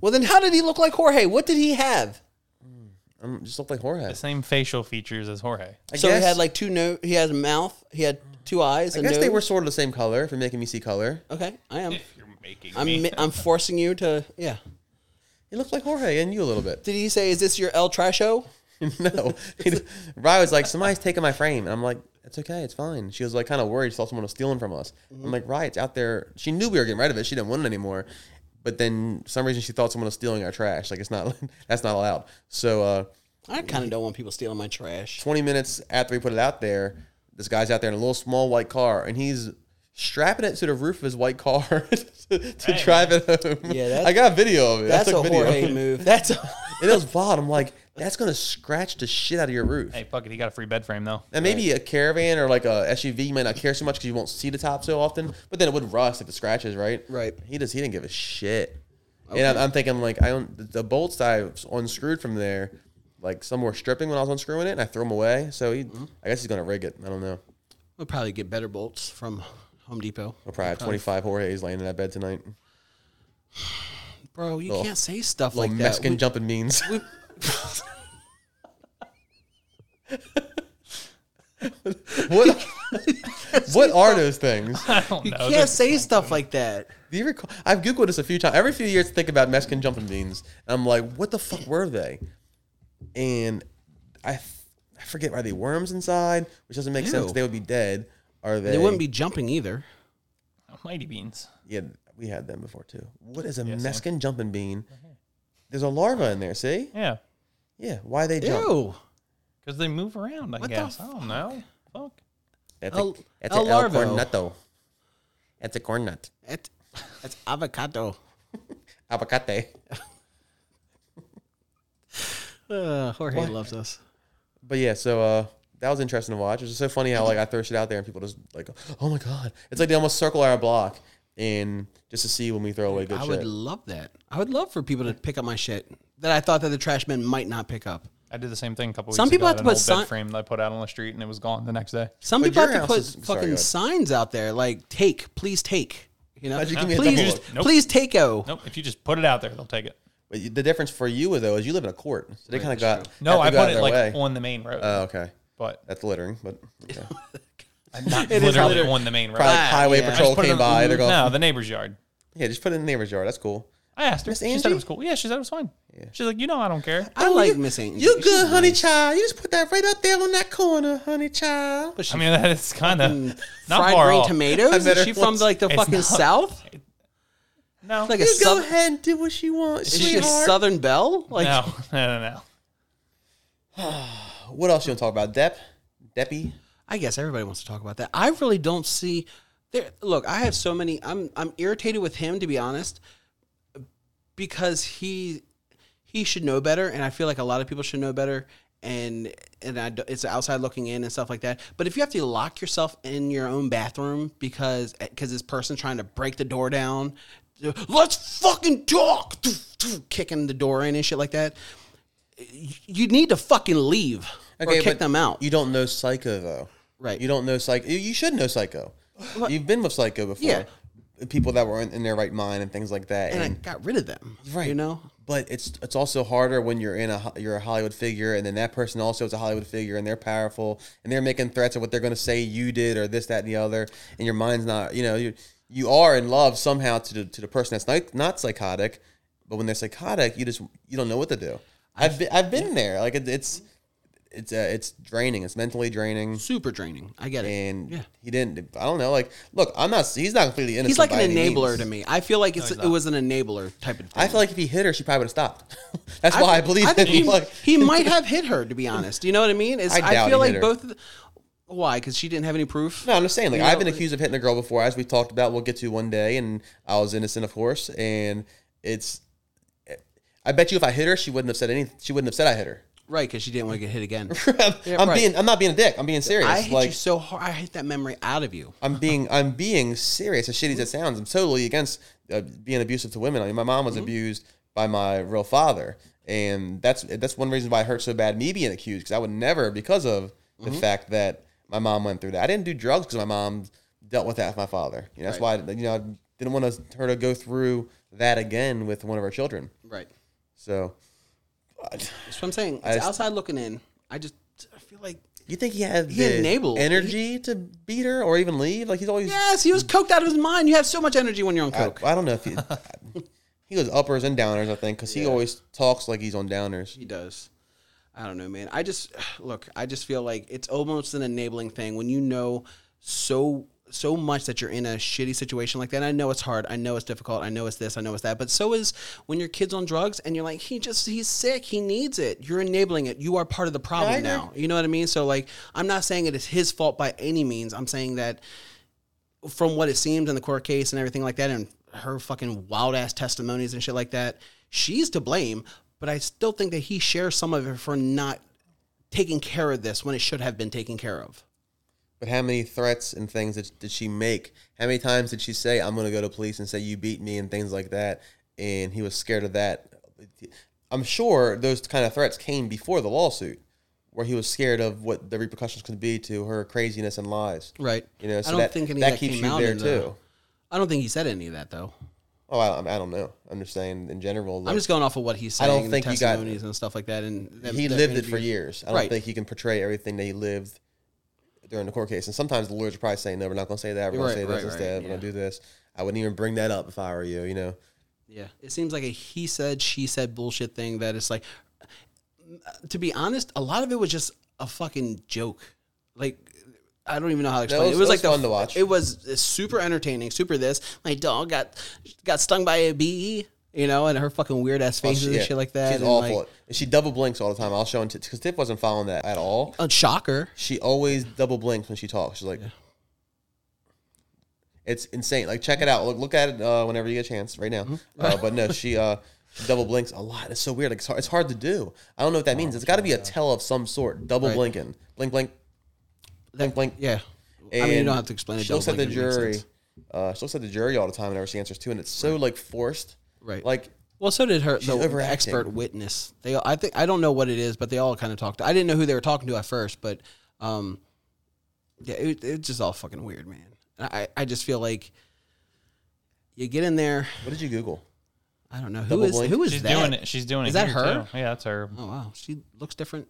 C: Well, then how did he look like Jorge? What did he have?
B: I'm just looked like Jorge.
D: The same facial features as Jorge.
B: I
C: so
B: guess,
C: he had like two no. He had a mouth. He had two eyes.
B: I
C: and
B: guess they were sort of the same color. If you're making me see color,
C: Okay, I am.
D: You're making
C: I'm. mi- I'm forcing you to. Yeah.
B: he looked like Jorge and you a little bit.
C: Did he say, "Is this your El Trasho"?
B: no, He- Rye was like, somebody's taking my frame, and I'm like. It's okay. It's fine. She was like kind of worried. She thought someone was stealing from us.
C: Mm-hmm.
B: I'm like, right. It's out there. She knew we were getting rid of it. She didn't want it anymore. But then for some reason she thought someone was stealing our trash. Like it's not. that's not allowed. So uh,
C: I kind of don't want people stealing my trash.
B: 20 minutes after we put it out there, this guy's out there in a little small white car, and he's strapping it to the roof of his white car to, to
D: Dang.
B: drive it home.
C: Yeah, that's-
B: I got a video of it.
C: That's
B: I
C: a
B: took video.
C: Jorge move. That's. A,
B: And it was wild. I'm like, that's gonna scratch the shit out of your roof.
D: Hey, fuck it. He got a free bed frame though.
B: And maybe a caravan or like a SUV, you might not care so much because you won't see the top so often. But then it would rust like the scratches, right?
C: Right.
B: He just he didn't give a shit. And I'm, I'm thinking like I don't the- the bolts I unscrewed from there, like some were stripping when I was unscrewing it, and I threw them away. So he,
C: Mm-hmm.
B: I guess he's gonna rig it. I don't know.
C: we'll probably get better bolts from Home Depot.
B: I'll probably have 25 Jorge's laying in that bed tonight.
C: Bro, you
B: Little-
C: can't say stuff
B: Little
C: like that.
B: Mexican jumping means. what? what are those things?
D: I don't
C: We, you
D: know.
C: can't say stuff like that.
B: Do you recall? I've googled this a few times. Every few years, I think about Mexican jumping beans, and I'm like, "What the fuck were they?" And I, f- I forget. Are they worms inside? Which doesn't make sense. 'cause
C: Ew.
B: They would be dead. Are they?
C: They wouldn't be jumping either.
D: Mighty beans.
B: Yeah, we had them before too. What is a Mexican jumping bean? There's a larva in there. See?
D: Yeah,
B: Yeah. Why they jump?
C: Ew.
D: because they move around. I
C: What the
D: guess. I don't know. Fuck.
B: That's
C: El-
B: a that's
C: el
B: a el
C: larvo.
B: cornuto. That's a corn nut.
C: That, that's avocado.
B: Avocate.
C: Uh, Jorge loves us.
B: But yeah, so uh, that was interesting to watch. It's just so funny how like I throw shit out there and people just like, oh my god, it's like they almost circle our block. and just to see when we throw away good
C: I
B: shit.
C: would love that. I would love for people to pick up my shit that I thought that the trash men might not pick up.
D: I did the same thing a couple weeks
C: Some
D: ago.
C: people
D: I
C: have
D: had
C: to
D: an
C: put
D: old bed
C: si-
D: frame that I put out on the street and it was gone the next day.
C: Some
B: But
C: people
B: your
C: have to
B: house
C: put
B: is- sorry,
C: fucking
B: go ahead.
C: signs out there like "take, please take." You know,
B: How'd you give me a
C: please,
B: double look?
D: Nope.
C: please take o.
D: Nope. If you just put it out there, they'll take it.
B: But you- the difference for you though is you live in a court, so they kind of got
D: No, I
B: have to go out
D: put
B: of
D: it
B: their
D: like
B: way.
D: on the main road,
B: Oh, okay,
D: but
B: that's littering, but okay.
D: I'm not
C: is
D: literally
C: litter.
D: on the main road.
B: probably
C: Ah,
B: highway
C: yeah.
D: Just
B: patrol
D: put it
B: came
D: on-
B: by. They're going, "Hmm."
D: No, the neighbor's yard.
B: yeah, just put it in the neighbor's yard. That's cool.
D: I asked her.
B: Miss
D: She said
B: Angie?
D: it was cool. Yeah, she said it was fine. She's like, you know, I don't care.
C: I like Miss Angie.
B: Oh, You good, honey child? You just put that right up there on that corner, honey child.
C: But she
D: I mean, that's kind of not
C: fried
D: far
C: green
D: off.
B: I
C: tomatoes?
B: met
C: Is
B: her
C: she from
B: once.
C: like the
D: It's
C: fucking
D: not-
C: south?
D: No,
C: Like a
B: You go
C: sub-
B: ahead and do what she wants,
C: is she a
B: sweetheart.
C: Southern Belle? Like
D: no, no, no, no.
B: what else you want to talk about? Depp, Deppy.
C: I guess everybody wants to talk about that. I really don't see there look, I have so many I'm I'm irritated with him to be honest because he he should know better and I feel like a lot of people should know better and and I, d- it's outside looking in and stuff like that. But if you have to lock yourself in your own bathroom because cuz this person's trying to break the door down, let's fucking talk, kicking the door in and shit like that. You need to fucking leave or kick
B: but
C: them out.
B: You don't know Psycho though,
C: Right.
B: You don't know Psycho. You should know Psycho. You've been with Psycho before.
C: Yeah.
B: People that were in, in their right mind and things like that.
C: and I
B: and-
C: got rid of them.
B: Right.
C: You know?
B: but it's it's also harder when you're in a ho- you're a Hollywood figure, and then that person also is a Hollywood figure, and they're powerful, and they're making threats of what they're going to say you did or this, that, and the other, and your mind's not you know you you are in love somehow to the, to the person that's not not psychotic, but when they're psychotic, you just you don't know what to do. I've been, I've been there, like it, it's it's uh, it's draining, it's mentally draining,
C: Super draining. I get it.
B: and
C: Yeah.
B: he didn't. I don't know, like look, I'm not he's not completely innocent.
C: he's like
B: by
C: an
B: any
C: enabler
B: means.
C: to me. I feel like it's it was an enabler type of thing.
B: I feel like if he hit her, she probably would have stopped. That's why I believe
C: think
B: him.
C: he,
B: like,
C: he might have hit her, to be honest. You know what I mean? It's,
B: I
C: I,
B: doubt
C: feel
B: he hit
C: like
B: her.
C: both. Of the, why? Because she didn't have any proof.
B: No, I'm just saying. Like
C: You
B: I've
C: know,
B: been
C: like-
B: accused of hitting a girl before, as we talked about. We'll get to one day, and I was innocent, of course. And it's, I bet you, if I hit her, she wouldn't have said anything. She wouldn't have said I hit her.
C: Right? Because she didn't want to get hit again.
B: I'm,
C: Yeah, right.
B: being, I'm not being a dick. I'm being serious.
C: I hate
B: like
C: you so hard. I hate that memory out of you.
B: I'm being, I'm being serious. As shitty as it sounds, I'm totally against uh, being abusive to women. I mean, my mom was abused by my real father, and that's that's one reason why it hurt so bad. Me being accused because I would never, because of the fact that my mom went through that. I didn't do drugs because my mom dealt with that with my father. You know, that's why you know I didn't want to, her to go through that again with one of our children.
C: Right.
B: So, I-
C: That's what I'm saying. It's
B: just-
C: outside looking in. I just I feel like
B: you think he had
C: He
B: the
C: enabled-
B: energy to beat her or even leave? Like he's always
C: yes, he was coked out of his mind. You have so much energy when you're on
B: I,
C: coke.
B: I don't know if he, he was uppers and downers. I think because he always talks like he's on downers.
C: He does. I don't know, man. I just look, I just feel like it's almost an enabling thing when you know so so much that you're in a shitty situation like that. And I know it's hard. I know it's difficult. I know it's this. I know it's that. But so is when your kid's on drugs and you're like, he just he's sick. He needs it. You're enabling it. You are part of the problem
B: agree.
C: now. You know what I mean? So like, I'm not saying it is his fault by any means. I'm saying that from what it seems in the court case and everything like that, and her fucking wild ass testimonies and shit like that, she's to blame. But I still think that he shares some of it for not taking care of this when it should have been taken care of.
B: But how many threats and things did, did she make? How many times did she say, "I'm going to go to police and say you beat me" and things like that? And he was scared of that. I'm sure those kind of threats came before the lawsuit, where he was scared of what the repercussions could be to her craziness and lies.
C: Right.
B: You know, so
C: I don't
B: that,
C: think any
B: that
C: of that
B: keeps
C: came
B: you
C: out
B: there
C: in the-
B: too.
C: I don't think he said any of that though.
B: Oh, I, I don't know. I'm just saying in general.
C: I'm
B: Like,
C: just going off of what he's
B: I
C: saying.
B: don't
C: and
B: think
C: the
B: he got-
C: testimonies and stuff like that. And them-
B: he
C: their
B: lived it for
C: interviews.
B: years. I
C: Right.
B: don't think he can portray everything that he lived during the court case. And sometimes the lawyers are probably saying, "No, we're not going to say that. We're going
C: Right,
B: to say
C: right,
B: this
C: right,
B: instead. We're going to do this." I wouldn't even bring that up if I were you. You know,
C: Yeah, it seems like a he said, she said bullshit thing that it's like, to be honest, a lot of it was just a fucking joke. Like, I don't even know how to explain.
B: was-
C: it was
B: that
C: like
B: was
C: the-
B: fun to watch.
C: It was uh, super entertaining, super this. My dog got got stung by a bee, you know, and her fucking weird ass faces
B: She-
C: and
B: yeah,
C: shit like that.
B: Oh, She's
C: and
B: awful.
C: Like,
B: And she double blinks all the time. I'll show him because Tiff wasn't following that at all.
C: a shocker.
B: She always double blinks when she talks. She's like, it's insane. Like check it out. Look, look at it uh, whenever you get a chance. Right now,
C: Mm-hmm.
B: uh, but no, she uh, she double blinks a lot. It's so weird. Like it's hard, it's hard to do. I don't know what that means. It's got to be a tell of some sort. Double
C: Oh, Right.
B: blinking, blink blink, blink blink.
C: Yeah, I mean you
B: And
C: don't have to explain it.
B: She looks at the jury Uh, she looks at the jury all the time and never she answers too, and it's so like forced.
C: Right.
B: Like
C: Well, so did her the
B: overacting.
C: expert witness. They, all- I think, I don't know what it is, but they all kind of talked. I didn't know who they were talking to at first, but um, yeah, it, it's just all fucking weird, man. And I, I just feel like you get in there.
B: what did you Google?
C: I don't know who
B: Double
C: is
B: blink.
C: who is
D: She's
C: that?
D: doing it. She's doing it.
C: Is that
D: here,
C: her?
D: Too. Yeah, that's her.
C: Oh wow, she looks different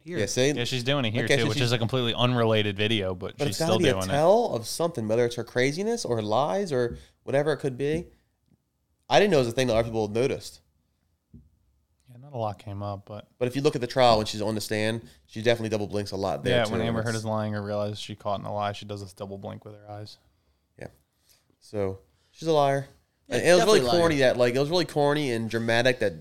C: here.
B: Yeah, say
D: Yeah, she's doing it here
B: Okay,
D: too,
B: so
D: which
B: she's-
D: is a completely unrelated video, but,
B: But
D: she's
B: it's got
D: still
B: to be a
D: doing it.
B: tell of something, whether it's her craziness or her lies or whatever it could be. I didn't know it was a thing that other people noticed.
D: Yeah, not a lot came up, but
B: But if you look at the trial when she's on the stand, she definitely double blinks a lot there.
D: yeah,
B: too,
D: when
B: and
D: Amber
B: it's-
D: Heard is lying or realizes she caught in a lie, she does this double blink with her eyes.
B: So she's a liar. And it was really
C: definitely a liar.
B: corny that like it was really corny and dramatic that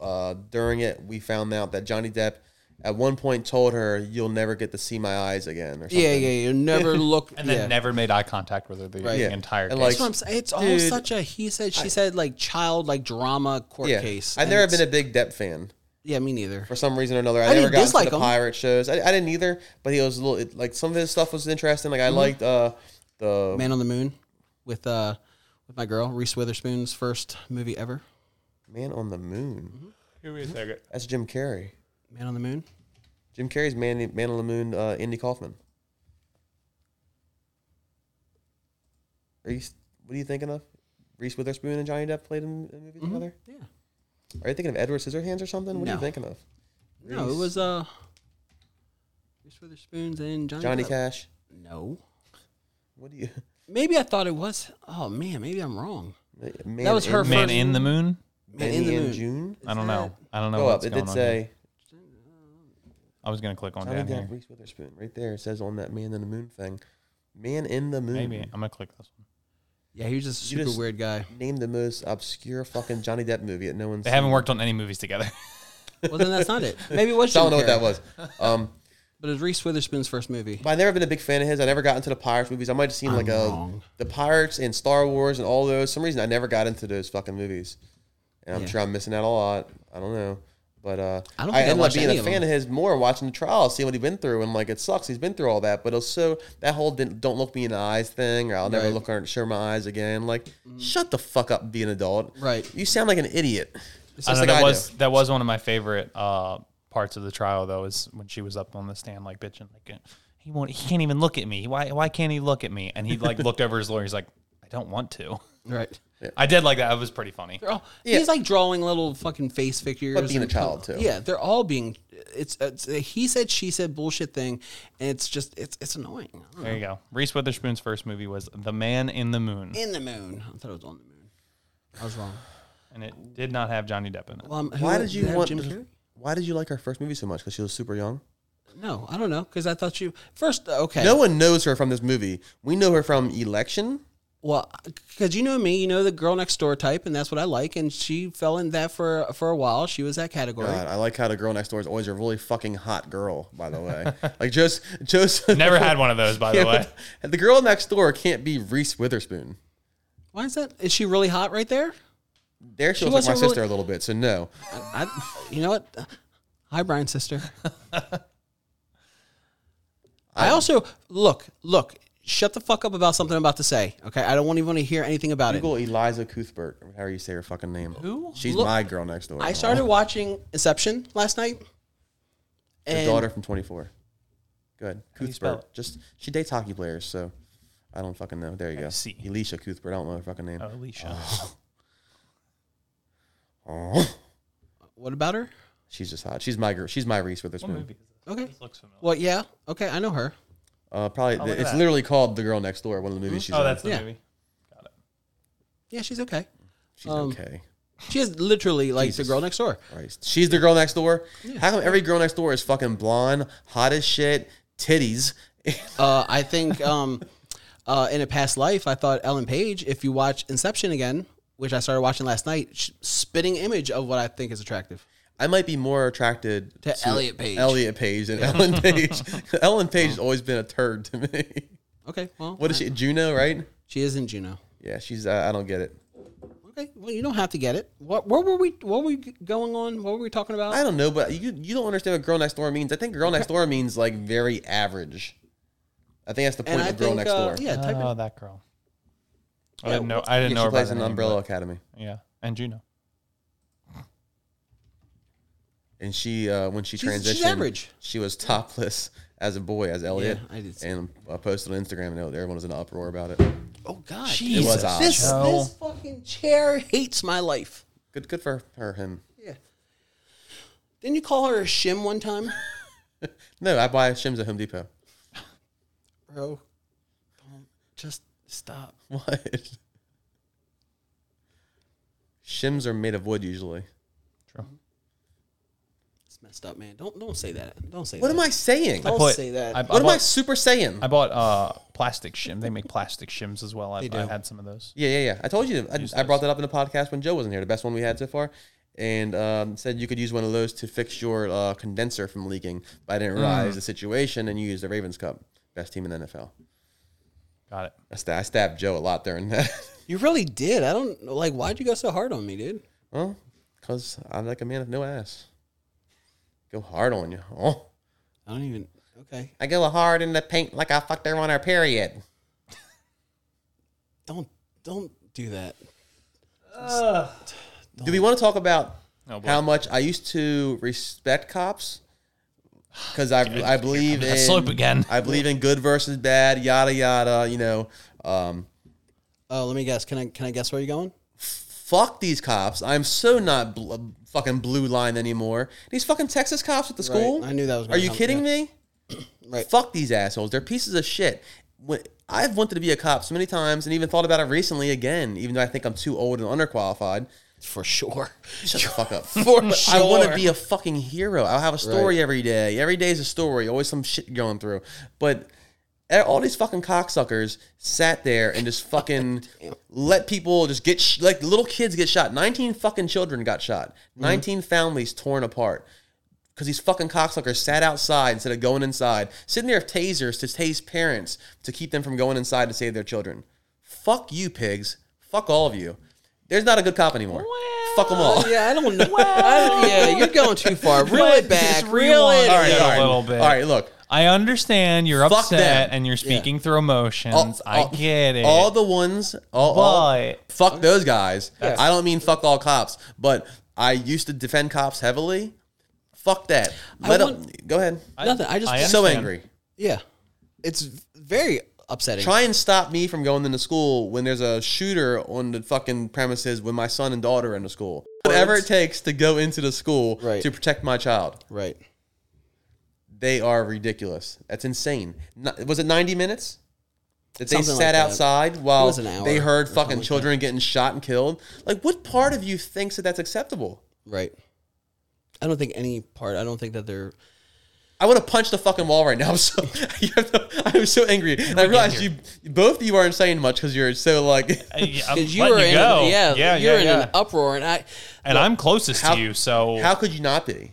B: uh, during it we found out that Johnny Depp at one point told her you'll never get to see my eyes again or something.
C: Yeah, yeah, you never look.
D: And then
C: yeah.
D: never made eye contact with her the,
C: Right.
D: the
B: Yeah.
D: entire day.
B: And,
C: That's what I'm saying. It's all
B: Dude.
C: such a he said, she said, like child, like drama court
B: Yeah.
C: case.
B: I've
C: and
B: never
C: it's-
B: been a big Depp fan
C: Yeah, me neither.
B: for some reason or another. I,
C: didn't
B: never got into
C: dislike
B: the
C: him.
B: pirate shows. I, I didn't either, but he was a little it, like some of his stuff was interesting.
C: Mm-hmm.
B: Like I liked uh the
C: Man on the Moon with uh with my girl Reese Witherspoon's first movie ever.
B: Man on the
C: Mm-hmm.
B: Moon.
D: Give me a second.
B: That's Jim Carrey.
C: Man on the Moon.
B: Jim Carrey's Man Man on the Moon. Uh, Andy Kaufman. Are you? What are you thinking of? Reese Witherspoon and Johnny Depp played in a movie together.
C: Yeah.
B: Are you thinking of Edward Scissorhands or something? What are you
C: Mm-hmm. No.
B: thinking of?
C: No, it was uh Reese Witherspoon's and Johnny.
B: Johnny
C: Depp.
B: Cash.
C: No.
B: What do you?
C: Maybe I thought it was. Oh man, maybe I'm wrong.
B: Man
C: was her
B: in,
C: first-
D: Man in the Moon?
B: Man in, June.
D: I don't know. I don't know
B: Go up.
D: what's
B: It
D: going
B: did
D: on. here.
B: say
D: I was gonna click on
B: Johnny
D: down here.
B: Depp, Reese Witherspoon. Right there, it says on that Man in the Moon thing. Man in the Moon.
D: Maybe I'm gonna click this one.
C: Yeah, he was just a
B: You
C: super
B: just-
C: weird guy.
B: Name the most obscure fucking Johnny Depp movie that no one's.
D: They
B: seen.
D: haven't worked on any movies together.
C: Well, then that's not it. Maybe it was.
B: So I don't know
C: Jim
B: what that
C: Carrey,
B: was. Um,
C: But it's Reese Witherspoon's first movie.
B: But I've never been a big fan of his. I never got into the Pirates movies. I might have seen like a,
C: wrong.
B: the Pirates and Star Wars and all those. some reason I never got into those fucking movies, and I'm
C: Yeah.
B: sure I'm missing out a lot. I don't know, but uh,
C: I don't think I
B: I ended up
C: watched
B: being
C: any
B: a
C: of
B: fan
C: them.
B: of his more watching the trial, seeing what he's been through, and like it sucks he's been through all that. But it was so that whole didn't, "don't look me in the eyes" thing, or "I'll never
C: Right. Mm.
B: look her show my eyes again." Like, shut the fuck up, and be an adult.
C: Right.
B: You sound like an idiot.
D: I
B: Just
D: know,
B: like
D: that
B: I
D: was
B: do.
D: that was one of my favorite uh, parts of the trial though, is when she was up on the stand like bitching like uh, he won't he can't even look at me. Why why can't he look at me? And he like looked over his lawyer, he's like, I don't want to.
C: Right.
D: I did like that. It was pretty funny.
C: They're all, He's like drawing little fucking face figures.
B: But being
C: and-
B: a child, too.
C: Yeah, they're all being. It's, it's a he said she said bullshit thing, and it's just it's it's annoying. I don't know.
D: There you go. Reese Witherspoon's first movie was The Man in the Moon,
C: In the moon. I thought it was on the moon. I was wrong.
D: and it did not have Johnny Depp in it.
C: Well, um, who-
B: Why did you
C: have
B: want?
C: Jim
B: this-
C: Carrey?
B: why did you like her first movie so much? Because she was super young.
C: No, I don't know because I thought you first. Okay.
B: No one knows her from this movie. We know her from Election.
C: Well, because you know me, you know the girl next door type, and that's what I like. And she fell in that for for a while. She was that category.
B: God, I like how the girl next door is always a really fucking hot girl. By the way, like Jos Joseph.
D: Never had one of those, by the way.
B: the girl next door can't be Reese Witherspoon.
C: Why is that? Is she really hot right there?
B: There she,
C: She
B: looks like my
C: wasn't really-
B: sister a little bit, so no.
C: I, I- you know what? Hi, Brian's sister. I also look, look. Shut the fuck up about something I'm about to say. Okay, I don't want even want to hear anything about it.
B: Google Eliza Cuthbert, or however you say her fucking name. Who? She's
C: Look-
B: my girl next door.
C: I started watching Inception last night,
B: her
C: and
B: daughter from Twenty Four. Good,
D: you spell
B: Cuthbert. Just she dates hockey players, so I don't fucking know. There you go.
D: see.
B: Elisha Cuthbert. I don't know her fucking name.
D: Oh, Alicia.
B: Oh.
C: what about her?
B: She's just hot. She's my girl. She's my Reese Witherspoon.
C: Okay,
D: Looks familiar.
C: well, yeah, okay, I know her.
B: Uh,
C: Oh,
B: probably
D: look at
B: it's
D: that.
B: literally called The Girl Next Door. One of the
C: Mm-hmm.
B: movies she's
D: Oh,
B: in.
D: that's the
C: Yeah.
D: movie.
C: Yeah, she's okay.
B: she's
C: um,
B: okay.
C: She is literally like the girl next door.
B: Christ. She's the girl next door. How come every girl next door is fucking blonde, hot as shit, titties?
C: Uh, I think um, uh, in a past life, I thought Ellen Page. If you watch Inception again, which I started watching last night, sh- spitting image of what I think is attractive.
B: I might be more attracted
C: To Elliot Page. Oh.
B: Elliot Page than Ellen Page. Ellen Page has always been a turd to me.
C: Okay, well,
B: What is she? Juno, right?
C: She is in Juno.
B: Yeah, she's. Uh, I don't get it.
C: Okay, well, you don't have to get it. What? What were we? What were we going on? What were we talking about?
B: I don't know, but you you don't understand what girl next door means. I think girl next door means like very average. I think that's the point
C: and I
B: of girl
C: think,
B: next
C: uh,
B: door.
C: yeah, type in
D: Oh, that girl. I didn't know. I didn't
B: Yeah,
D: know
B: she
D: her by
B: plays
D: the
B: in
D: name,
B: Umbrella Academy,
D: but- Yeah, and Gino.
B: and she uh, when she
C: She's-
B: transitioned,
C: she's average.
B: She was topless as a boy as Elliot.
C: I did see
B: and I posted on Instagram, and everyone was in an uproar about it.
C: Oh God,
D: Jesus,
B: was odd.
C: this
D: Joe.
C: this fucking chair hates my life.
B: Good, good for her, him.
C: Yeah. Didn't you call her a shim one time,
B: No, I buy shims at Home Depot.
C: bro? Don't just stop.
B: What? Shims are made of wood usually.
D: True.
C: It's messed up, man. Don't don't say that. Don't say
B: What
C: that.
B: am I saying?
C: Don't
D: put-
C: say that.
D: I-
B: What am I
D: bought-
B: super saying?
D: I bought uh, plastic shim. They make plastic shims as well. I've, I've had some of those.
B: Yeah, yeah, yeah. I told you. I, I brought that up in the podcast when Joe wasn't here, the best one we had so far, and um, said you could use one of those to fix your uh, condenser from leaking. But I didn't realize the situation, and you used the Ravens Cup, best team in the NFL.
D: Got it.
B: I, sta I stabbed Joe a lot during that.
C: you really did. I don't like. Why'd you go so hard on me, dude?
B: well, because I'm like a man of no ass. Go hard on you. Oh.
C: I don't even. Okay,
B: I go hard in the paint like I fucked her on her period.
C: don't don't do that.
B: Do we want to talk about
D: Oh, boy.
B: how much I used to respect cops? Because I, I believe
D: I'm
B: in
D: gonna slope again.
B: I believe in good versus bad, yada yada. You know, um,
C: Oh, let me guess. Can I can I guess where you're going?
B: fuck these cops. I'm so not bl- fucking blue line anymore. These fucking Texas cops at the school.
C: I knew that was
B: Are
C: gonna
B: you
C: come,
B: kidding
C: yeah.
B: me?
C: Right.
B: Fuck these assholes. They're pieces of shit. When, I've wanted to be a cop so many times, and even thought about it recently again. Even though I think I'm too old and underqualified.
C: For sure.
B: Shut the fuck up.
C: For
B: But I want to
C: sure.
B: be a fucking hero. I'll have a story every day. Every day's a story. Always some shit going through. But e, all these fucking cocksuckers sat there and just fucking let people just get sh- like little kids get shot. Nineteen fucking children got shot.
C: Mm-hmm.
B: 19 families torn apart. Because these fucking cocksuckers sat outside instead of going inside, sitting there with tasers to tase parents to keep them from going inside to save their children. Fuck you, pigs. Fuck all of you. There's not a good cop anymore. Fuck them all.
C: Yeah, I don't know. I- yeah, you're going too far. Reel
D: But
C: it back.
D: just
C: Reel
D: rewind.
C: it.
B: all right,
D: Yeah,
B: all
D: a
B: right.
D: little bit.
B: All right, look.
D: I understand you're
B: Fuck
D: upset
B: them.
D: and you're speaking through emotions. I
B: all-
D: get it.
B: All the ones, all, all-
D: But-
B: fuck those guys. I don't mean fuck all cops, but I used to defend cops heavily. Fuck that. Let up.
C: want-
B: Go ahead.
C: Nothing. I just
D: I
B: so
D: understand.
B: angry.
C: yeah. It's very upsetting.
B: Try and stop me from going into school when there's a shooter on the fucking premises when my son and daughter are in the school. Whatever it takes to go into the school
C: Right.
B: to protect my child.
C: right.
B: They are ridiculous. That's insane. Ni- Was it 90 minutes? That they
C: Something like
B: sat
C: that.
B: outside while
C: was an hour
B: they
C: or
B: heard
C: something
B: fucking
C: like
B: children getting shot and killed? Like, what part of you thinks that that's acceptable?
C: Right. I don't think any part. I don't think that they're.
B: I would have punched the fucking wall right now. I'm so you have no- I was so angry, and I realized you both of you aren't saying much because you're so like.
D: Hey, I'm
C: Because you
D: letting
C: were in,
D: go.
C: yeah,
D: yeah,
C: you're
D: yeah,
C: in
D: yeah.
C: an uproar, and I,
D: and I'm closest
B: How-
D: to you, so
B: How could you not be?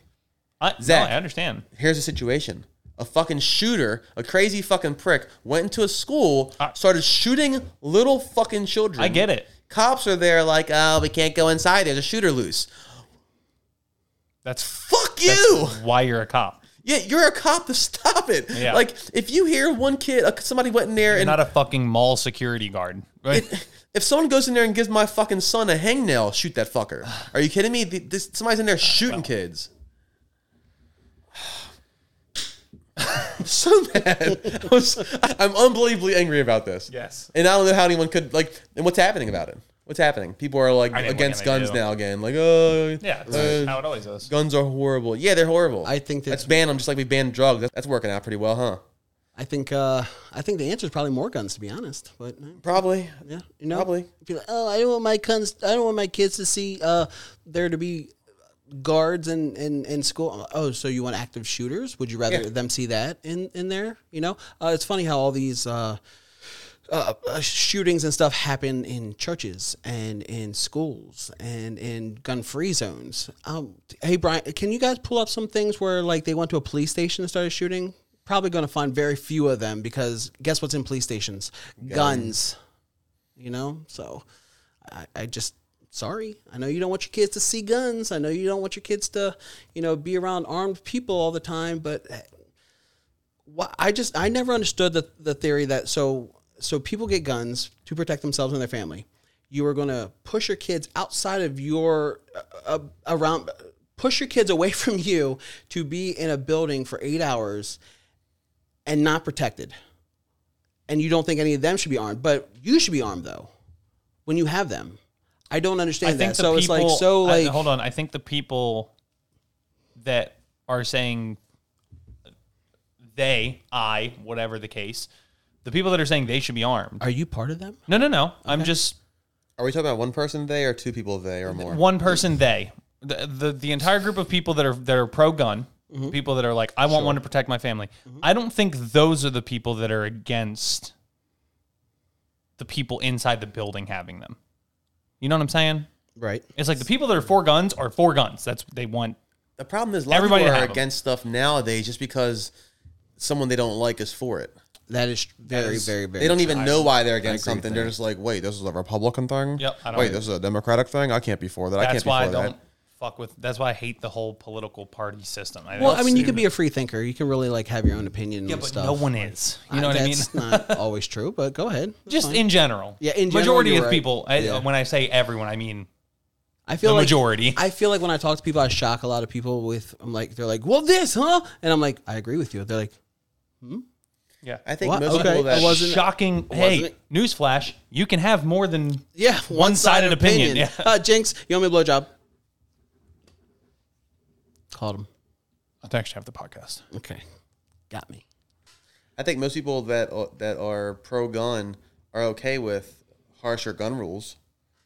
D: I, no,
B: Zach.
D: I understand.
B: Here's the situation: a fucking shooter, a crazy fucking prick, went into a school, started shooting little fucking children.
D: I get it.
B: Cops are there, like, oh, we can't go inside. There's a shooter loose.
D: That's
B: Fuck
D: that's
B: you.
D: why you're a cop.
B: Yeah, you're a cop to stop it.
D: Yeah.
B: Like, if you hear one kid, uh, somebody went in there
D: You're
B: and
D: not a fucking mall security guard. Right?
B: if someone goes in there and gives my fucking son a hangnail, shoot that fucker. Are you kidding me? Th- This, somebody's
D: Uh,
B: in there shooting kids. so mad. I was, I'm unbelievably angry about this.
D: Yes.
B: And I don't know how anyone could like. And what's happening about it? What's happening? People are like
D: I mean, what
B: against
D: can I
B: guns
D: do?
B: now again. Like, oh,
D: yeah, that's
B: uh,
D: how it always is.
B: guns are horrible. Yeah, they're horrible.
C: I think that-
B: that's ban them just like we banned drugs. That's, that's working out pretty well, huh?
C: I think, uh, I think the answer is probably more guns, to be honest. But uh,
B: Probably.
C: yeah, you know,
B: Probably.
C: be like, oh, I don't want my guns. I don't want my kids to see uh, there to be guards in, in, in school. Oh, so you want active shooters? Would you rather
B: Yeah.
C: them see that in in there? You know, uh, it's funny how all these. Uh, uh, uh, shootings and stuff happen in churches and in schools and in gun-free zones. Um, hey, Brian, can you guys pull up some things where like they went to a police station and started shooting? Probably going to find very few of them because guess what's in police stations? Guns. You know, so I, I just sorry. I know you don't want your kids to see guns. I know you don't want your kids to, you know, be around armed people all the time. But why I just I never understood the the theory that so so people get guns to protect themselves and their family. You are going to push your kids outside of your uh, uh, around, push your kids away from you to be in a building for eight hours and not protected. And you don't think any of them should be armed, but you should be armed though when you have them. I don't understand
D: I think
C: that. So
D: the
C: it's
D: people,
C: like so
D: I-
C: like
D: hold on. I think the people that are saying they, I, whatever the case, the people that are saying they should be armed.
C: Are you part of them?
D: No, no, no. I'm just
B: Are we talking about one person they or two people they or more?
D: one person they the, the the entire group of people that are that are pro gun
B: Mm-hmm.
D: people that are like I want one to protect my family I don't think those are the people that are against the people inside the building having them you know what I'm saying
C: Right.
D: it's like the people that are for guns are for guns that's what they want
B: The problem is, a lot
D: Everybody
B: of people
D: have
B: are
D: 'em.
B: against stuff nowadays just because someone they don't like is for it.
C: That is very, very, very.
B: They don't even know why they're against something. They're just like, wait, this is a Republican thing.
D: Yep, I don't-
B: wait, this is a Democratic thing. I can't be for that. I can't
D: that's
B: be
D: why I
B: for
D: don't
B: that.
D: fuck with that's why I hate the whole political party system I
C: Well,
D: don't
C: I mean, you
D: see
C: could
D: the-
C: be a free thinker. You can really like have your own opinion.
D: yeah
C: on
D: but
C: stuff.
D: no one is you know
C: Uh,
D: what I mean
C: That's not always true, but go ahead. That's
D: just
C: fine.
D: in general
C: Yeah, in general,
D: majority
C: you're
D: of
C: right.
D: people I,
C: Yeah.
D: when I say everyone I mean
C: I feel
D: the
C: like,
D: majority.
C: I feel like when I talk to people, I shock a lot of people with. I'm like, they're like, "Well, this, huh?" And I'm like, "I agree with you." They're like,
D: yeah
B: I think
C: What?
B: most
C: Okay,
B: people that
C: I wasn't-
D: shocking.
C: wasn't
D: Hey,
C: it?
D: newsflash: you can have more than
C: "Yeah,
D: One-sided
C: one-sided
D: opinion, yeah.
C: Uh, Jinx, you owe me a blowjob. Called him.
D: I actually have the podcast.
C: Okay, got me.
B: I think most people that uh, that are pro gun are okay with harsher gun rules.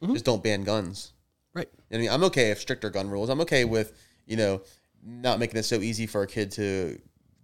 D: Mm-hmm.
B: Just don't ban guns.
C: Right.
B: I mean, I'm okay if stricter gun rules. I'm okay with you know not making it so easy for a kid to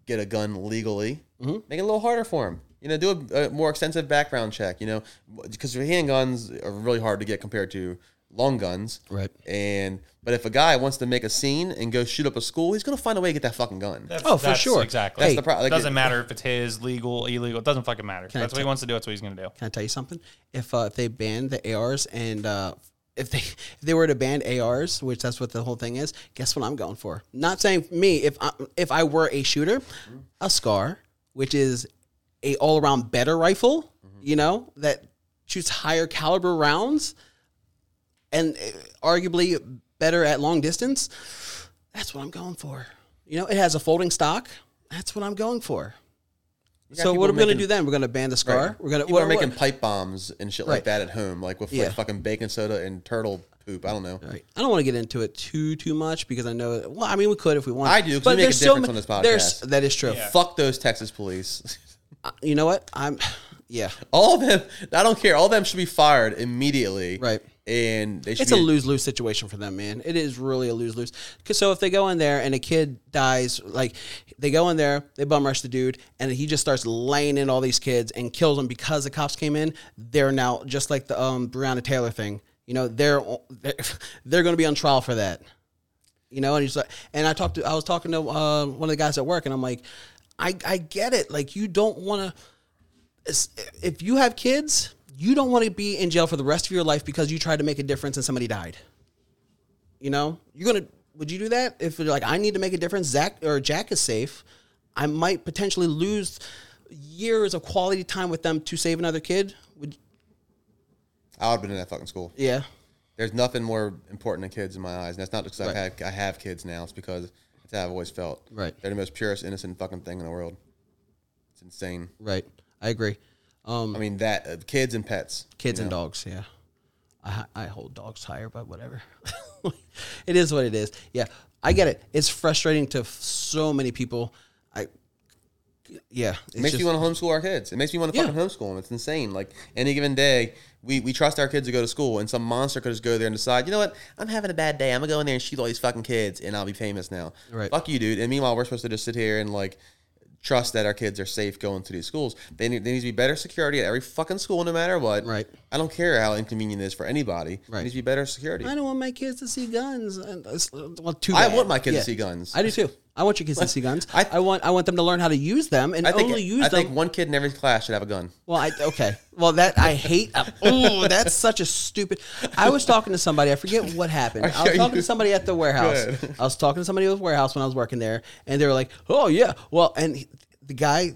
B: get a gun legally.
C: Mm-hmm.
B: Make it a little harder for him. You know, do a, a more extensive background check. You know, because handguns are really hard to get compared to long guns.
C: Right.
B: And but if a guy wants to make a scene and go shoot up a school, he's gonna find a way to get that fucking gun.
D: That's,
C: Oh, for
D: that's
C: sure.
D: exactly.
B: That's
C: Hey,
B: the problem.
D: it doesn't matter if it's his legal, illegal. It doesn't fucking matter.
C: I
D: That's what he
C: tell-
D: wants to do. That's what he's gonna do.
C: Can I tell you something? If uh, if they banned the ARs and uh, if they if they were to ban ARs, which that's what the whole thing is, guess what I'm going for? Not saying me. If I, if I were a shooter, a Scar, which is a all around better rifle,
B: Mm-hmm.
C: you know that shoots higher caliber rounds, and uh, arguably better at long distance. That's what I'm going for. You know, it has a folding stock. That's what I'm going for.
B: got
C: So
B: people
C: what are we going to
B: making-
C: do then? We're going to ban the scar.
B: Right.
C: We're going to
B: People are making pipe bombs and shit like
C: Right.
B: that at home, like with
C: Yeah.
B: like fucking baking soda and turtle poop. I don't know.
C: Right. I don't want to get into it too too much because I know. Well, I mean, we could if we want.
B: I do, 'cause we make a difference on this
C: There's,
B: podcast.
C: that is true.
B: Fuck those Texas police.
C: Uh, You know what? I'm. Yeah.
B: All of them, I don't care. All of them should be fired immediately.
C: Right.
B: And they should
C: It's a
B: be
C: lose lose situation for them, man. It is really a lose lose. So if they go in there and a kid dies, like they go in there, they bum rush the dude, and he just starts laying in all these kids and kills them because the cops came in. They're now just like the um, Breonna Taylor thing. You know, they're they're, they're going to be on trial for that. you know. And he's like, and I talked to, I was talking to uh, one of the guys at work, and I'm like, I, I get it. Like, you don't want to, if you have kids, you don't want to be in jail for the rest of your life because you tried to make a difference and somebody died. You know, you're gonna, would you do that if you're like, I need to make a difference? Zach or Jack is safe. I might potentially lose years of quality time with them to save another kid. Would
B: I would have been in that fucking school.
C: yeah.
B: There's nothing more important than kids in my eyes. And that's not because I've had, I have kids now. It's because it's how I've always felt.
C: Right.
B: They're the most purest, innocent fucking thing in the world. It's insane.
C: Right. I agree. Um,
B: I mean, that, uh, kids and pets.
C: kids and dogs yeah I, I hold dogs higher but whatever it is what it is yeah i get it it's frustrating to f- so many people i yeah it's
B: It makes
C: just-
B: me want to homeschool our kids. It makes me want to
C: Yeah.
B: fucking homeschool them. It's insane. Like any given day, we, we trust our kids to go to school, and some monster could just go there and decide, you know what, I'm having a bad day. I'm gonna go in there and shoot all these fucking kids, and I'll be famous now.
C: Right.
B: Fuck you, dude. And meanwhile, we're supposed to just sit here and like trust that our kids are safe going to these schools. They need, there needs to be better security at every fucking school, no matter what.
C: Right.
B: I don't care how inconvenient it is for anybody. There
C: Right.
B: needs to be better security.
C: i don't want my kids to see guns and it's- well, too
B: I
C: bad.
B: want my kids to see guns.
C: i do too i want your kids to see guns
B: I-
C: I, want i want them to learn how to use them and
B: I think
C: only use
B: I
C: them
B: think one kid in every class should have a gun.
C: Well, I okay. Well, that I hate. Oh, that's such a stupid. I was talking to somebody. I forget what happened. I was
B: Okay.
C: talking to somebody at the warehouse. I was talking to somebody at the warehouse when I was working there, and they were like, "Oh yeah, well," and he- the guy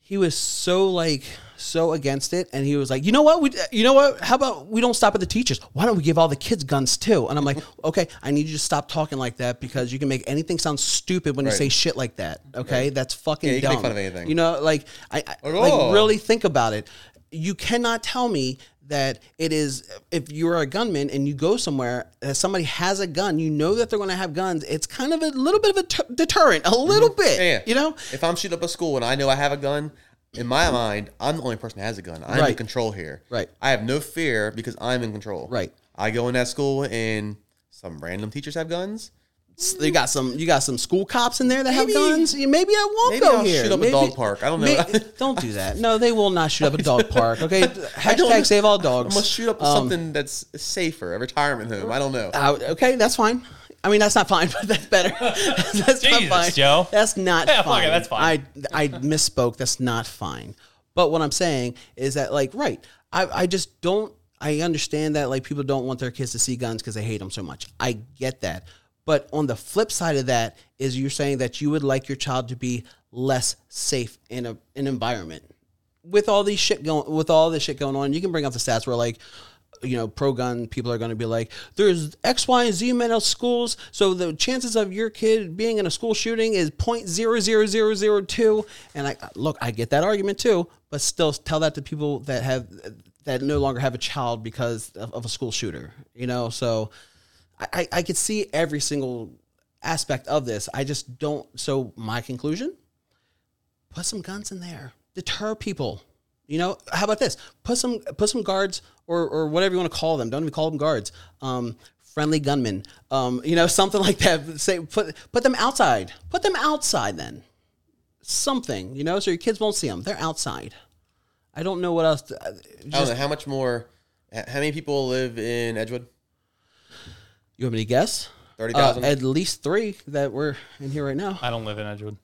C: he was so like so against it, and he was like, you know what, we, you know what, how about we don't stop at the teachers? Why don't we give all the kids guns too? And I'm like, okay, I need you to stop talking like that because you can make anything sound stupid when you
B: Right.
C: say shit like that. Okay, that's fucking
B: Yeah, you can make
C: dumb.
B: fun of anything.
C: You know, like I, I
B: At
C: like
B: all.
C: really think about it. You cannot tell me that it is if you're a gunman and you go somewhere that somebody has a gun, you know that they're going to have guns. It's kind of a little bit of a t- deterrent, a little bit.
B: Yeah, Mm-hmm. yeah.
C: You know,
B: if I'm shooting up a school and I know I have a gun, in my mind, I'm the only person that has a gun. I'm
C: Right.
B: in control here.
C: Right.
B: I have no fear because I'm in control.
C: Right.
B: I go in that school and some random teachers have guns.
C: So you got some you got some school cops in there that
B: Maybe-
C: have guns. You- Maybe I won't
B: maybe
C: go
B: I'll
C: here.
B: shoot up a
C: Maybe-
B: dog park. I don't know.
C: May- don't do that. No, they will not shoot up a dog park. Okay, hashtag save all dogs.
B: I must shoot up
C: Um,
B: something that's safer, a retirement home. I don't know.
C: I would- Uh, okay, that's fine. I mean, that's not fine, but that's better. that's not
D: Jesus,
C: fine.
D: Joe.
C: That's not
D: Yeah, fuck
C: fine.
D: it, that's fine.
C: I, I misspoke. That's not fine. But what I'm saying is that, like, right, I, I just don't, I understand that, like, people don't want their kids to see guns because they hate them so much. I get that. But on the flip side of that is you're saying that you would like your child to be less safe in a, an environment with all these shit going with all this shit going on, you can bring up the stats where like you know, pro gun people are going to be like, there's X, Y, and Z men at schools. So the chances of your kid being in a school shooting is 0.00002. And I look, I get that argument too, but still tell that to people that have, that no longer have a child because of, of a school shooter, you know? So I, I, I could see every single aspect of this. I just don't. So my conclusion put some guns in there deter people you know how about this put some put some guards or or whatever you want to call them don't even call them guards um friendly gunmen um you know something like that say put put them outside put them outside then something you know so your kids won't see them they're outside i don't know what else to, uh,
B: I don't
C: just,
B: know how much more. h- How many people live in Edgewood?
C: you want me to guess
B: Thirty
C: uh,
B: thousand.
C: at least three that were in here right now
D: I don't live in Edgewood.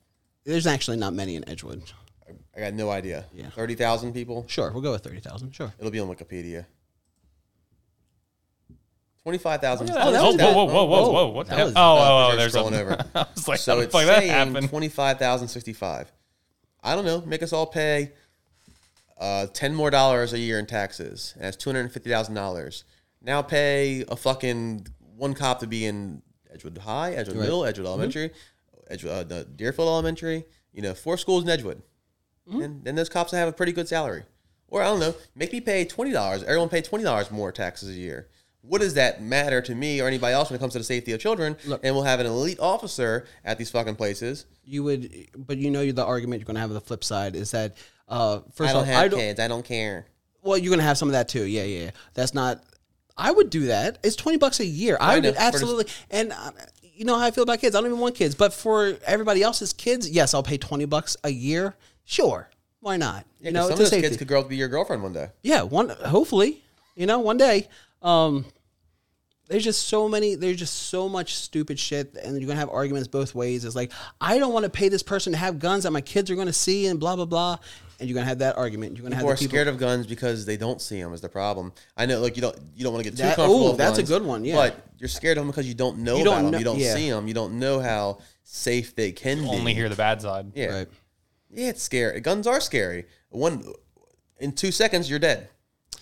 C: there's actually not many in edgewood
B: I got no idea. Thirty thousand people.
C: sure we'll go with 30000 sure
B: It'll be on Wikipedia. Twenty-five thousand.
D: Oh, whoa, whoa, whoa, whoa, whoa! What the
C: That
D: hell? Oh,
C: was-
D: oh, oh,
B: they're
D: there's a,
B: scrolling over.
D: I was like,
B: So
D: how the
B: it's
D: fuck that
B: saying
D: happened?
B: twenty-five thousand sixty-five. I don't know. Make us all pay uh, ten more dollars a year in taxes, and that's two hundred and fifty thousand dollars. Now pay a fucking one cop to be in Edgewood High, Edgewood Middle,
D: Mm-hmm.
B: Edgewood Elementary, Edgewood, uh, the Deerfield Elementary. You know, four schools in Edgewood,
C: Mm-hmm.
B: and then those cops have a pretty good salary. Or I don't know, make me pay twenty dollars. Everyone pay twenty dollars more taxes a year. What does that matter to me or anybody else when it comes to the safety of children? and we'll have an elite officer at these fucking places.
C: you would, but you know, the argument you're going to have on the flip side is that uh,
B: I
C: first of
B: don't
C: all,
B: have
C: I don't,
B: kids. I don't care.
C: well, you're going to have some of that too. Yeah, yeah, yeah. That's not. I would do that. It's twenty bucks a year. I,
B: I know,
C: would
B: for just-
C: absolutely. And uh, you know how I feel about kids. I don't even want kids, but for everybody else's kids, yes, I'll pay twenty bucks a year. Sure, why not?
B: Yeah, 'cause
C: you know,
B: some of
C: it's a
B: those
C: safety.
B: kids could grow up to be your girlfriend one day.
C: yeah, one. Hopefully, you know, one day. Um, there's just so many there's just so much stupid shit and you're gonna have arguments both ways it's like i don't want to pay this person to have guns that my kids are gonna see and blah blah blah and you're gonna have that argument you're gonna
B: People are
C: have the people
B: scared of guns because they don't see them is the problem. I know, like you don't you don't want to get too
C: That-
B: comfortable.
C: ooh,
B: with
C: that's a
B: guns,
C: good one, yeah.
B: but you're scared of them because you don't know
C: You
B: about
C: don't
B: them.
C: know-
B: You don't
C: yeah.
B: see them. You don't know how safe they can be.
D: Only hear the bad side.
B: Yeah,
C: right
B: yeah, it's scary. Guns are scary. One in two seconds, you're dead.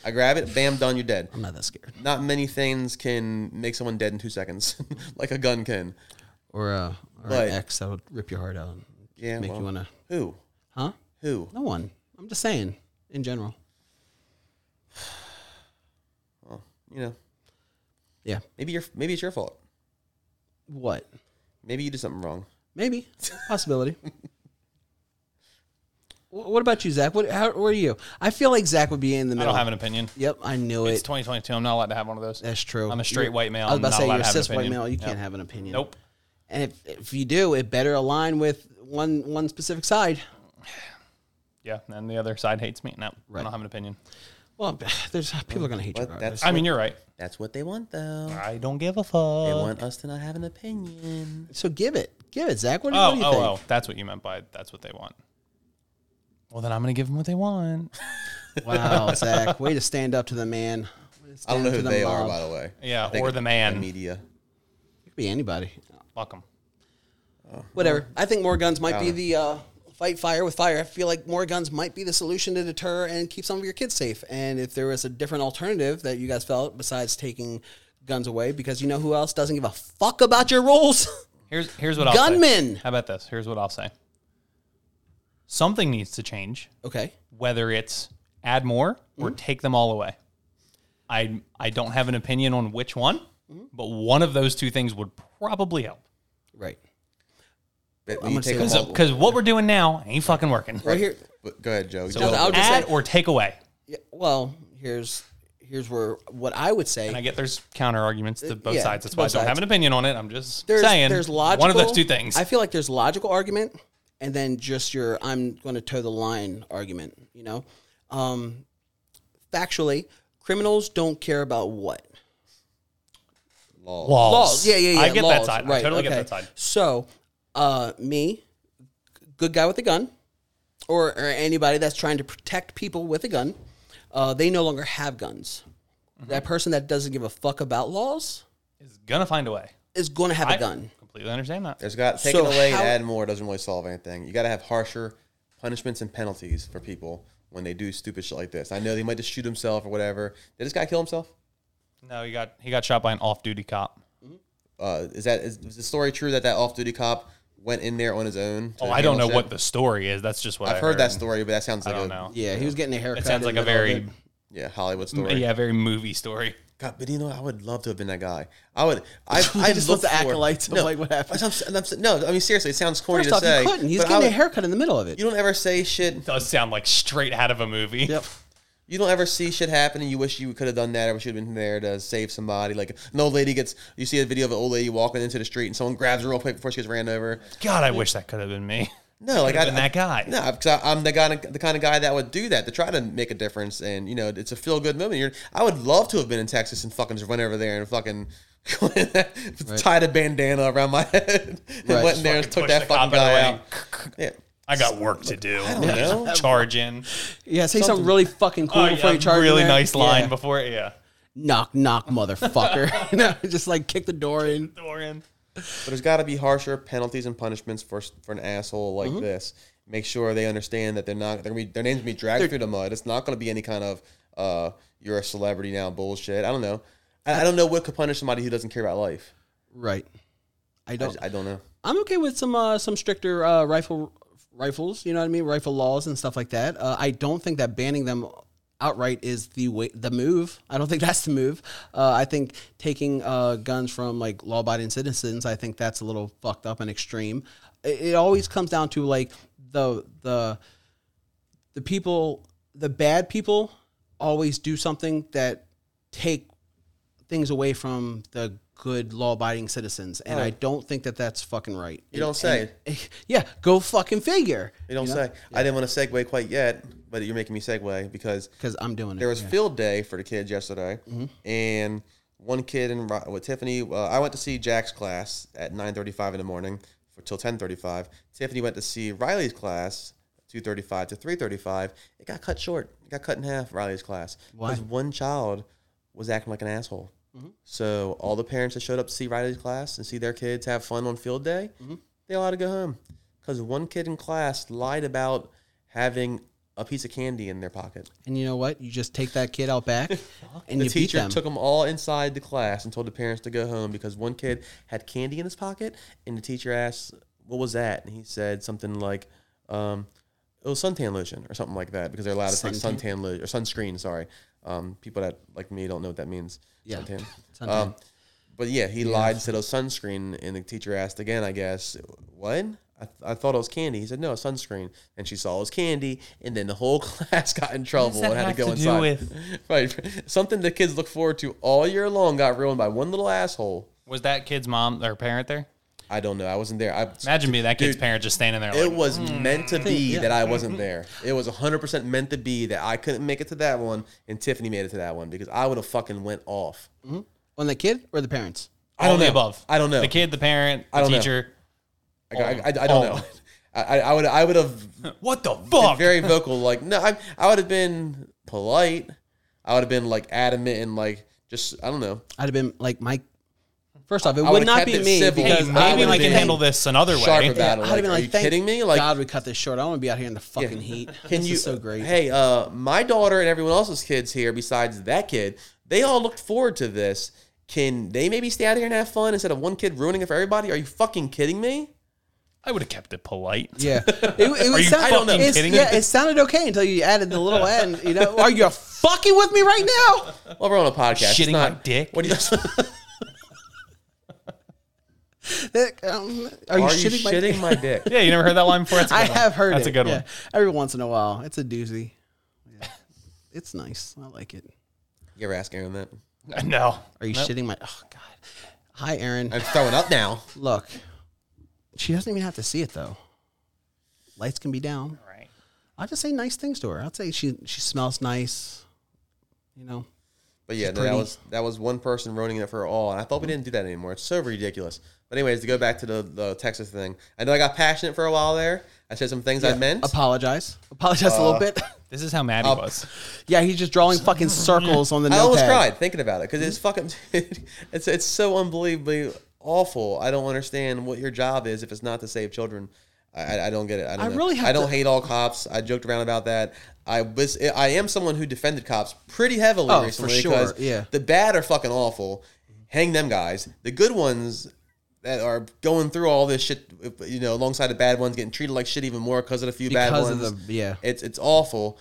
B: I grab it, bam, done. You're dead.
C: i'm not that scared
B: Not many things can make someone dead in two seconds, like a gun can.
C: or uh or
B: But-
C: an ex that would rip your heart out and
B: Yeah,
C: make
B: well,
C: you wanna
B: who,
C: huh
B: who?
C: no one i'm just saying in general
B: You know,
C: yeah
B: maybe you're maybe it's your fault.
C: what
B: Maybe you did something wrong.
C: maybe possibility Wh- what about you zach what how where are you i feel like zach would be in the
D: I
C: middle
D: don't have an opinion.
C: yep i knew
D: It's
C: it
D: 2022. I'm not allowed to have one of those.
C: That's true.
D: I'm a straight
C: You're-
D: white male.
C: I was
D: I'm
C: about to
D: not
C: say
D: allowed
C: you're
D: to
C: a
D: have an
C: cis white
D: opinion.
C: male. You can't
D: Yeah.
C: have an opinion.
D: Nope.
C: And if, if you do, it better align with one one specific side.
D: Yeah, and the other side hates me. No,
C: Right.
D: I don't have an opinion.
C: Well, there's people are gonna hate you.
B: But
C: regardless.
B: that's
D: I mean, you're right.
B: that's what they want though.
D: I don't give a fuck.
B: They
D: Oh,
B: want us to not have an opinion.
C: So give it, give it, Zach. What do, you-
D: oh,
C: what do you think?
D: oh. That's what you meant by that's what they want. Well, then I'm gonna give them what they want.
C: Wow, Zach, way to stand up to the man. Way to
B: I don't
C: stand
B: know
C: up
B: who
C: to the
B: they are,
C: mob.
B: by the way.
D: Yeah,
B: I think
D: or
B: it's
D: the man.
B: media.
C: It could be anybody.
D: Fuck them.
C: Whatever. I think more guns might be the uh, fight fire with fire. I feel like more guns might be the solution to deter and keep some of your kids safe. And if there was a different alternative that you guys felt besides taking guns away, because you know who else doesn't give a fuck about your rules?
D: Here's here's what I'll
C: Gunmen!
D: say. How about this? Here's what I'll say. Something needs to change,
C: okay.
D: whether it's add more or
C: Mm-hmm.
D: take them all away. I I don't have an opinion on which one,
C: Mm-hmm.
D: but one of those two things would probably help.
C: Right.
B: But
C: I'm
B: you
C: gonna
B: take them
C: say
B: all-
D: Because what we're doing now ain't fucking working.
C: Right here.
B: but Go ahead, Joe.
D: So
C: I would just
D: add
C: say-
D: or take away.
C: Yeah, well, here's here's where what I would say.
D: And I get there's counter arguments to both
C: Uh, yeah,
D: sides. That's
C: to
D: why I
C: both
D: don't have
C: sides.
D: an opinion on it. I'm just
C: there's,
D: saying
C: there's logical.
D: one of those two things.
C: I feel like there's logical argument, and then just your I'm going to toe the line argument. You know, um, factually, criminals don't care about what
B: Law.
D: laws.
C: laws. Yeah, yeah, yeah.
D: I get that
C: laws,
D: side.
C: Right,
D: I totally
C: okay.
D: get that side.
C: So, uh, me, g- good guy with a gun, or, or anybody that's trying to protect people with a gun, uh, they no longer have guns.
D: Mm-hmm.
C: That person that doesn't give a fuck about laws
D: Is gonna find a way.
C: is going to have a
D: I
C: gun.
D: Completely understand that.
B: There's got taking
C: So
B: away
C: how-
B: and adding more doesn't really solve anything. You got to have harsher punishments and penalties for people when they do stupid shit like this. I know they might just shoot himself or whatever. Did this guy kill himself?
D: No, he got he got shot by an off-duty cop.
B: Uh, is that is, is the story true that that off-duty cop went in there on his own? to
D: Oh, I don't know
B: handle
D: what
B: shit?
D: the story is. That's just what
B: I've
D: I
B: heard that story, but that sounds like
D: I don't
B: a
D: know.
C: Yeah, he was getting a haircut.
D: It sounds
C: in
D: like
C: the
D: a
C: middle of
D: very
C: it.
B: yeah Hollywood story.
D: yeah, very movie story.
B: God, but you know, I would love to have been that guy. I would. I, I
C: just
B: look
C: love the
B: for-
C: acolytes of, like, what happened.
B: I'm s- I'm s- no, I mean seriously, it sounds corny
C: First
B: to
C: off,
B: say.
C: he couldn't. He's
B: but I
C: getting a
B: would-
C: haircut in the middle of it.
B: You don't ever say shit
D: Does sound like straight out of a movie.
C: Yep.
B: You don't ever see shit happen, and you wish you could have done that, or should have been there to save somebody. Like an old lady gets, you see a video of an old lady walking into the street, and someone grabs her real quick before she gets ran over.
D: God, I wish that could have been me.
B: No, like
D: Could've
B: I,
D: been that guy.
B: No, because I'm the kind of the kind of guy that would do that to try to make a difference, and you know, it's a feel good moment. You're, I would love to have been in Texas and fucking just went over there and fucking. tied a bandana around my head and
C: Right.
B: went in there and
D: Fucking
B: took
D: push
B: that
D: the cop
B: fucking guy
D: out
B: out.
D: of the
B: Yeah.
D: way. I got work to do. I
B: don't know.
D: Charge in.
C: Yeah, say something really fucking cool
D: Oh, yeah,
C: before you charge. in
D: really
C: there.
D: nice line
C: Yeah.
D: before yeah.
C: Knock, knock, motherfucker. you know, just like kick the door in.
D: Door in.
B: But there's got to be harsher penalties and punishments for for an asshole like this. Make sure they understand that they're not they're gonna be their names gonna be dragged through the mud. It's not gonna be any kind of uh you're a celebrity now bullshit. I don't know. I, I don't know what could punish somebody who doesn't care about life.
C: Right. I
B: I,
C: don't.
B: just- I don't know.
C: I'm okay with some uh, some stricter uh, rifle rifles. You know what I mean? Rifle laws and stuff like that. Uh, I don't think that banning them outright is the way the move. I don't think that's the move. Uh, I think taking uh, guns from like law abiding citizens. I think that's a little fucked up and extreme. It, it always comes down to like the the the people the bad people always do something that take things away from the good law-abiding citizens and i don't think that that's fucking right
B: You don't say.
C: yeah go fucking figure
B: You don't say. I didn't want to segue quite yet, but you're making me segue because
C: because i'm doing it Mm-hmm.
B: there was field day for the kids yesterday, and one kid in Ro- with Tiffany. Uh, I went to see Jack's class at nine thirty-five in the morning for till ten thirty-five. Tiffany went to see Riley's class two thirty-five to three thirty-five. It got cut short. It got cut in half. Riley's class because one child was acting like an asshole.
C: Mm-hmm.
B: So all the parents that showed up to see Riley's class and see their kids have fun on field day,
C: Mm-hmm.
B: they allowed to go home because one kid in class lied about having a piece of candy in their pocket.
C: and you know what you just take that kid out back and
B: The
C: you beat
B: teacher
C: them
B: took them all inside the class and told the parents to go home because one kid had candy in his pocket, and the teacher asked, "What was that?" And he said something like, um, "It was suntan lotion or something like that," because they're allowed to take suntan lotion or sunscreen. Sorry, um, people that like me don't know what that means.
C: Yeah.
B: suntan.
C: Suntan.
B: Um, but yeah, he lied and said it was sunscreen, and the teacher asked again, I guess, what? I, th- I thought it was candy. He said, no, it's sunscreen. And she saw it was candy, and then the whole class got in trouble
D: that
B: and had
D: have
B: to go
D: to do
B: inside.
D: with-
B: right. Something the kids look forward to all year long got ruined by one little asshole.
D: Was that kid's mom or parent there?
B: I don't know. I wasn't there. I,
D: Imagine Mm. me, that kid's parent just standing there.
B: it
D: Like,
B: was meant to be
C: yeah.
B: that
D: Mm-hmm.
B: I wasn't there. It was 100% meant to be that I couldn't make it to that one, and Tiffany made it to that one because I would have fucking went off.
C: on the kid or the parents
B: I don't
D: all the
B: know.
D: above.
B: I don't know.
D: The kid, the parent, the
B: I don't know.
D: teacher.
B: I, I, I, I don't
D: All.
B: know. I, I- I would I would have
D: What the
B: been
D: fuck?
B: very vocal. Like, no, I, I would have been polite. I would have been like adamant and like just I don't know.
C: i'd have been like my First off, it
B: I
C: would
B: would've
C: not
B: kept
C: be
B: it
C: me
B: civil.
D: Hey,
C: because
B: I
D: maybe
B: would've
D: we can
B: been
D: handle this another
B: Sharp
D: way.
B: about it.
C: I'd
B: Like,
C: have been
B: are
C: like,
B: you
C: thank
B: kidding me? Like,
C: God, we cut this short. I want to be out here in the fucking heat.
B: Can
C: this
B: you?
C: Is so great.
B: Hey, uh, my daughter and everyone else's kids here, besides that kid, they all looked forward to this. Can they maybe stay out here and have fun instead of one kid ruining it for everybody? Are you fucking kidding me?
D: I would have kept it polite.
C: Yeah, it, it,
D: Are you
C: sound-
D: fucking
C: it's-
D: kidding
C: Yeah,
D: me?
C: it sounded okay until you added the little end. You know, are you fucking with me right now?
B: Well, we're on a podcast. It's
D: Shitting
B: not,
D: my dick?
B: What do you?
C: That, um, are
B: Are
C: you
B: you
C: shitting, my-
B: shitting my dick?
D: Yeah, you never heard that line before? That's a good
C: I
D: one.
C: have heard
D: That's
C: it.
D: a good
C: yeah.
D: one.
C: Every once in a while, it's a doozy. Yeah. it's nice. I like it.
B: You ever ask Aaron that?
D: No.
C: Are you shitting my? Oh God. Hi, Aaron.
B: I'm throwing up now.
C: Look, she doesn't even have to see it though. Lights can be down.
D: Right.
C: I'll just say nice things to her. I'll say she she smells nice. You know,
B: But yeah, no,
C: pretty.
B: that was that was one person ruining it for all, and I thought we didn't do that anymore. It's so ridiculous. But anyways, to go back to the, the Texas thing, I know I got passionate for a while there. I said some things I meant.
C: apologize. Apologize a
D: Uh,
C: little bit.
D: This is how mad he was.
C: yeah, he's just drawing fucking circles on the.
B: I
C: notepad.
B: almost cried thinking about it because it's fucking. it's it's so unbelievably awful. I don't understand what your job is if it's not to save children. I, I- I don't get it. I, don't
C: I
B: know.
C: really have
B: I don't
C: to-
B: hate all cops. I joked around about that. I was. I am someone who defended cops pretty heavily
C: Oh, for
B: recently
C: sure,
B: because
C: yeah.
B: the bad are fucking awful. Hang them guys. The good ones that are going through all this shit, you know, alongside the bad ones, getting treated like shit even more because of the few bad
C: Because of
B: ones.
C: the- yeah.
B: it's it's awful.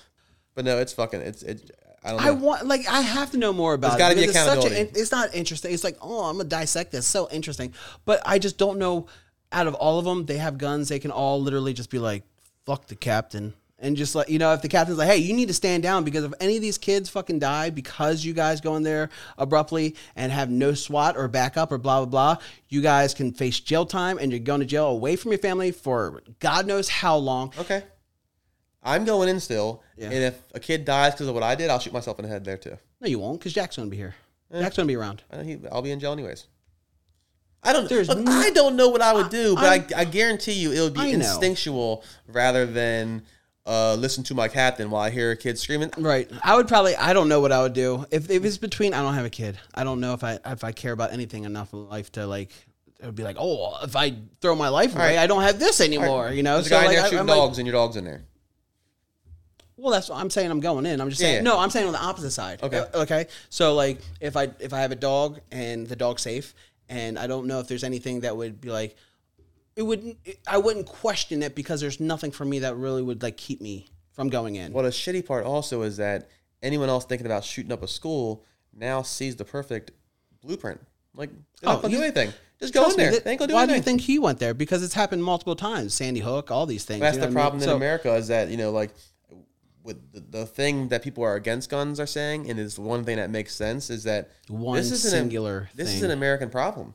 B: But no, it's fucking. It's it. I don't know.
C: I want like I have to know more about.
B: There's
C: it
B: gotta be
C: because it's such a-
B: accountability.
C: it's not interesting. It's like oh, I'm gonna dissect this. So interesting, but I just don't know. Out of all of them, they have guns. They can all literally just be like, "Fuck the captain," and just like you know, if the captain's like, "Hey, you need to stand down because if any of these kids fucking die because you guys go in there abruptly and have no SWAT or backup or blah blah blah, you guys can face jail time and you're going to jail away from your family for God knows how long."
B: Okay. I'm going in still,
C: Yeah.
B: and if a kid dies because of what I did, I'll shoot myself in the head there too.
C: No, you won't, because Jack's gonna be here.
B: Eh.
C: Jack's gonna be around.
B: I know he, I'll be in jail anyways. I don't.
C: There's
B: Look,
C: n-
B: I don't know what I would do, but
C: I'm-
B: I, I, guarantee you it would be
C: I know.
B: instinctual rather than uh, listen to my captain while I hear a kid screaming.
C: Right. I would probably. I don't know what I would do if, if it's between. I don't have a kid. I don't know if I if I care about anything enough in life to like. It would be like, oh, if I throw my life away,
B: right.
C: I don't have this anymore. You know.
B: There's a guy in
C: like,
B: there
C: I-
B: shooting
C: I'm like-
B: dogs, and your dog's in there.
C: well, that's what I'm saying. I'm going in. I'm just
B: Yeah,
C: saying.
B: yeah.
C: No, I'm saying on the opposite side.
B: Okay.
C: Uh, Okay. So like, if I if I have a dog and the dog's safe, and I don't know if there's anything that would be like, it wouldn't. It, I wouldn't question it because there's nothing for me that really would like keep me from going in.
B: Well, the shitty part also is that anyone else thinking about shooting up a school now sees the perfect blueprint. Like, they're
C: Oh,
B: not gonna
C: you-
B: do anything. Just go in
C: Trust me,
B: there.
C: that-
B: they ain't gonna do
C: why
B: anything.
C: do you think he went there? Because it's happened multiple times. Sandy Hook, all these things.
B: That's
C: you
B: the
C: know what I mean?
B: problem in
C: So,
B: America is that you know, like, with the, the thing that people are against guns are saying, and it's the one thing that makes sense is that
C: One
B: an-
C: singular
B: this is
C: thing.
B: an American problem.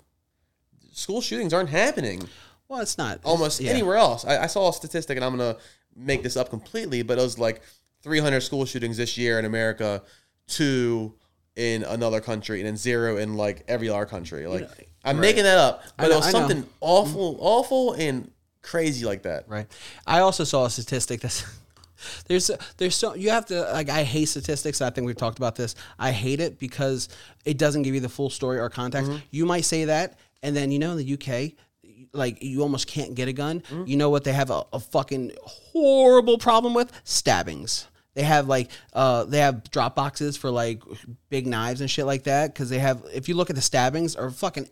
B: School shootings aren't happening
C: Well, it's not
B: almost
C: yeah.
B: anywhere else. I, I saw a statistic, and I'm gonna make this up completely, but it was like 300 school shootings this year in America, two in another country, and then zero in like every other country. Like I'm making that up, but
C: know-
B: it was
C: I know.
B: something awful, awful, and crazy like that.
C: Right. I also saw a statistic that's there's there's so you have to like I hate statistics. I think we've talked about this. I hate it because it doesn't give you the full story or context.
B: Mm-hmm.
C: You might say that, and then you know in the UK. Like you almost can't get a gun.
B: Mm-hmm.
C: You know what they have a, a fucking horrible problem with stabbings. They have like uh they have drop boxes for like big knives and shit like that because they have. If you look at the stabbings, are fucking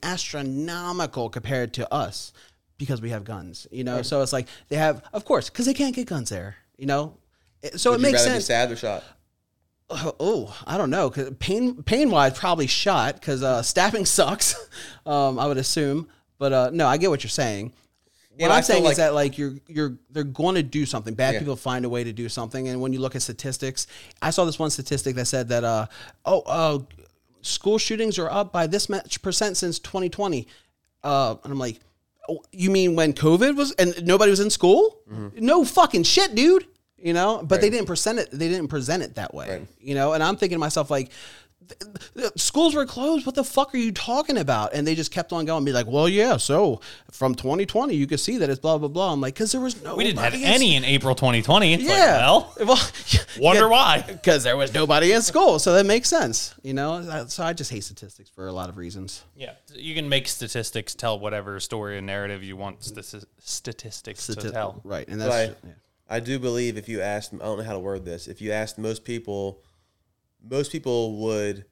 C: astronomical compared to us because we have guns, you know. So it's like they have, of course, because they can't get guns there, you know. It- So
B: Would
C: it
B: you
C: makes
B: rather be
C: sense.
B: stabbed or shot?
C: Oh, oh, I don't know. 'cause pain, pain wise, probably shot because uh, stabbing sucks. um, I would assume, but uh, no, I get what you're saying.
B: Yeah,
C: what
B: but I
C: I'm
B: feel
C: saying
B: like-
C: is that like you're you're they're going to do something. Bad people find a way to do something, and when you look at statistics, I saw this one statistic that said that uh oh uh, school shootings are up by this much percent since 2020, uh, and I'm like, oh, you mean when COVID was and nobody was in school?
B: Mm-hmm.
C: No fucking shit, dude. You know, but they didn't present it. They didn't present it that way. You know, and I'm thinking to myself like, the schools were closed. What the fuck are you talking about? And they just kept on going. Be like, well, yeah. So from 2020, you could see that it's blah blah blah. I'm like, because there was no.
B: Oh
D: We didn't have any in April 2020. It's like, well, wonder
C: why.
D: why.
C: Because there was nobody in school, so that makes sense, you know. That- So I just hate statistics for a lot of reasons.
D: Yeah, you can make statistics tell whatever story and narrative you want stati- statistics to
C: Stati-
D: tell.
C: right, and
B: But
C: that's
B: I,
C: yeah.
B: I do believe if you asked, I don't know how to word this, if you asked most people, most people would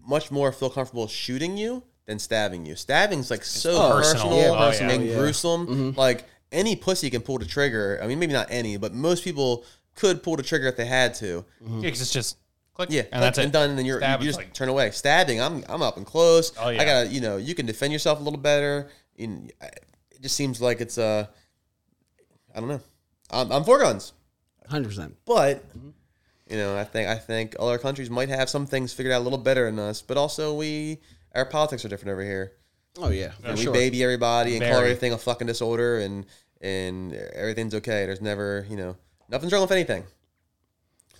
B: much more feel comfortable shooting you than stabbing you. Stabbing's like so
D: personal.
B: personal,
D: Yeah. Oh, yeah.
B: and gruesome.
C: Mm-hmm.
B: Like any pussy can pull the trigger. I mean, maybe not any, but most people could pull the trigger if they had to.
D: Yeah, 'cause it's just click.
B: Mm-hmm. Yeah,
D: and that's it.
B: and done. And then you're
D: Stab
B: you
D: is
B: just
D: like-
B: turn away. Stabbing, I'm I'm up and close.
D: Oh, yeah.
B: I gotta you know you can defend yourself a little better. And I- it just seems like it's uh, I don't know. I'm, I'm for guns,
C: hundred percent.
B: but
D: Mm-hmm.
B: you know I think I think all our countries might have some things figured out a little better than us, but also we our politics are different over here.
C: Oh yeah, for
B: And we
C: sure.
B: baby everybody and call
D: Very.
B: everything a fucking disorder and and everything's okay. There's never you know nothing's wrong with anything.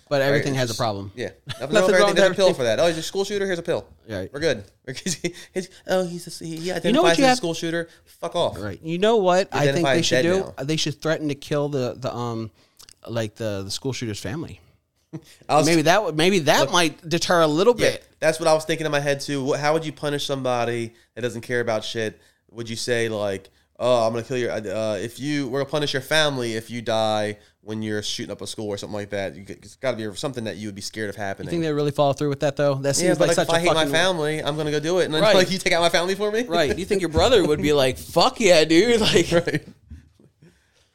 C: But everything
B: Right,
C: has a
B: just-
C: problem.
B: Yeah, nothing's
C: Nothing
B: wrong with
C: wrong
B: everything.
C: with
B: There's a pill
C: everything.
B: for that. Oh, he's a school shooter. Here's a pill.
C: Right.
B: We're good. Because he- he's- oh, he's a, he identifies
C: what you
B: as
C: have-
B: a school shooter. Fuck off.
C: Right. You know what I think
B: Identify
C: they
B: as
C: should
B: dead
C: do?
B: now.
C: They should threaten to kill the the um, like the the school shooter's family.
B: I was,
C: Maybe that would maybe that might deter a little
B: yeah,
C: bit.
B: that's what I was thinking in my head too. What- How would you punish somebody that doesn't care about shit? Would you say like, oh, I'm gonna kill your uh, if you we're gonna punish your family if you die when you're shooting up a school or something like that? You, could- it's got to be something that you would be scared of happening.
C: You think they really follow through with that though? That seems
B: yeah, but
C: like,
B: like,
C: such
B: if
C: a
B: I hate my
C: fucking
B: family, I'm gonna go do it. And then
C: Right.
B: like, you take out my family for me,
C: Right. You think your brother would be like, "Fuck yeah, dude!" Like,
B: right.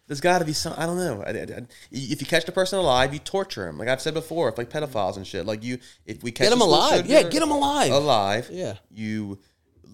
B: There's got to be some. I don't know. I, I, I- if you catch the person alive, you torture him. Like I've said before, if like pedophiles and shit, like you, if we catch
C: Get 'em
B: a school
C: alive.
B: shooter
C: Yeah, get 'em alive.
B: alive.
C: Yeah.
B: you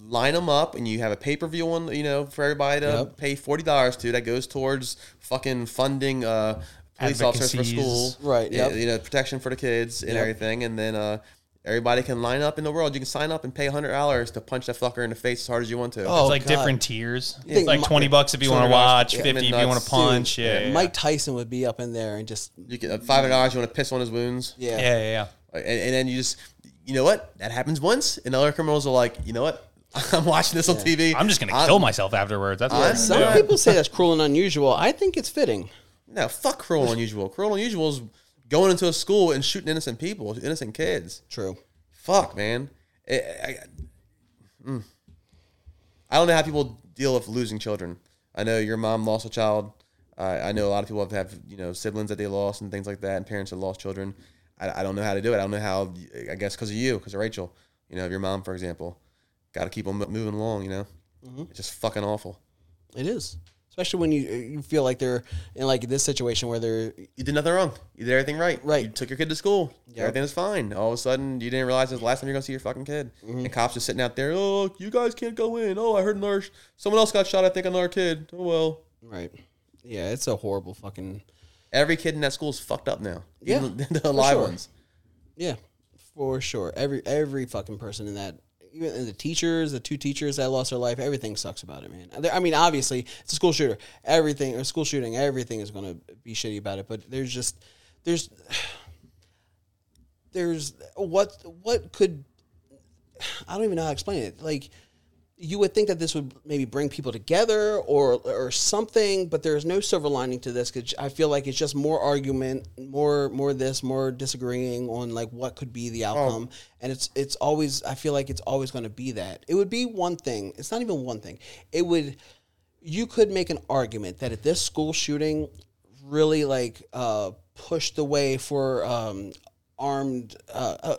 B: line them up and you have a pay per view on. You know, for everybody to
C: Yep.
B: pay forty dollars to that goes towards fucking funding. uh Police officers for
D: Advocacies.
B: school,
C: Right,
B: Yeah,
C: yep.
B: You know, protection for the kids and
C: Yep.
B: everything, and then uh, everybody can line up in the world. You can sign up and pay hundred dollars to punch that fucker in the face as hard as you want to.
C: Oh,
D: It's like
C: God.
D: different tiers. It's
C: think
D: like
C: my-
D: twenty bucks if you want to
B: $200
D: watch,
B: yeah.
D: fifty if you
B: Nuts,
D: want to punch.
B: dude.
D: Yeah, yeah,
C: Mike Tyson would be up in there and just
B: You get five hundred dollars. You want to piss on his wounds.
C: yeah.
D: yeah, yeah, yeah.
B: Like, and, and then you just, you know what? That happens once, and other criminals are like, you know what? I'm watching this on TV.
D: I'm just gonna kill myself afterwards. That's what I'm
C: Some
D: gonna do.
C: people say that's cruel and unusual. I think it's fitting.
B: No, fuck cruel and unusual. Cruel and unusual is going into a school and shooting innocent people, innocent kids.
C: True.
B: Fuck, man. I, I, I- mm. I don't know how people deal with losing children. I know your mom lost a child. I I know a lot of people have, have you know siblings that they lost and things like that, and parents that lost children. I, I don't know how to do it. I don't know how. I guess because of you, because of Rachel. You know, of your mom, for example. Got to keep them moving along. You know, it's just fucking awful.
C: It is, especially when you you feel like they're in like this situation where they're
B: You did nothing wrong. You did everything right.
C: Right.
B: You took your kid to school. Everything was fine. All of a sudden, you didn't realize it was the last time you're gonna see your fucking kid.
C: Mm-hmm.
B: And cops just sitting out there. Oh, you guys can't go in. Oh, I heard another. sh- Someone else got shot. I think another kid. Oh well.
C: right. Yeah, it's a horrible fucking
B: Every kid in that school is fucked up now.
C: Yeah,
B: Even the, the live
C: sure.
B: ones.
C: yeah for sure. Every every fucking person in that. Even the teachers, the two teachers that lost their life, everything sucks about it, man. There- I mean, obviously, it's a school shooter. Everything, or school shooting, everything is going to be shitty about it. But there's just, there's, there's what what could I don't even know how to explain it. Like you would think that this would maybe bring people together or or something, but there's no silver lining to this because I feel like it's just more argument, more more this, more disagreeing on like what could be the outcome, and it's it's always I feel like it's always going to be that. It would be one thing. It's not even one thing. It would you could make an argument that if this school shooting really like uh, pushed the way for um, armed uh, uh,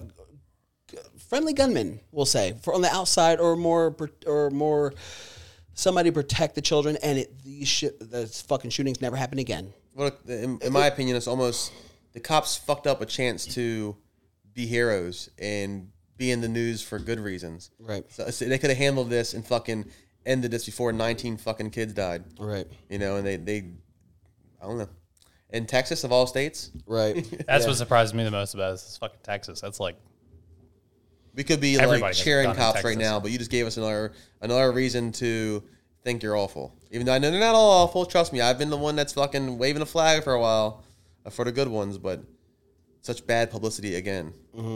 C: friendly gunmen, we'll say, for on the outside or more pr- or more somebody protect the children, and it these shi those fucking shootings never happen again.
B: What in, in my opinion, it's almost the cops fucked up a chance to be heroes and be in the news for good reasons.
C: Right.
B: So, so they could have handled this and fucking ended this before 19 fucking kids died.
C: Right.
B: You know, and they they I don't know. In Texas of all states,
C: Right.
D: That's what surprised me the most about this. It's fucking Texas. That's like
B: we could be
D: Everybody
B: like
D: gets
B: cheering
D: done in
B: cops right
D: Texas.
B: now, but you just gave us another another reason to think you're awful. Even though I know they're not all awful, trust me, I've been the one that's fucking waving a flag for a while uh, for the good ones, but such bad publicity again.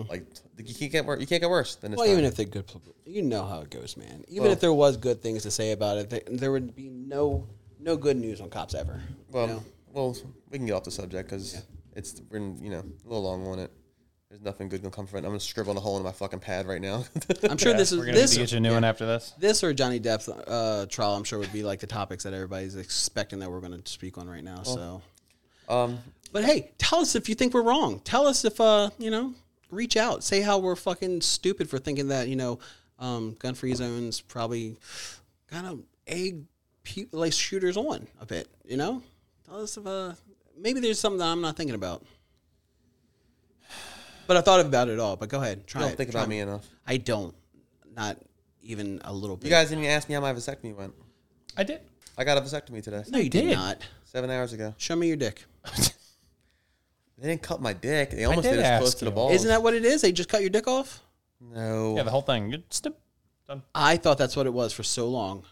B: Like you can't get worse. You can't get worse than this.
C: Mm-hmm. Well,
B: time.
C: even if they're good, publi- you know how it goes, man. Even if there was good things to say about it, th there would be no no good news on cops ever.
B: Well,
C: you know?
B: well, we can get off the subject because it's we're in, you know a little long on it. There's nothing good gonna come from it. I'm just scribbling a hole in my fucking pad right now.
C: I'm sure this is
D: We're gonna need
C: this
D: to get you a new one after this.
C: this or Johnny Depp's uh, trial. I'm sure would be like the topics that everybody's expecting that we're going to speak on right now. so,
B: um,
C: but hey, tell us if you think we're wrong. Tell us if uh you know, reach out, say how we're fucking stupid for thinking that you know, um, gun free zones probably kind of egg pe- like shooters on a bit. You know, tell us if uh maybe there's something that I'm not thinking about. But I thought about it all. But go ahead, try
B: I don't
C: it.
B: think
C: Try
B: about
C: it.
B: me enough.
C: I don't, not even a little bit.
B: You guys didn't even ask me how my vasectomy went.
D: I did.
B: I got a vasectomy today,
C: no, you did
D: did. Oh.
C: not.
B: seven hours ago.
C: Show me your dick.
B: They didn't cut my dick. They almost
D: did
B: did, as
D: ask
B: close to the
D: you.
B: balls.
C: Isn't that what it is? They just cut your dick off?
B: no?
D: Yeah, the whole thing. It's st- done.
C: I thought that's what it was for so long.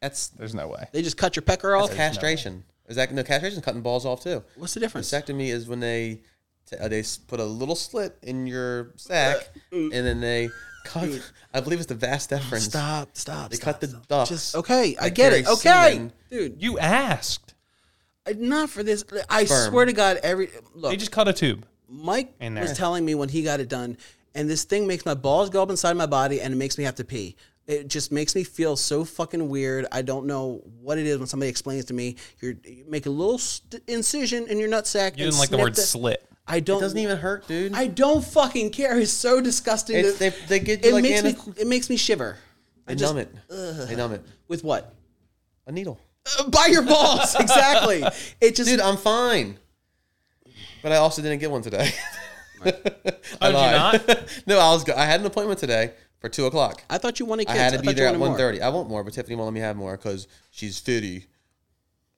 B: that's
D: There's no way.
C: They just cut your pecker off.
B: that's castration. Is that no castration? Cutting balls off too.
C: What's the difference?
B: Vasectomy is when they t- uh, they s- put a little slit in your sac and then they cut. I believe it's the vas deferens.
C: Stop, stop.
B: They
C: stop,
B: cut the
C: stop.
B: ducts.
C: Just okay. I
B: that
C: get it.
B: carry
C: Okay,
B: semen.
C: dude.
D: You asked.
C: Not for this. I
B: Sperm.
C: swear to God, every look.
D: They just cut a tube.
C: Mike
D: In
C: was
D: there.
C: telling me when he got it done, and this thing makes my balls go up inside my body, and it makes me have to pee. It just makes me feel so fucking weird. I don't know what it is when somebody explains to me. You're, you make a little st- incision in your nutsack.
D: You
C: and
D: didn't like the
C: snip
D: word slit.
C: I don't.
B: It doesn't even hurt, dude.
C: I don't fucking care. It's so disgusting.
B: It's-
C: that-
B: they- they get you
C: it
B: like
C: makes
B: Anna-
C: me. It makes me shiver.
B: they
C: just-
B: numb it. They numb it.
C: With what?
B: A needle.
C: Uh, by your balls, exactly. It just.
B: Dude, I'm fine. But I also didn't get one today.
D: Oh, did you
B: lied.
D: not?
B: no, I was. Go- I had an appointment today for two o'clock.
C: I thought you wanted
B: I
C: kids.
B: had to be
C: thought you
B: there at
C: wanted more.
B: 1.30. I want more, but Tiffany won't let me have more because she's fitty,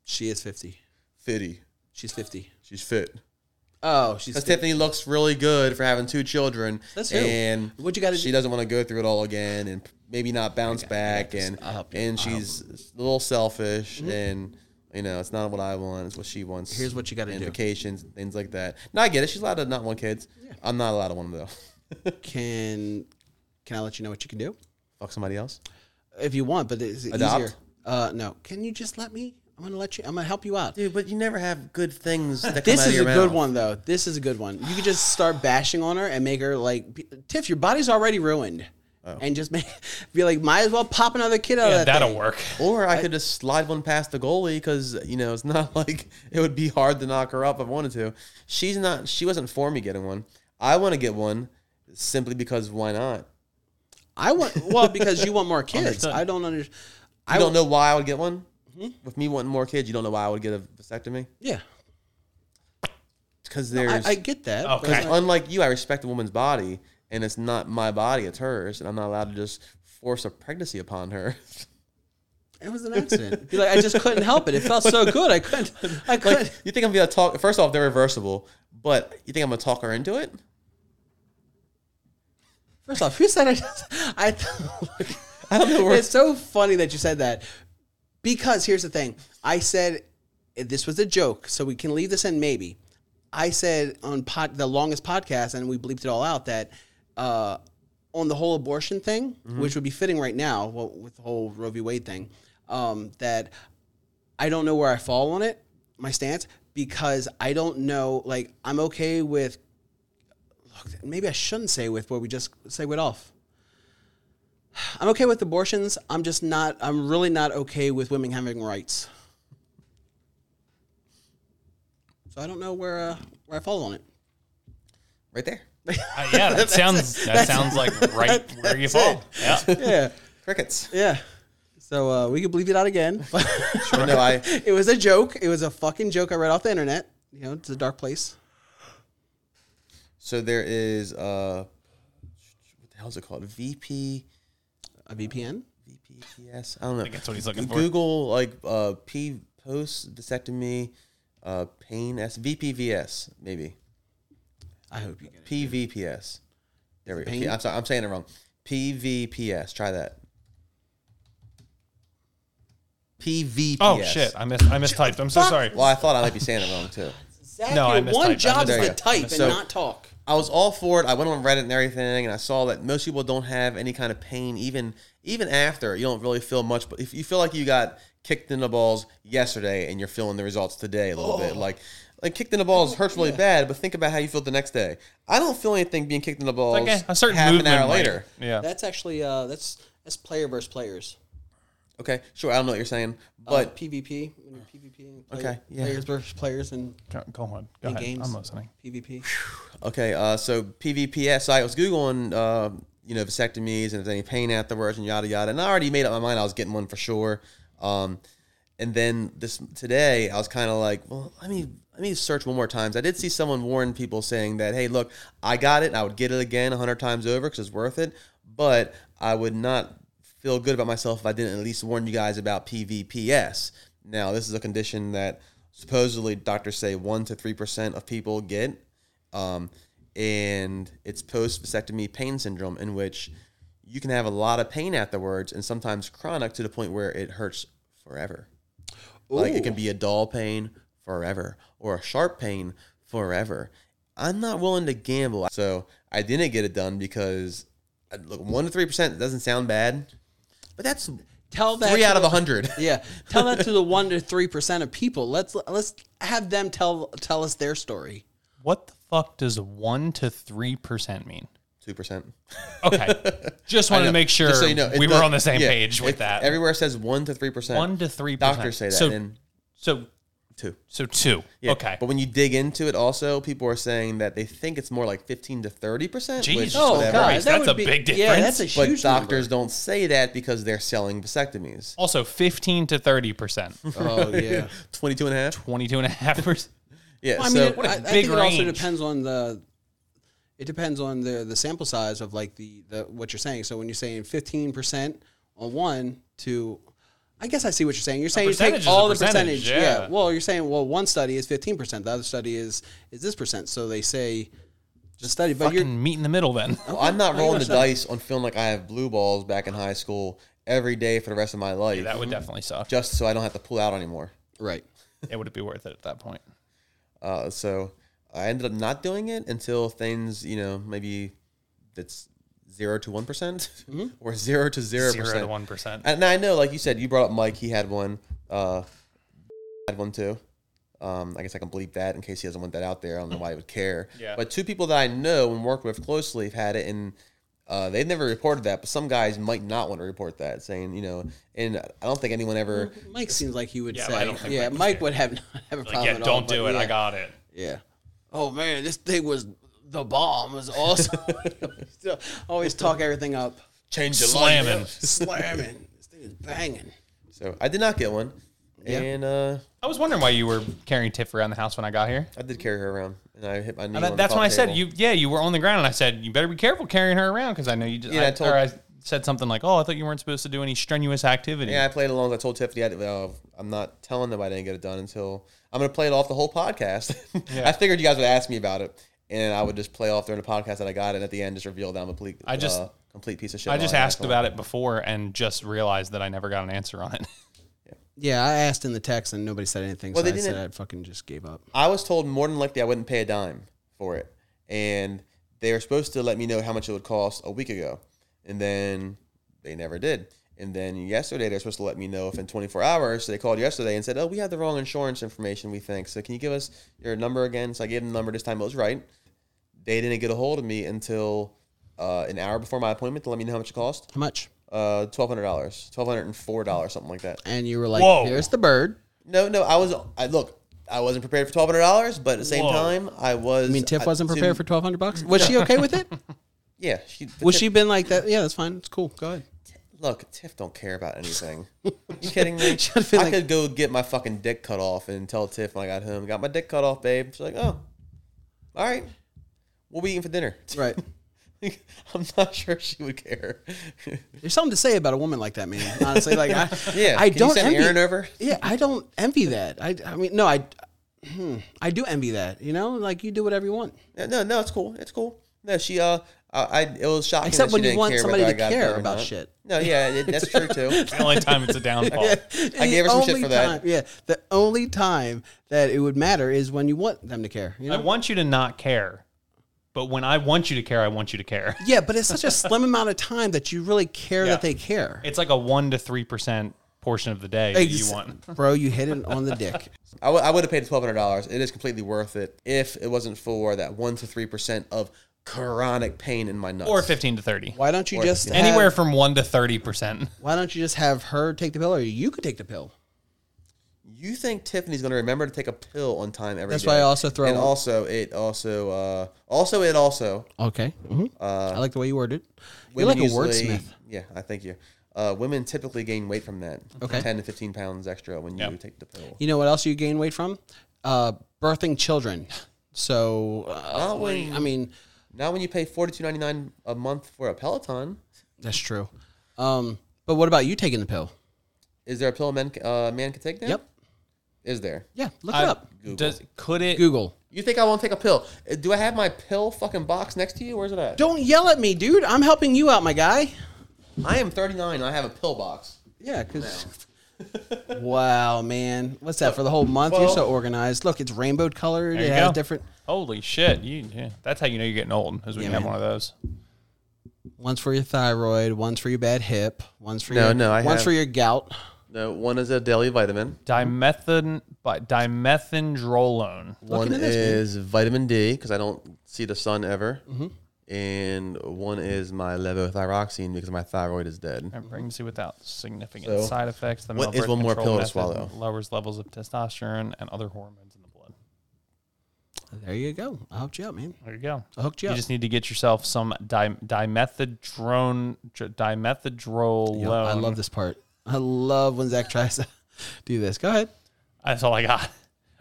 C: She is fifty.
B: fitty.
C: She's fifty.
B: She's fit.
C: Oh, she's.
B: Because
C: 50.
B: Tiffany looks really good for having two children.
C: That's true.
B: And
C: What you gotta
B: she
C: do-
B: doesn't want to go through it all again, and maybe not bounce back,
C: this.
B: and
C: I'll help you. Mm-hmm.
B: and she's a little selfish, and you know it's not what I want; it's what she wants.
C: Here's what you gotta
B: and
C: do.
B: vacations, things like that. No, I get it. She's allowed to not want kids. I'm not allowed to want them though.
C: Can Can I let you know what you can do
B: Fuck somebody else.
C: if you want? But it's
B: Adopt?
C: easier. Uh, no. Can you just let me? I'm gonna let you. I'm gonna help you out.
B: Dude, but you never have good things that
C: This is a good one though. This is a good one. You could just start bashing on her and make her like, be- Tiff, your body's already ruined, and just make, be like, might as well pop another kid out
D: Yeah,
C: of Oh, that.
D: that'll
C: thing.
D: work.
B: Or I could just slide one past the goalie because you know it's not like it would be hard to knock her up if I wanted to. She's not. She wasn't for me getting one. I want to get one simply because why not?
C: I want well because you want more kids. I don't understand.
B: I don't know why I would get one.
C: Mm-hmm.
B: With me wanting more kids, you don't know why I would get a vasectomy
C: Yeah,
B: because
C: I,
B: there's
C: I get that. but
D: Okay.
C: like-
B: unlike you, I respect a woman's body, and it's not my body; it's hers, and I'm not allowed to just force a pregnancy upon her.
C: It was an accident. Be like, I just couldn't help it. It felt so good. I couldn't. I couldn't.
B: like you think I'm gonna talk? First off, they're reversible, but you think I'm gonna talk her into it?
C: First off, who said I? I.
B: I don't know. Where,
C: It's so funny that you said that because here's the thing. I said this was a joke, so we can leave this in maybe. I said on pod, the longest podcast, and we bleeped it all out that uh, on the whole abortion thing, which would be fitting right now well, with the whole Roe v. Wade thing, um, that I don't know where I fall on it, my stance, because I don't know. Like I'm okay with. Look, maybe I shouldn't say with, but we just say with off. I'm okay with abortions. I'm just not. I'm really not okay with women having rights. So I don't know where uh, where I fall on it.
B: right there,
D: Uh, yeah, that sounds that sounds like right where you fall. Yeah.
C: Yeah,
B: crickets.
C: yeah. So uh, we could bleep it out again.
B: No, I.
C: it was a joke. It was a fucking joke I read off the internet. You know, it's a dark place.
B: So there is uh, what the hell is it called? VP,
C: A VPN.
B: VPPS. I don't know.
D: that's what he's looking for.
B: Google like uh, P post vasectomy, uh, pain S VPVS maybe
C: I hope you get it.
B: PVPS. There we go.
C: Pain?
B: I'm sorry, I'm saying it wrong. PVPS. Try that. PVPS.
D: Oh shit, I mis I mistyped. I'm so sorry.
B: Well, I thought I might be saying it wrong too.
C: Zach,
D: No, I
C: your
D: mistyped. I
C: one job is
D: mistyped.
C: to type and
B: So-
C: not talk.
B: I was all for it. I went on Reddit and everything, and I saw that most people don't have any kind of pain, even even after you don't really feel much. But if you feel like you got kicked in the balls yesterday and you're feeling the results today a little
D: Oh.
B: bit, like like kicked in the balls hurts really bad, but think about how you feel the next day. I don't feel anything being kicked in the balls.
D: Like a, a certain
B: half an
D: movement
B: hour
D: might-
B: later.
D: Yeah.
C: That's actually uh, that's that's player versus players.
B: Okay, sure. I don't know what you're saying,
C: Uh,
B: but
C: PvP, when you're PvPing, play-
B: Okay, yeah.
C: players versus players in,
D: Go, go on. Go
C: in
D: ahead.
C: games.
D: I'm listening.
C: PvP.
B: Okay, uh, so PVPS. I was googling, uh, you know, vasectomies and if there's any pain afterwards and yada yada. And I already made up my mind I was getting one for sure. Um, and then this today, I was kind of like, well, let me let me search one more time. I did see someone warn people saying that, hey, look, I got it. and I would get it again hundred times over because it's worth it. But I would not feel good about myself if I didn't at least warn you guys about PVPS. Now, this is a condition that supposedly doctors say one to three percent of people get um, and it's post vasectomy pain syndrome, in which you can have a lot of pain afterwards, and sometimes chronic to the point where it hurts forever. Like it can be a dull pain forever, or a sharp pain forever. I'm not willing to gamble, so I didn't get it done because uh, look, one to three percent doesn't sound bad, but that's
C: Tell that
B: three
C: to
B: out of
C: the-
B: a hundred.
C: Yeah, tell that to the one to three percent of people. Let's let's have them tell tell us their story.
D: What the fuck does one to three percent mean?
B: Two percent.
D: Okay, just wanted to make sure
B: Just so you know, it
D: we
B: does-
D: were on the same
B: yeah,
D: page with
B: it-
D: that.
B: Everywhere says one to three percent.
D: one to three percent.
B: Doctors say that.
D: So,
B: and
D: so,
B: two.
D: so two.
B: Yeah,
D: Okay.
B: But when you dig into it, also people are saying that they think it's more like fifteen to thirty percent.
D: Jeez.
B: Which,
D: Oh,
B: whatever.
D: God. Christ, that's
C: would
D: a big
C: Yeah,
D: difference.
C: that's a
B: But
C: huge
B: doctors don't say that because they're selling vasectomies.
D: also, fifteen to thirty percent,
C: Number. Oh yeah.
B: 22 and a half?
D: twenty-two and a half percent.
B: Yeah.
C: Well, I
B: so
C: mean, it-
D: a
C: I, I
D: big
C: think it also
D: range.
C: depends on the. It depends on the the sample size of like the, the what you're saying. So when you're saying 15 percent on one to, I guess I see what you're saying. You're saying you
D: percentage
C: take
D: is a
C: all the
D: percentage,
C: percentage.
D: yeah.
C: Well, you're saying well one study is 15 percent, the other study is is this percent. So they say, just study, but you're
D: Fucking meet in the middle then.
B: well, I'm not rolling the dice on feeling like I have blue balls back in high school every day for the rest of my life,
D: That would definitely suck.
B: just so I don't have to pull out anymore.
C: right.
D: It would be worth it at that point.
B: Uh, so I ended up not doing it until things, you know, maybe that's zero to one or zero to zero
D: Mm-hmm. Zero to
B: percent.
D: one percent.
B: And I know, like you said, you brought up Mike. He had one. Uh, had one too. Um, I guess I can bleep that in case he doesn't want that out there. I don't know why he would care.
D: Yeah.
B: But two people that I know and worked with closely have had it, and uh, they've never reported that. But some guys might not want to report that, saying, you know, and I don't think anyone ever.
C: Mike seems like he would
D: Yeah,
C: say,
D: I don't think
C: yeah,
D: Mike
C: Mike would
D: would
C: have not have a problem.
D: Like, yeah,
C: at all,
D: don't do
C: but
D: it.
C: yeah,
D: I got it.
C: yeah. Oh man, this thing was the bomb. It was awesome. Always talk everything up.
B: Change
D: Slamming.
C: slamming. This thing is banging.
B: So I did not get one, and uh,
D: I was wondering why you were carrying Tiff around the house when I got here.
B: I did carry her around, and I hit my knee.
D: And
B: on
D: that,
B: the
D: that's when
B: coffee
D: I said
B: table.
D: you. Yeah, you were on the ground, and I said you better be careful carrying her around because I know you. Just,
B: Yeah,
D: I,
B: I told-
D: or I said something like, "Oh, I thought you weren't supposed to do any strenuous activity."
B: Yeah, I played along. I told Tiffany, I, uh, I'm not telling them I didn't get it done until I'm going to play it off the whole podcast. I figured you guys would ask me about it, and I would just play off during the podcast that I got, and at the end just reveal that I'm a complete,
D: I just-
B: uh, complete piece of shit.
D: I just
B: lying
D: asked
B: asshole.
D: about it before and just realized that I never got an answer on it.
C: Yeah, I asked in the text and nobody said anything.
B: Well,
C: so
B: they
C: I said I
B: didn't-
C: fucking just gave up.
B: I was told more than likely I wouldn't pay a dime for it, and they were supposed to let me know how much it would cost a week ago, and then they never did. And then yesterday they're supposed to let me know if in 24 hours. So they called yesterday and said, "Oh, we have the wrong insurance information. We think so. Can you give us your number again?" So I gave them the number this time. It was right. They didn't get a hold of me until uh, an hour before my appointment to let me know how much it cost.
C: How much?
B: Uh, twelve hundred dollars, twelve hundred and four dollars, something like that.
C: And you were like,
D: Whoa.
C: "Here's the bird."
B: No, no, I was. I look. I wasn't prepared for twelve hundred dollars, but at the same
D: Whoa.
B: time, I was.
C: I mean, Tiff wasn't
B: to-
C: prepared for twelve hundred bucks. Was she okay with it?
B: Yeah, she. but
C: Was
B: Tiff-
C: she been like that? Yeah, that's fine. It's cool. Go ahead.
B: Look, Tiff don't care about anything. you kidding me?
C: She'd
B: I
C: be like-
B: could go get my fucking dick cut off and tell Tiff when I got home, got my dick cut off, babe. She's like, oh, all right. What we eating for dinner?
C: Right.
B: I'm not sure she would care.
C: There's something to say about a woman like that, man. Honestly, like I,
B: Yeah,
C: I
B: can you
C: don't
B: send
C: envy.
B: Aaron over?
C: Yeah, I don't envy that. I, I mean, no, I, hmm, I do envy that. You know, like you do whatever you want.
B: Yeah, no, no, it's cool. It's cool. No, she. Uh, I, I it was shocking.
C: Except
B: that she
C: when you
B: didn't
C: want
B: care
C: somebody
B: whether
C: to
B: I got it
C: care
B: done or
C: about
B: not.
C: shit.
B: No, yeah, it, that's true too.
D: The only time it's a downfall.
B: I gave her some shit
C: Only
B: for that.
C: time- Yeah, the only time that it would matter is when you want them to care. You
D: I
C: know?
D: want you to not care, but when I want you to care, I want you to care.
C: yeah, but it's such a slim amount of time that you really care
D: Yeah.
C: that they care.
D: It's like a one to three percent portion of the day that
C: Ex-
D: you want.
C: bro, you hit it on the dick.
B: I would have paid twelve hundred dollars. It is completely worth it if it wasn't for that one to three percent of chronic pain in my nuts.
D: Or fifteen to thirty.
C: Why don't you just have-
D: Anywhere from one to thirty percent.
C: Why don't you just have her take the pill, or you could take the pill?
B: you think Tiffany's going to remember to take a pill on time every
C: That's
B: day.
C: why I also throw-
B: And also, it also, uh, also it also.
C: Okay, hmm I like the way you worded. it. You're like
B: women
C: a
B: Uh, usually-
C: wordsmith.
B: Yeah, I thank you. Uh, women typically gain weight from that.
C: Okay.
B: ten to fifteen pounds extra when you take the pill.
C: You know what else you gain weight from? Uh, birthing children. So, uh,
B: Not when-
C: I mean,
B: Not when you pay forty two ninety nine a month for a Peloton.
C: that's true. Um, but what about you taking the pill?
B: Is there a pill a man, uh, man can take now?
C: Yep.
B: Is there?
C: Yeah, look it up.
D: Does could it?
C: Google.
B: You think I won't take a pill? Uh, Do I have my pill fucking box next to you? Where's it at?
C: Don't yell at me, dude. I'm helping you out, my guy.
B: I am 39 and I have a pill box.
C: Yeah, because. wow, man. What's that for the whole month? You're so organized. Look, it's rainbow colored.
D: There
C: It
D: you
C: has
D: go.
C: different.
D: Holy shit! You, yeah. That's how you know you're getting old. Is when you have
C: man.
D: one of those.
C: One's for your thyroid, one's for your bad hip, one's for
B: No,
C: your,
B: no, I
C: one's
B: have-
C: for your gout.
B: No, one is a daily vitamin.
D: Dimethin, bi- dimethindrolone.
B: One
C: into this, man.
B: is vitamin D because I don't see the sun ever, Mm-hmm. and one is my levothyroxine because my thyroid is dead.
D: And pregnancy without significant
B: So,
D: side effects. The
B: what
D: male
B: is
D: birth
B: one more
D: control
B: pill to
D: method
B: swallow?
D: Lowers levels of testosterone and other hormones in the blood.
C: There you go. I helped you out, man.
D: There you go.
C: I hooked you
D: You
C: up.
D: just need to get yourself some di- dimethadrone, dr- dimethadrolone.
C: Yep, I love this part. I love when Zach tries to do this. Go ahead.
D: That's all I got.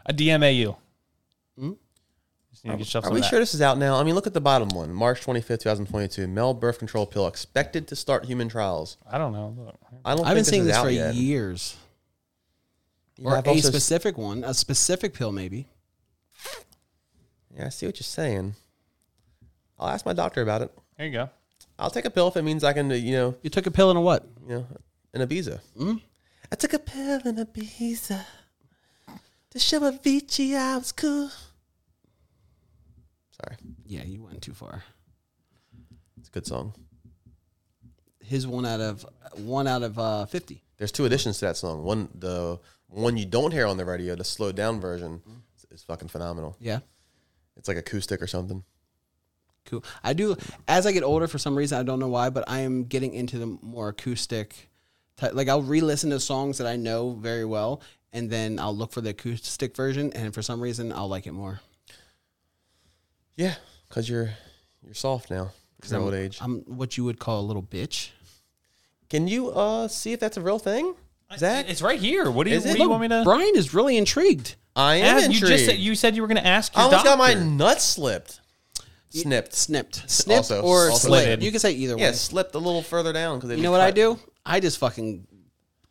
D: A DMAU. Just need to get yourself
B: Hmm? Are
D: some
B: we
D: of that.
B: sure this is out now? I mean, look at the bottom one, March twenty fifth, two thousand twenty two. Male birth control pill expected to start human trials.
D: I don't know. Look.
B: I don't.
C: I've
B: think
C: been seeing
B: is
C: this
B: out
C: for
B: yet.
C: years.
B: You know,
C: Or
B: I've
C: a
B: also-
C: specific one, a specific pill, maybe.
B: Yeah, I see what you're saying. I'll ask my doctor about it.
D: There you go.
B: I'll take a pill if it means I can, uh, you know,
C: You took a pill and a what?
B: you know, in Ibiza.
D: Hmm?
B: I took a pill in Ibiza to show Avicii I was cool. Sorry,
C: Yeah, you went too far.
B: it's a good song.
C: His one out of one out of uh, fifty.
B: There's two additions to that song. One, the one you don't hear on the radio, the slowed down version, is, is fucking phenomenal.
C: Yeah,
B: It's like acoustic or something.
C: cool. I do. As I get older, for some reason I don't know why, but I am getting into the more acoustic. Type. Like I'll re-listen to songs that I know very well, and then I'll look for the acoustic version, and for some reason I'll like it more.
B: Yeah, cause you're you're soft now. Cause of old age.
C: I'm what you would call a little bitch.
B: Can you uh see if that's a real thing, Zach?
D: It's right here. What do you,
B: Is
D: what
B: it?
D: do you want me to
C: Brian is really intrigued.
B: I am
D: ask? You
B: intrigued.
D: just said you said you were going to ask your
B: I almost got
D: doctor.
B: my nuts slipped, snipped.
C: Snipped, snipped,
B: also-
C: or
B: also
C: slit.
D: slitted.
C: You can say either
B: Yeah,
C: one.
B: slipped a little further down because
C: You know what I do? I just fucking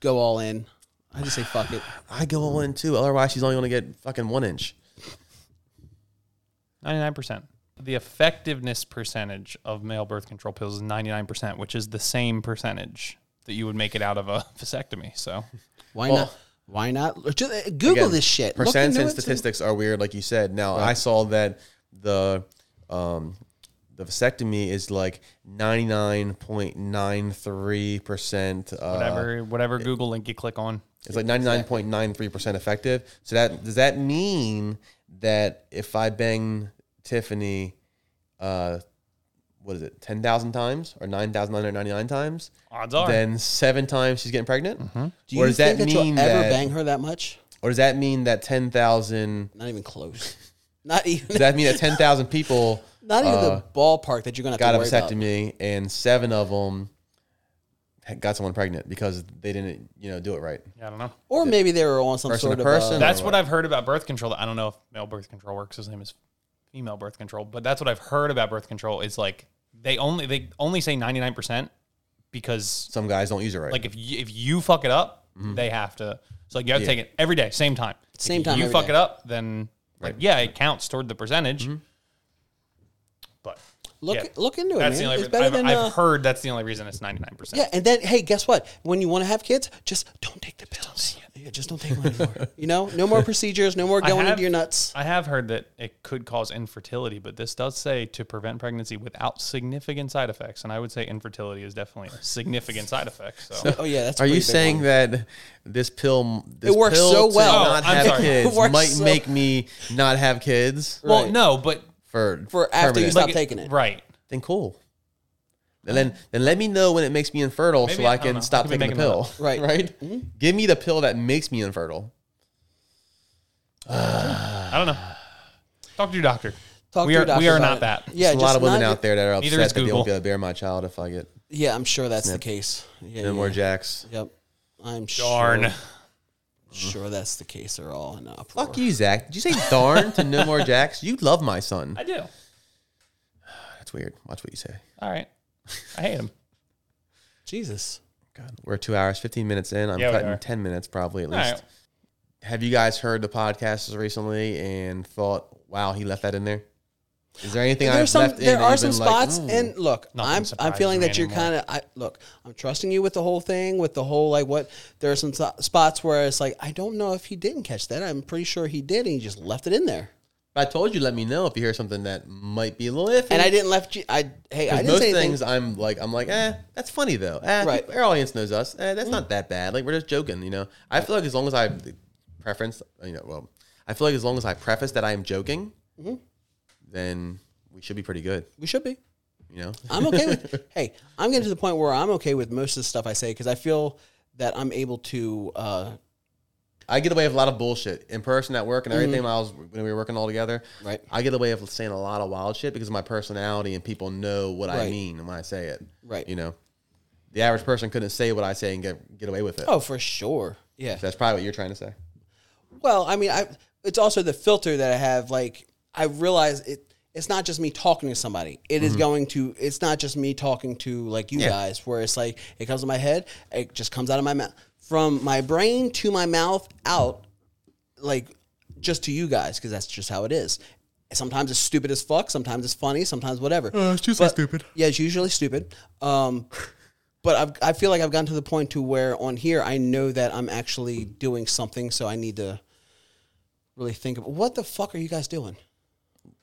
C: go all in. I just say fuck it.
B: I go all in too. Otherwise, she's only going to get fucking one inch.
D: 99%. The effectiveness percentage of male birth control pills is 99%, which is the same percentage that you would make it out of a vasectomy. So
C: Why
B: Well-
C: not? Why not? Just, uh, Google
B: Again,
C: this shit. Look
B: Percents
C: into
B: and
C: it, see-
B: statistics are weird, like you said. Now I saw that the um, the vasectomy is like ninety nine point nine three percent. uh,
D: whatever whatever Google link you click on.
B: It's like ninety nine point nine three percent effective. So that does that mean that if I bang Tiffany, uh, what is it, ten thousand times or nine thousand nine hundred ninety nine times?
D: Odds are.
B: then seven times she's getting pregnant.
C: Mm-hmm. Do you
B: Or does that
C: think that,
B: mean
C: you'll ever
B: that?
C: bang her that much?
B: Or does that mean that ten thousand?
C: Not even close. Not
B: Does
C: even.
B: that mean that ten thousand people
C: Not even
B: uh,
C: the ballpark that you're gonna have
B: got
C: to
B: a
C: worry about.
B: vasectomy and seven of them got someone pregnant because they didn't, you know, do it right?
D: Yeah, I don't know.
C: Or maybe they were on some
B: Person to
C: sort of.
B: person,
C: uh,
B: or
D: That's what I've heard about birth control. I don't know if male birth control works the same as female birth control, but that's what I've heard about birth control is like they only they only say 99% because
B: Some guys don't use it right.
D: like if you, if you fuck it up, they have to so like you have to take it every day, same time.
C: Mm-hmm. Same
D: if
C: time
D: You
C: every
D: fuck
C: day. Mm-hmm.
D: it up, then like yeah, it counts toward the percentage. But
C: Look
D: Yeah.
C: look into it.
D: That's the
C: man.
D: only.
C: it's better
D: I've,
C: than
D: I've
C: uh,
D: heard that's the only reason it's ninety nine percent.
C: Yeah, and then hey, guess what? When you want to have kids, just don't take the pills. Yeah, just don't take one anymore. you know, no more procedures, no more
D: I
C: going
D: have-
C: into your nuts.
D: I have heard that it could cause infertility, but this does say to prevent pregnancy without significant side effects, and I would say infertility is definitely a significant side effect. So,
C: Oh yeah, that's. a
B: Are
C: pretty
B: you
C: big
B: saying
C: one.
B: that this pill this
C: It works
B: pill
C: so
B: to
C: well.
B: not
D: Oh, I'm
B: have
D: sorry.
B: kids
C: It works
B: might
C: so-
B: make me not have kids
D: well,
C: Right.
D: no, but
B: for
C: For after you
B: permanent?
C: stop
D: like,
C: taking it.
D: right?
B: then cool. And then then let me know when it makes me infertile
D: Maybe-
B: so I
D: I don't
B: can
D: know.
B: stop
D: Could be
B: taking the
D: making that
B: pill.
D: up.
C: Right.
B: right? Give me the pill that makes me infertile.
D: I don't know. Talk to your doctor.
C: Talk
D: we
C: to
D: are
C: your doctor
D: we are
C: about
D: not
C: it.
D: that.
C: Yeah,
B: There's a lot
C: just
B: of women
C: not-
B: out there that are
D: Neither
B: upset
D: is
B: that they'll
D: Google.
B: be able to bear my child if I get
C: Yeah, I'm sure that's the case. Yeah,
B: no
C: yeah,
B: more
C: yeah.
B: jacks.
C: Yep, I'm
D: Darn.
C: sure, sure that's the case. They're all in an uproar.
B: Fuck you, Zach. Did you say darn to no more jacks? You love my son.
D: I do.
B: That's weird. Watch what you say.
D: All right. I hate him.
C: Jesus.
B: God, we're two hours, 15 minutes in. I'm
D: Yeah, we
B: cutting
D: are.
B: 10 minutes probably at
D: All
B: least.
D: right.
B: Have you guys heard the podcasts recently and thought, wow, he left that in there? Is there anything
C: There's
B: I've
C: some.
B: left in
C: There
B: that
C: are
B: you've
C: some
B: been like, "Hmm."
C: spots,
B: "Ooh"?
C: and look,
D: Nothing
C: I'm I'm
D: surprises
C: feeling
D: me
C: that you're
D: anymore.
C: kind of. I look, I'm trusting you with the whole thing, with the whole like what. There are some so- spots where it's like I don't know if he didn't catch that. I'm pretty sure he did, and he just left it in there.
B: But I told you, let me know if you hear something that might be a little iffy.
C: And I didn't left you. I hey, I
B: 'Cause
C: didn't
B: most
C: say anything.
B: things I'm like, I'm like, eh, that's funny though. Eh,
C: Right. Mm.
B: Our audience knows us. Eh, that's not that bad. Like we're just joking, you know. I feel like as long as I preference, you know, well, I feel like as long as I preface that I am joking,
C: Mm-hmm.
B: then we should be pretty good,
C: we should be.
B: you know.
C: I'm okay with. hey, I'm getting to the point where I'm okay with most of the stuff I say because I feel that I'm able to. uh
B: I get away with a lot of bullshit in person at work and everything. When I was when we were working all together,
C: Mm-hmm. Right.
B: I get away with saying a lot of wild shit because of my personality and people know what I
C: Right.
B: mean when I say it.
C: Right.
B: You know, the average person couldn't say what I say and get get away with it.
C: Oh, for sure. Yeah.
B: That's probably what you're trying to say.
C: Well, I mean, I it's also the filter that I have. Like, I realize it. It's not just me talking to somebody. It
B: Mm-hmm.
C: is going to. It's not just me talking to like you guys, where it's like it comes to my head. It just comes out of my mouth, from my brain to my mouth out, like just to you guys, because that's just how it is. Sometimes it's stupid as fuck. Sometimes it's funny. Sometimes whatever.
B: Uh, it's usually stupid.
C: Yeah, it's usually stupid. Um, but I've, I feel like I've gotten to the point to where on here I know that I'm actually doing something, so I need to really think of what the fuck are you guys doing?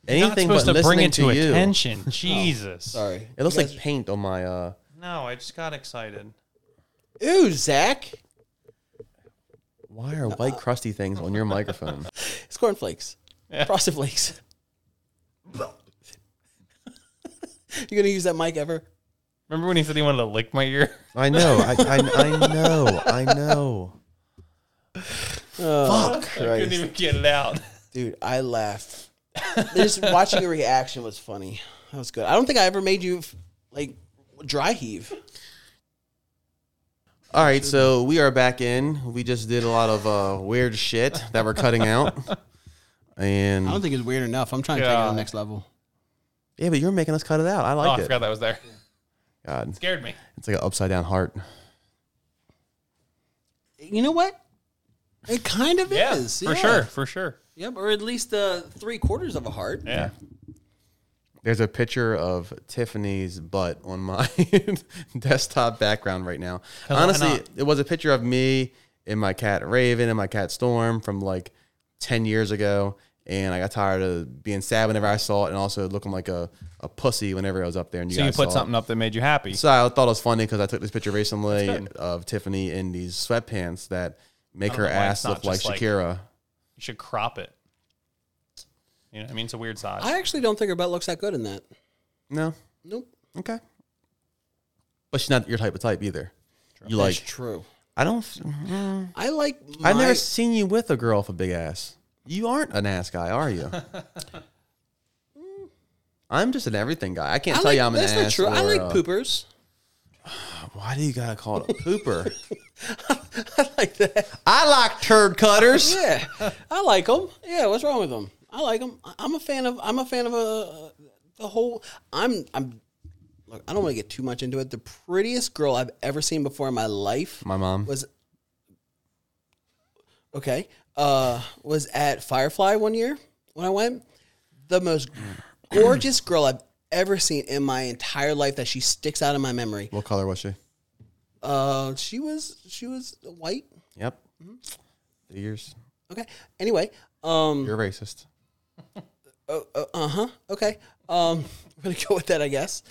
B: Anything but listening to, you.
D: attention. Jesus.
C: Sorry,
B: It looks like paint on my. uh
D: No, I just got excited.
C: ooh, Zach,
B: Why are
C: Uh,
B: white crusty things on your microphone?
C: it's cornflakes, frosted flakes. you gonna use that mic ever?
D: Remember when he said he wanted to lick my ear?
B: I know. I, I, I know. I know.
C: Oh,
B: Fuck.
D: I couldn't even get it out.
C: dude, I laughed. Just watching your reaction was funny. That was good. I don't think I ever made you like dry heave.
B: All right, so we are back in. We just did a lot of uh, weird shit that we're cutting out, and
C: I don't think it's weird enough. I'm trying to take it to the next level.
B: yeah, but you're making us cut it out. I
D: Oh,
B: like
D: I
B: it.
D: forgot that was there.
B: God,
D: Scared me.
B: it's like an upside down heart.
C: You know what? It kind of
D: Yeah,
C: is.
D: for
C: yeah.
D: sure, for sure.
C: Yep, or at least uh, three quarters of a heart.
D: Yeah.
B: There's a picture of Tiffany's butt on my desktop background right now.
D: why
B: Honestly,
D: not?
B: it was a picture of me and my cat Raven and my cat Storm from like 10 years ago. And I got tired of being sad whenever I saw it and also looking like a, a pussy whenever I was up there. And you
D: So you
B: guys
D: put
B: saw it.
D: something up that made you happy.
B: So I thought it was funny because I took this picture recently of Tiffany in these sweatpants that make
D: I
B: her
D: don't know why
B: ass
D: it's not
B: look like
D: just like-
B: Shakira.
D: you should crop it. You know, what I mean, it's a weird size.
C: I actually don't think her butt looks that good in that.
B: No,
C: Nope.
B: okay, but she's not your type of type either. You
C: That's
B: like?
C: true. Mm-hmm.
B: I don't.
C: I like. My,
B: I've never seen you with a girl with a big ass. You aren't an ass guy, are you? Mm. I'm just an everything guy. I can't
C: I
B: tell
C: like,
B: you I'm an
C: that's
B: ass.
C: not true. I
B: or,
C: like
B: uh,
C: poopers.
B: Why do you gotta call it a pooper?
C: I like that.
B: I like turd cutters.
C: Yeah, I like them. Yeah, what's wrong with them? I like them. I'm a fan of. I'm a fan of uh the whole. I'm. I'm. Look, I don't want to get too much into it. The prettiest girl I've ever seen before in my life.
B: My mom.
C: was okay. Uh, was at Firefly one year when I went. The most gorgeous girl I've ever seen in my entire life that she sticks out in my memory.
B: What color was she?
C: Uh, she was she was white.
B: Yep.
C: Mm-hmm.
B: Figures.
C: Okay. Anyway, um,
B: You're racist.
C: uh huh. Okay. Um, I'm gonna go with that, I guess.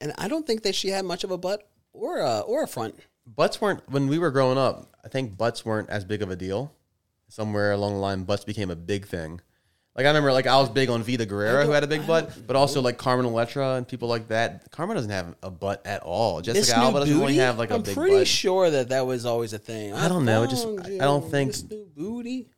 C: And I don't think that she had much of a butt or a or a front.
B: Butts weren't when we were growing up. I think butts weren't as big of a deal. Somewhere along the line, butts became a big thing. Like I remember, like I was big on Vita Guerrera, who had a big butt, but also like Carmen Electra and people like that. Carmen doesn't have a butt at all.
C: Miss
B: Jessica
C: New
B: Alba doesn't really
C: Booty?
B: have like a
C: I'm
B: big
C: pretty
B: butt.
C: sure that that was always a thing.
B: I don't know, it just-
C: found
B: I- I
C: you,
B: don't think-
C: Miss New booty.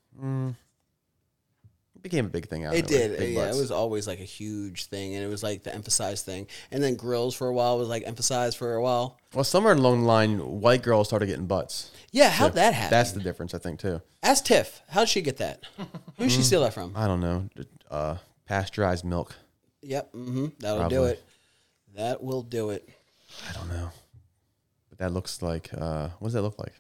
B: it became a big thing. Out
C: It
B: of
C: did.
B: Like, big
C: yeah,
B: butts.
C: it was always like a huge thing, and it was like the emphasized thing. And then grills for a while was like emphasized for a while.
B: Well, somewhere along the line, white girls started getting butts.
C: Yeah, how'd that happen?
B: That's the difference, I think, too.
C: Ask Tiff. How'd she get that? Who'd she steal that from?
B: I don't know. Uh, pasteurized milk.
C: Yep. hmm That'll do
B: Probably.
C: it. That will do it.
B: I don't know. But that looks like. Uh, what does that look like?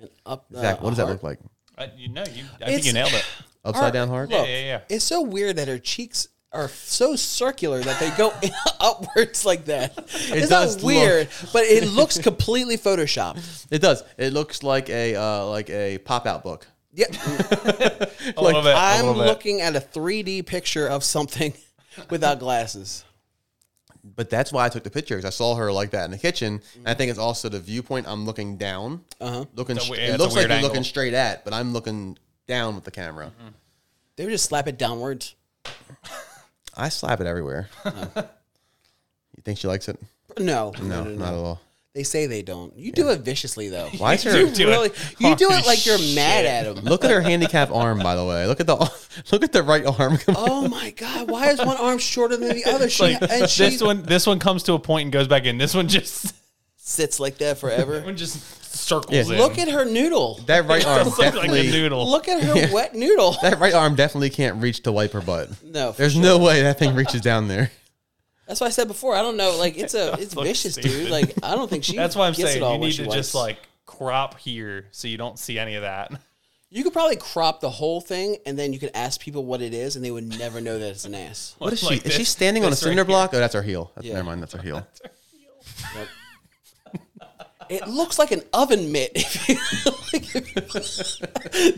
C: And up. uh,
B: Zach, what does that look
C: heart.
B: like?
D: I, you know, you, I
C: It's-
D: think you nailed it.
B: Upside
C: Our-
B: down hard.
D: Yeah,
C: Look.
D: yeah, yeah.
C: It's so weird that her cheeks are so circular that they go upwards like that. it's
B: does
C: not
B: look-
C: weird, but it looks completely photoshopped.
B: It does. It looks like a uh, like a pop out book.
C: Yeah,
D: A little bit. a
C: I'm
D: little bit.
C: looking at a 3D picture of something without glasses.
B: But that's why I took the pictures. I saw her like that in the kitchen, and I think it's also the viewpoint. I'm looking down, uh-huh. looking.
D: It's a
B: st-
D: we-
B: it
D: it's a
B: looks like
D: weird
B: you're
D: angle. Mm-hmm.
B: looking straight at, but I'm looking down with the camera.
C: They would just slap it downwards.
B: I slap it everywhere. you think she likes it?
C: No, no,
B: No,
C: no, no.
B: not at all.
C: They say they don't. You do it viciously though.
B: Why is her?
C: You
D: do it
C: really, you do
D: hard
C: it like you're
D: as
C: mad
D: shit.
C: at them.
B: Look at her handicap arm, by the way. Look at the look at the right arm.
C: Oh my god! Why is one arm shorter than the other? She
D: Like,
C: and she
D: this one, this one comes to a point and goes back in. This one just,
C: sits like that
D: this
C: forever.
D: one just circles in.
C: Look at her noodle.
B: that right arm
D: Looks like a
B: definitely.
D: noodle.
C: Look at her wet noodle.
B: that right arm definitely can't reach to wipe her butt.
C: No, for
B: There's no way that thing reaches down there.
C: That's what I said before. I don't know. Like it's a it's
D: looks
C: vicious, dude.
D: stupid.
C: Like I don't think she.
D: That's why I'm
C: gets it
D: saying
C: all
D: you
C: when
D: need
C: she
D: to
C: wipes.
D: just like crop here so you don't see any of that.
C: You could probably crop the whole thing, and then you could ask people what it is, and they would never know that it's an ass.
B: What is Oh, she?
D: Like
B: is she
D: this-
B: standing on a
D: this right
B: cinder
D: here.
B: block? Oh, that's her heel. That's,
C: Yeah.
B: Never mind, that's her heel.
C: It looks like an oven mitt. If you, like, if-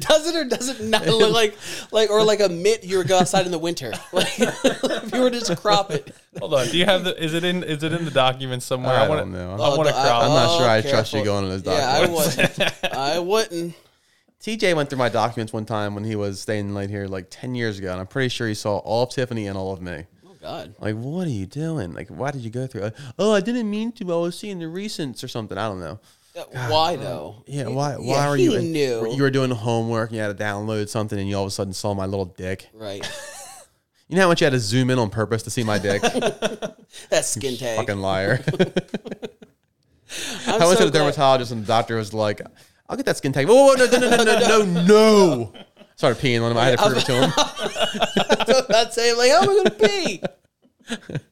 C: does it or does it not look like like or like a mitt you would go outside in the winter? Like if you were to just crop it.
D: Hold on, do you have the? Is it in? Is it in the document somewhere?
B: I
D: wanna-
B: don't know.
D: I want to
C: Oh,
D: crop.
B: I'm not sure I
C: oh,
B: trust you
C: careful.
B: going to those
C: Yeah, I
B: documents.
C: wouldn't. I wouldn't.
B: TJ went through my documents one time when he was staying late here like 10 years ago, and I'm pretty sure he saw all of Tiffany and all of me.
C: Oh God.
B: Like, what are you doing? Like, why did you go through? Oh, I didn't mean to. I was seeing the recents or something. I don't know.
C: Uh, Why though?
B: Yeah, why? Why
C: yeah,
B: were
C: he
B: you?
C: knew.
B: You were doing homework. And you had to download something, and you all of a sudden saw my little dick.
C: Right.
B: You know how much you had to zoom in on purpose to see my dick?
C: That's skin tag.
B: Fucking liar!
C: I'm
B: I went to
C: so
B: the
C: glad-
B: dermatologist, and the doctor was like, "I'll get that skin tag." Whoa, whoa, no, no, no, no, no, no, no! Started peeing on him. I had to prove it to him.
C: I'd say like, how am I going to pee?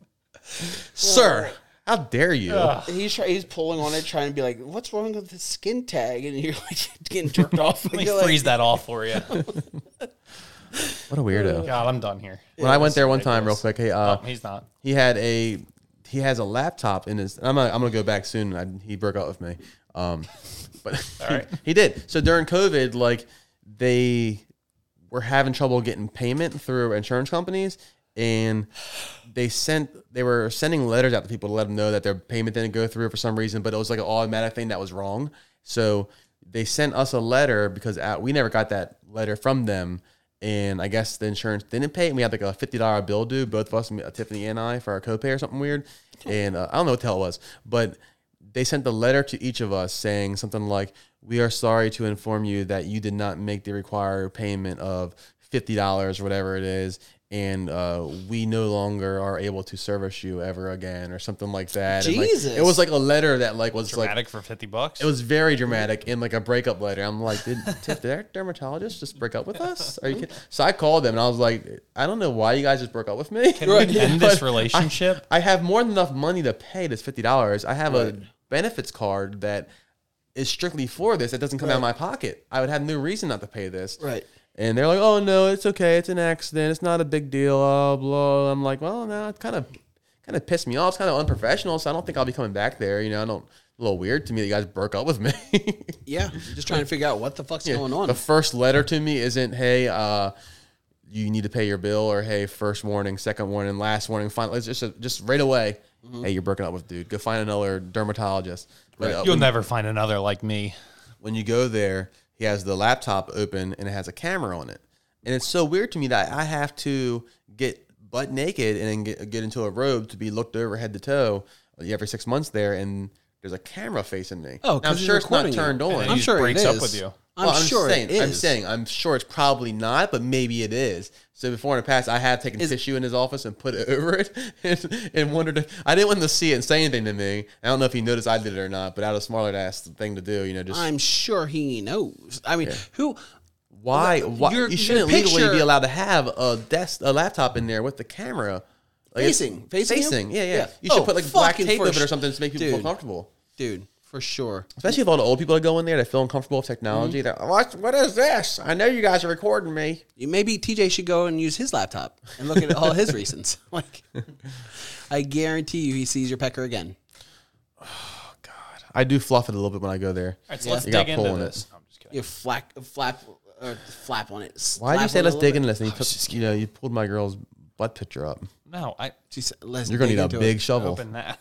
B: Sir, how dare you?
C: he's try, he's pulling on it, trying to be like, what's wrong with the skin tag? And you're like getting jerked off.
D: Let
C: You're
D: me
C: like,
D: freeze that off for you.
B: What a weirdo!
D: God, I'm done here.
B: When I went there one time, real quick, hey, uh,
D: Oh, he's not.
B: he had a he has a laptop in his. I'm gonna, I'm gonna go back soon. I, he broke up with me, um, but
D: right.
B: he did. So during COVID, like they were having trouble getting payment through insurance companies, and they sent they were sending letters out to people to let them know that their payment didn't go through for some reason, but it was like an automatic thing that was wrong. So they sent us a letter because uh we never got that letter from them. And I guess the insurance didn't pay, and we had like a fifty dollar bill due, both of us, me- uh, Tiffany and I, for our copay or something weird. And uh, I don't know what the hell it was, but they sent the letter to each of us saying something like, "We are sorry to inform you that you did not make the required payment of fifty dollars or whatever it is, and uh, we no longer are able to service you ever again, or something like that." And, like,
C: Jesus.
B: it was like a letter that like was like
D: Dramatic for fifty bucks.
B: it was very dramatic in like a breakup letter. I'm like, did, did their dermatologist just break up with us? Are you kidding? So I called them and I was like, I don't know why you guys just broke up with me.
D: Can we end
B: But
D: this relationship?
B: I, I have more than enough money to pay this fifty dollars. I have a benefits card that is strictly for this. It doesn't come out of my pocket. I would have no reason not to pay this.
C: Right.
B: And they're like, oh no, it's okay. It's an accident. It's not a big deal. Uh, blah. I'm like, well, no, it kind of kind of pissed me off. It's kind of unprofessional, so I don't think I'll be coming back there. You know, I don't. A little weird to me. that You guys broke up with me.
C: Yeah, just trying to figure out what the fuck's
B: Yeah,
C: going on.
B: The first letter to me isn't hey, uh, you need to pay your bill, or hey, first warning, second warning, last warning, final. It's just just right away.
C: Mm-hmm.
B: Hey, you're broken up with dude. Go find another dermatologist. But uh,
D: You'll
B: when,
D: never find another like me.
B: when you go there, he has the laptop open and it has a camera on it, and it's so weird to me that I have to get butt naked and then get, get into a robe to be looked over head to toe every six months there, and there's a camera facing me.
C: Oh,
B: Now,
C: 'cause
B: I'm
C: he's
B: sure it's not
C: recording you.
B: turned
C: And
B: on.
D: then
C: I'm
D: he
C: sure
D: breaks
C: it
D: up
C: is.
D: with you.
C: I'm
B: Well,
C: sure
B: saying,
C: it is.
B: I'm saying, I'm sure it's probably not, but maybe it is. So before in the past, I have taken tissue in his office and put it over it, and, and wondered. If, I didn't want him to see it and say anything to me. I don't know if he noticed I did it or not, but out of smart ass thing to do, you know, just
C: I'm sure he knows. I mean, who?
B: why? Why
C: your-
B: you shouldn't
C: your
B: legally be
C: picture-
B: allowed to have a desk, a laptop in there with the camera Like, it's-
C: Facing- facing you?
B: facing. Yeah, yeah.
C: Yeah.
B: You should
C: Oh,
B: put like black
C: fucking
B: tape
C: for
B: over it or
C: sh-
B: something to make people feel
C: Dude.
B: comfortable.
C: Dude, for sure.
B: Especially if all the old people that go in there, they feel uncomfortable with
C: Mm-hmm.
B: technology. They're, what, what is this? I know you guys are recording me.
C: Maybe TJ should go and use his laptop and look at all his recents. Like, I guarantee you, he sees your pecker again.
B: I do fluff it a little bit when I go there.
D: All right, so let's
B: You got
D: dig into
B: pulling
D: this.
B: it.
D: No, I'm just kidding.
C: You flap, flap, or flap on it.
B: Why did you
C: Slap
B: say
C: on it a
B: let's
C: little
B: dig
C: bit.
B: into this? And you, put, you know, you pulled my girl's butt picture up.
D: No, I
C: She said, let's
B: You're gonna
C: dig
B: need a
C: into it.
B: big shovel.
D: open that.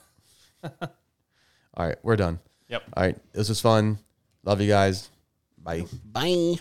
B: All right, we're done.
D: Yep.
B: All right, this was fun. Love you guys. Bye.
C: Bang.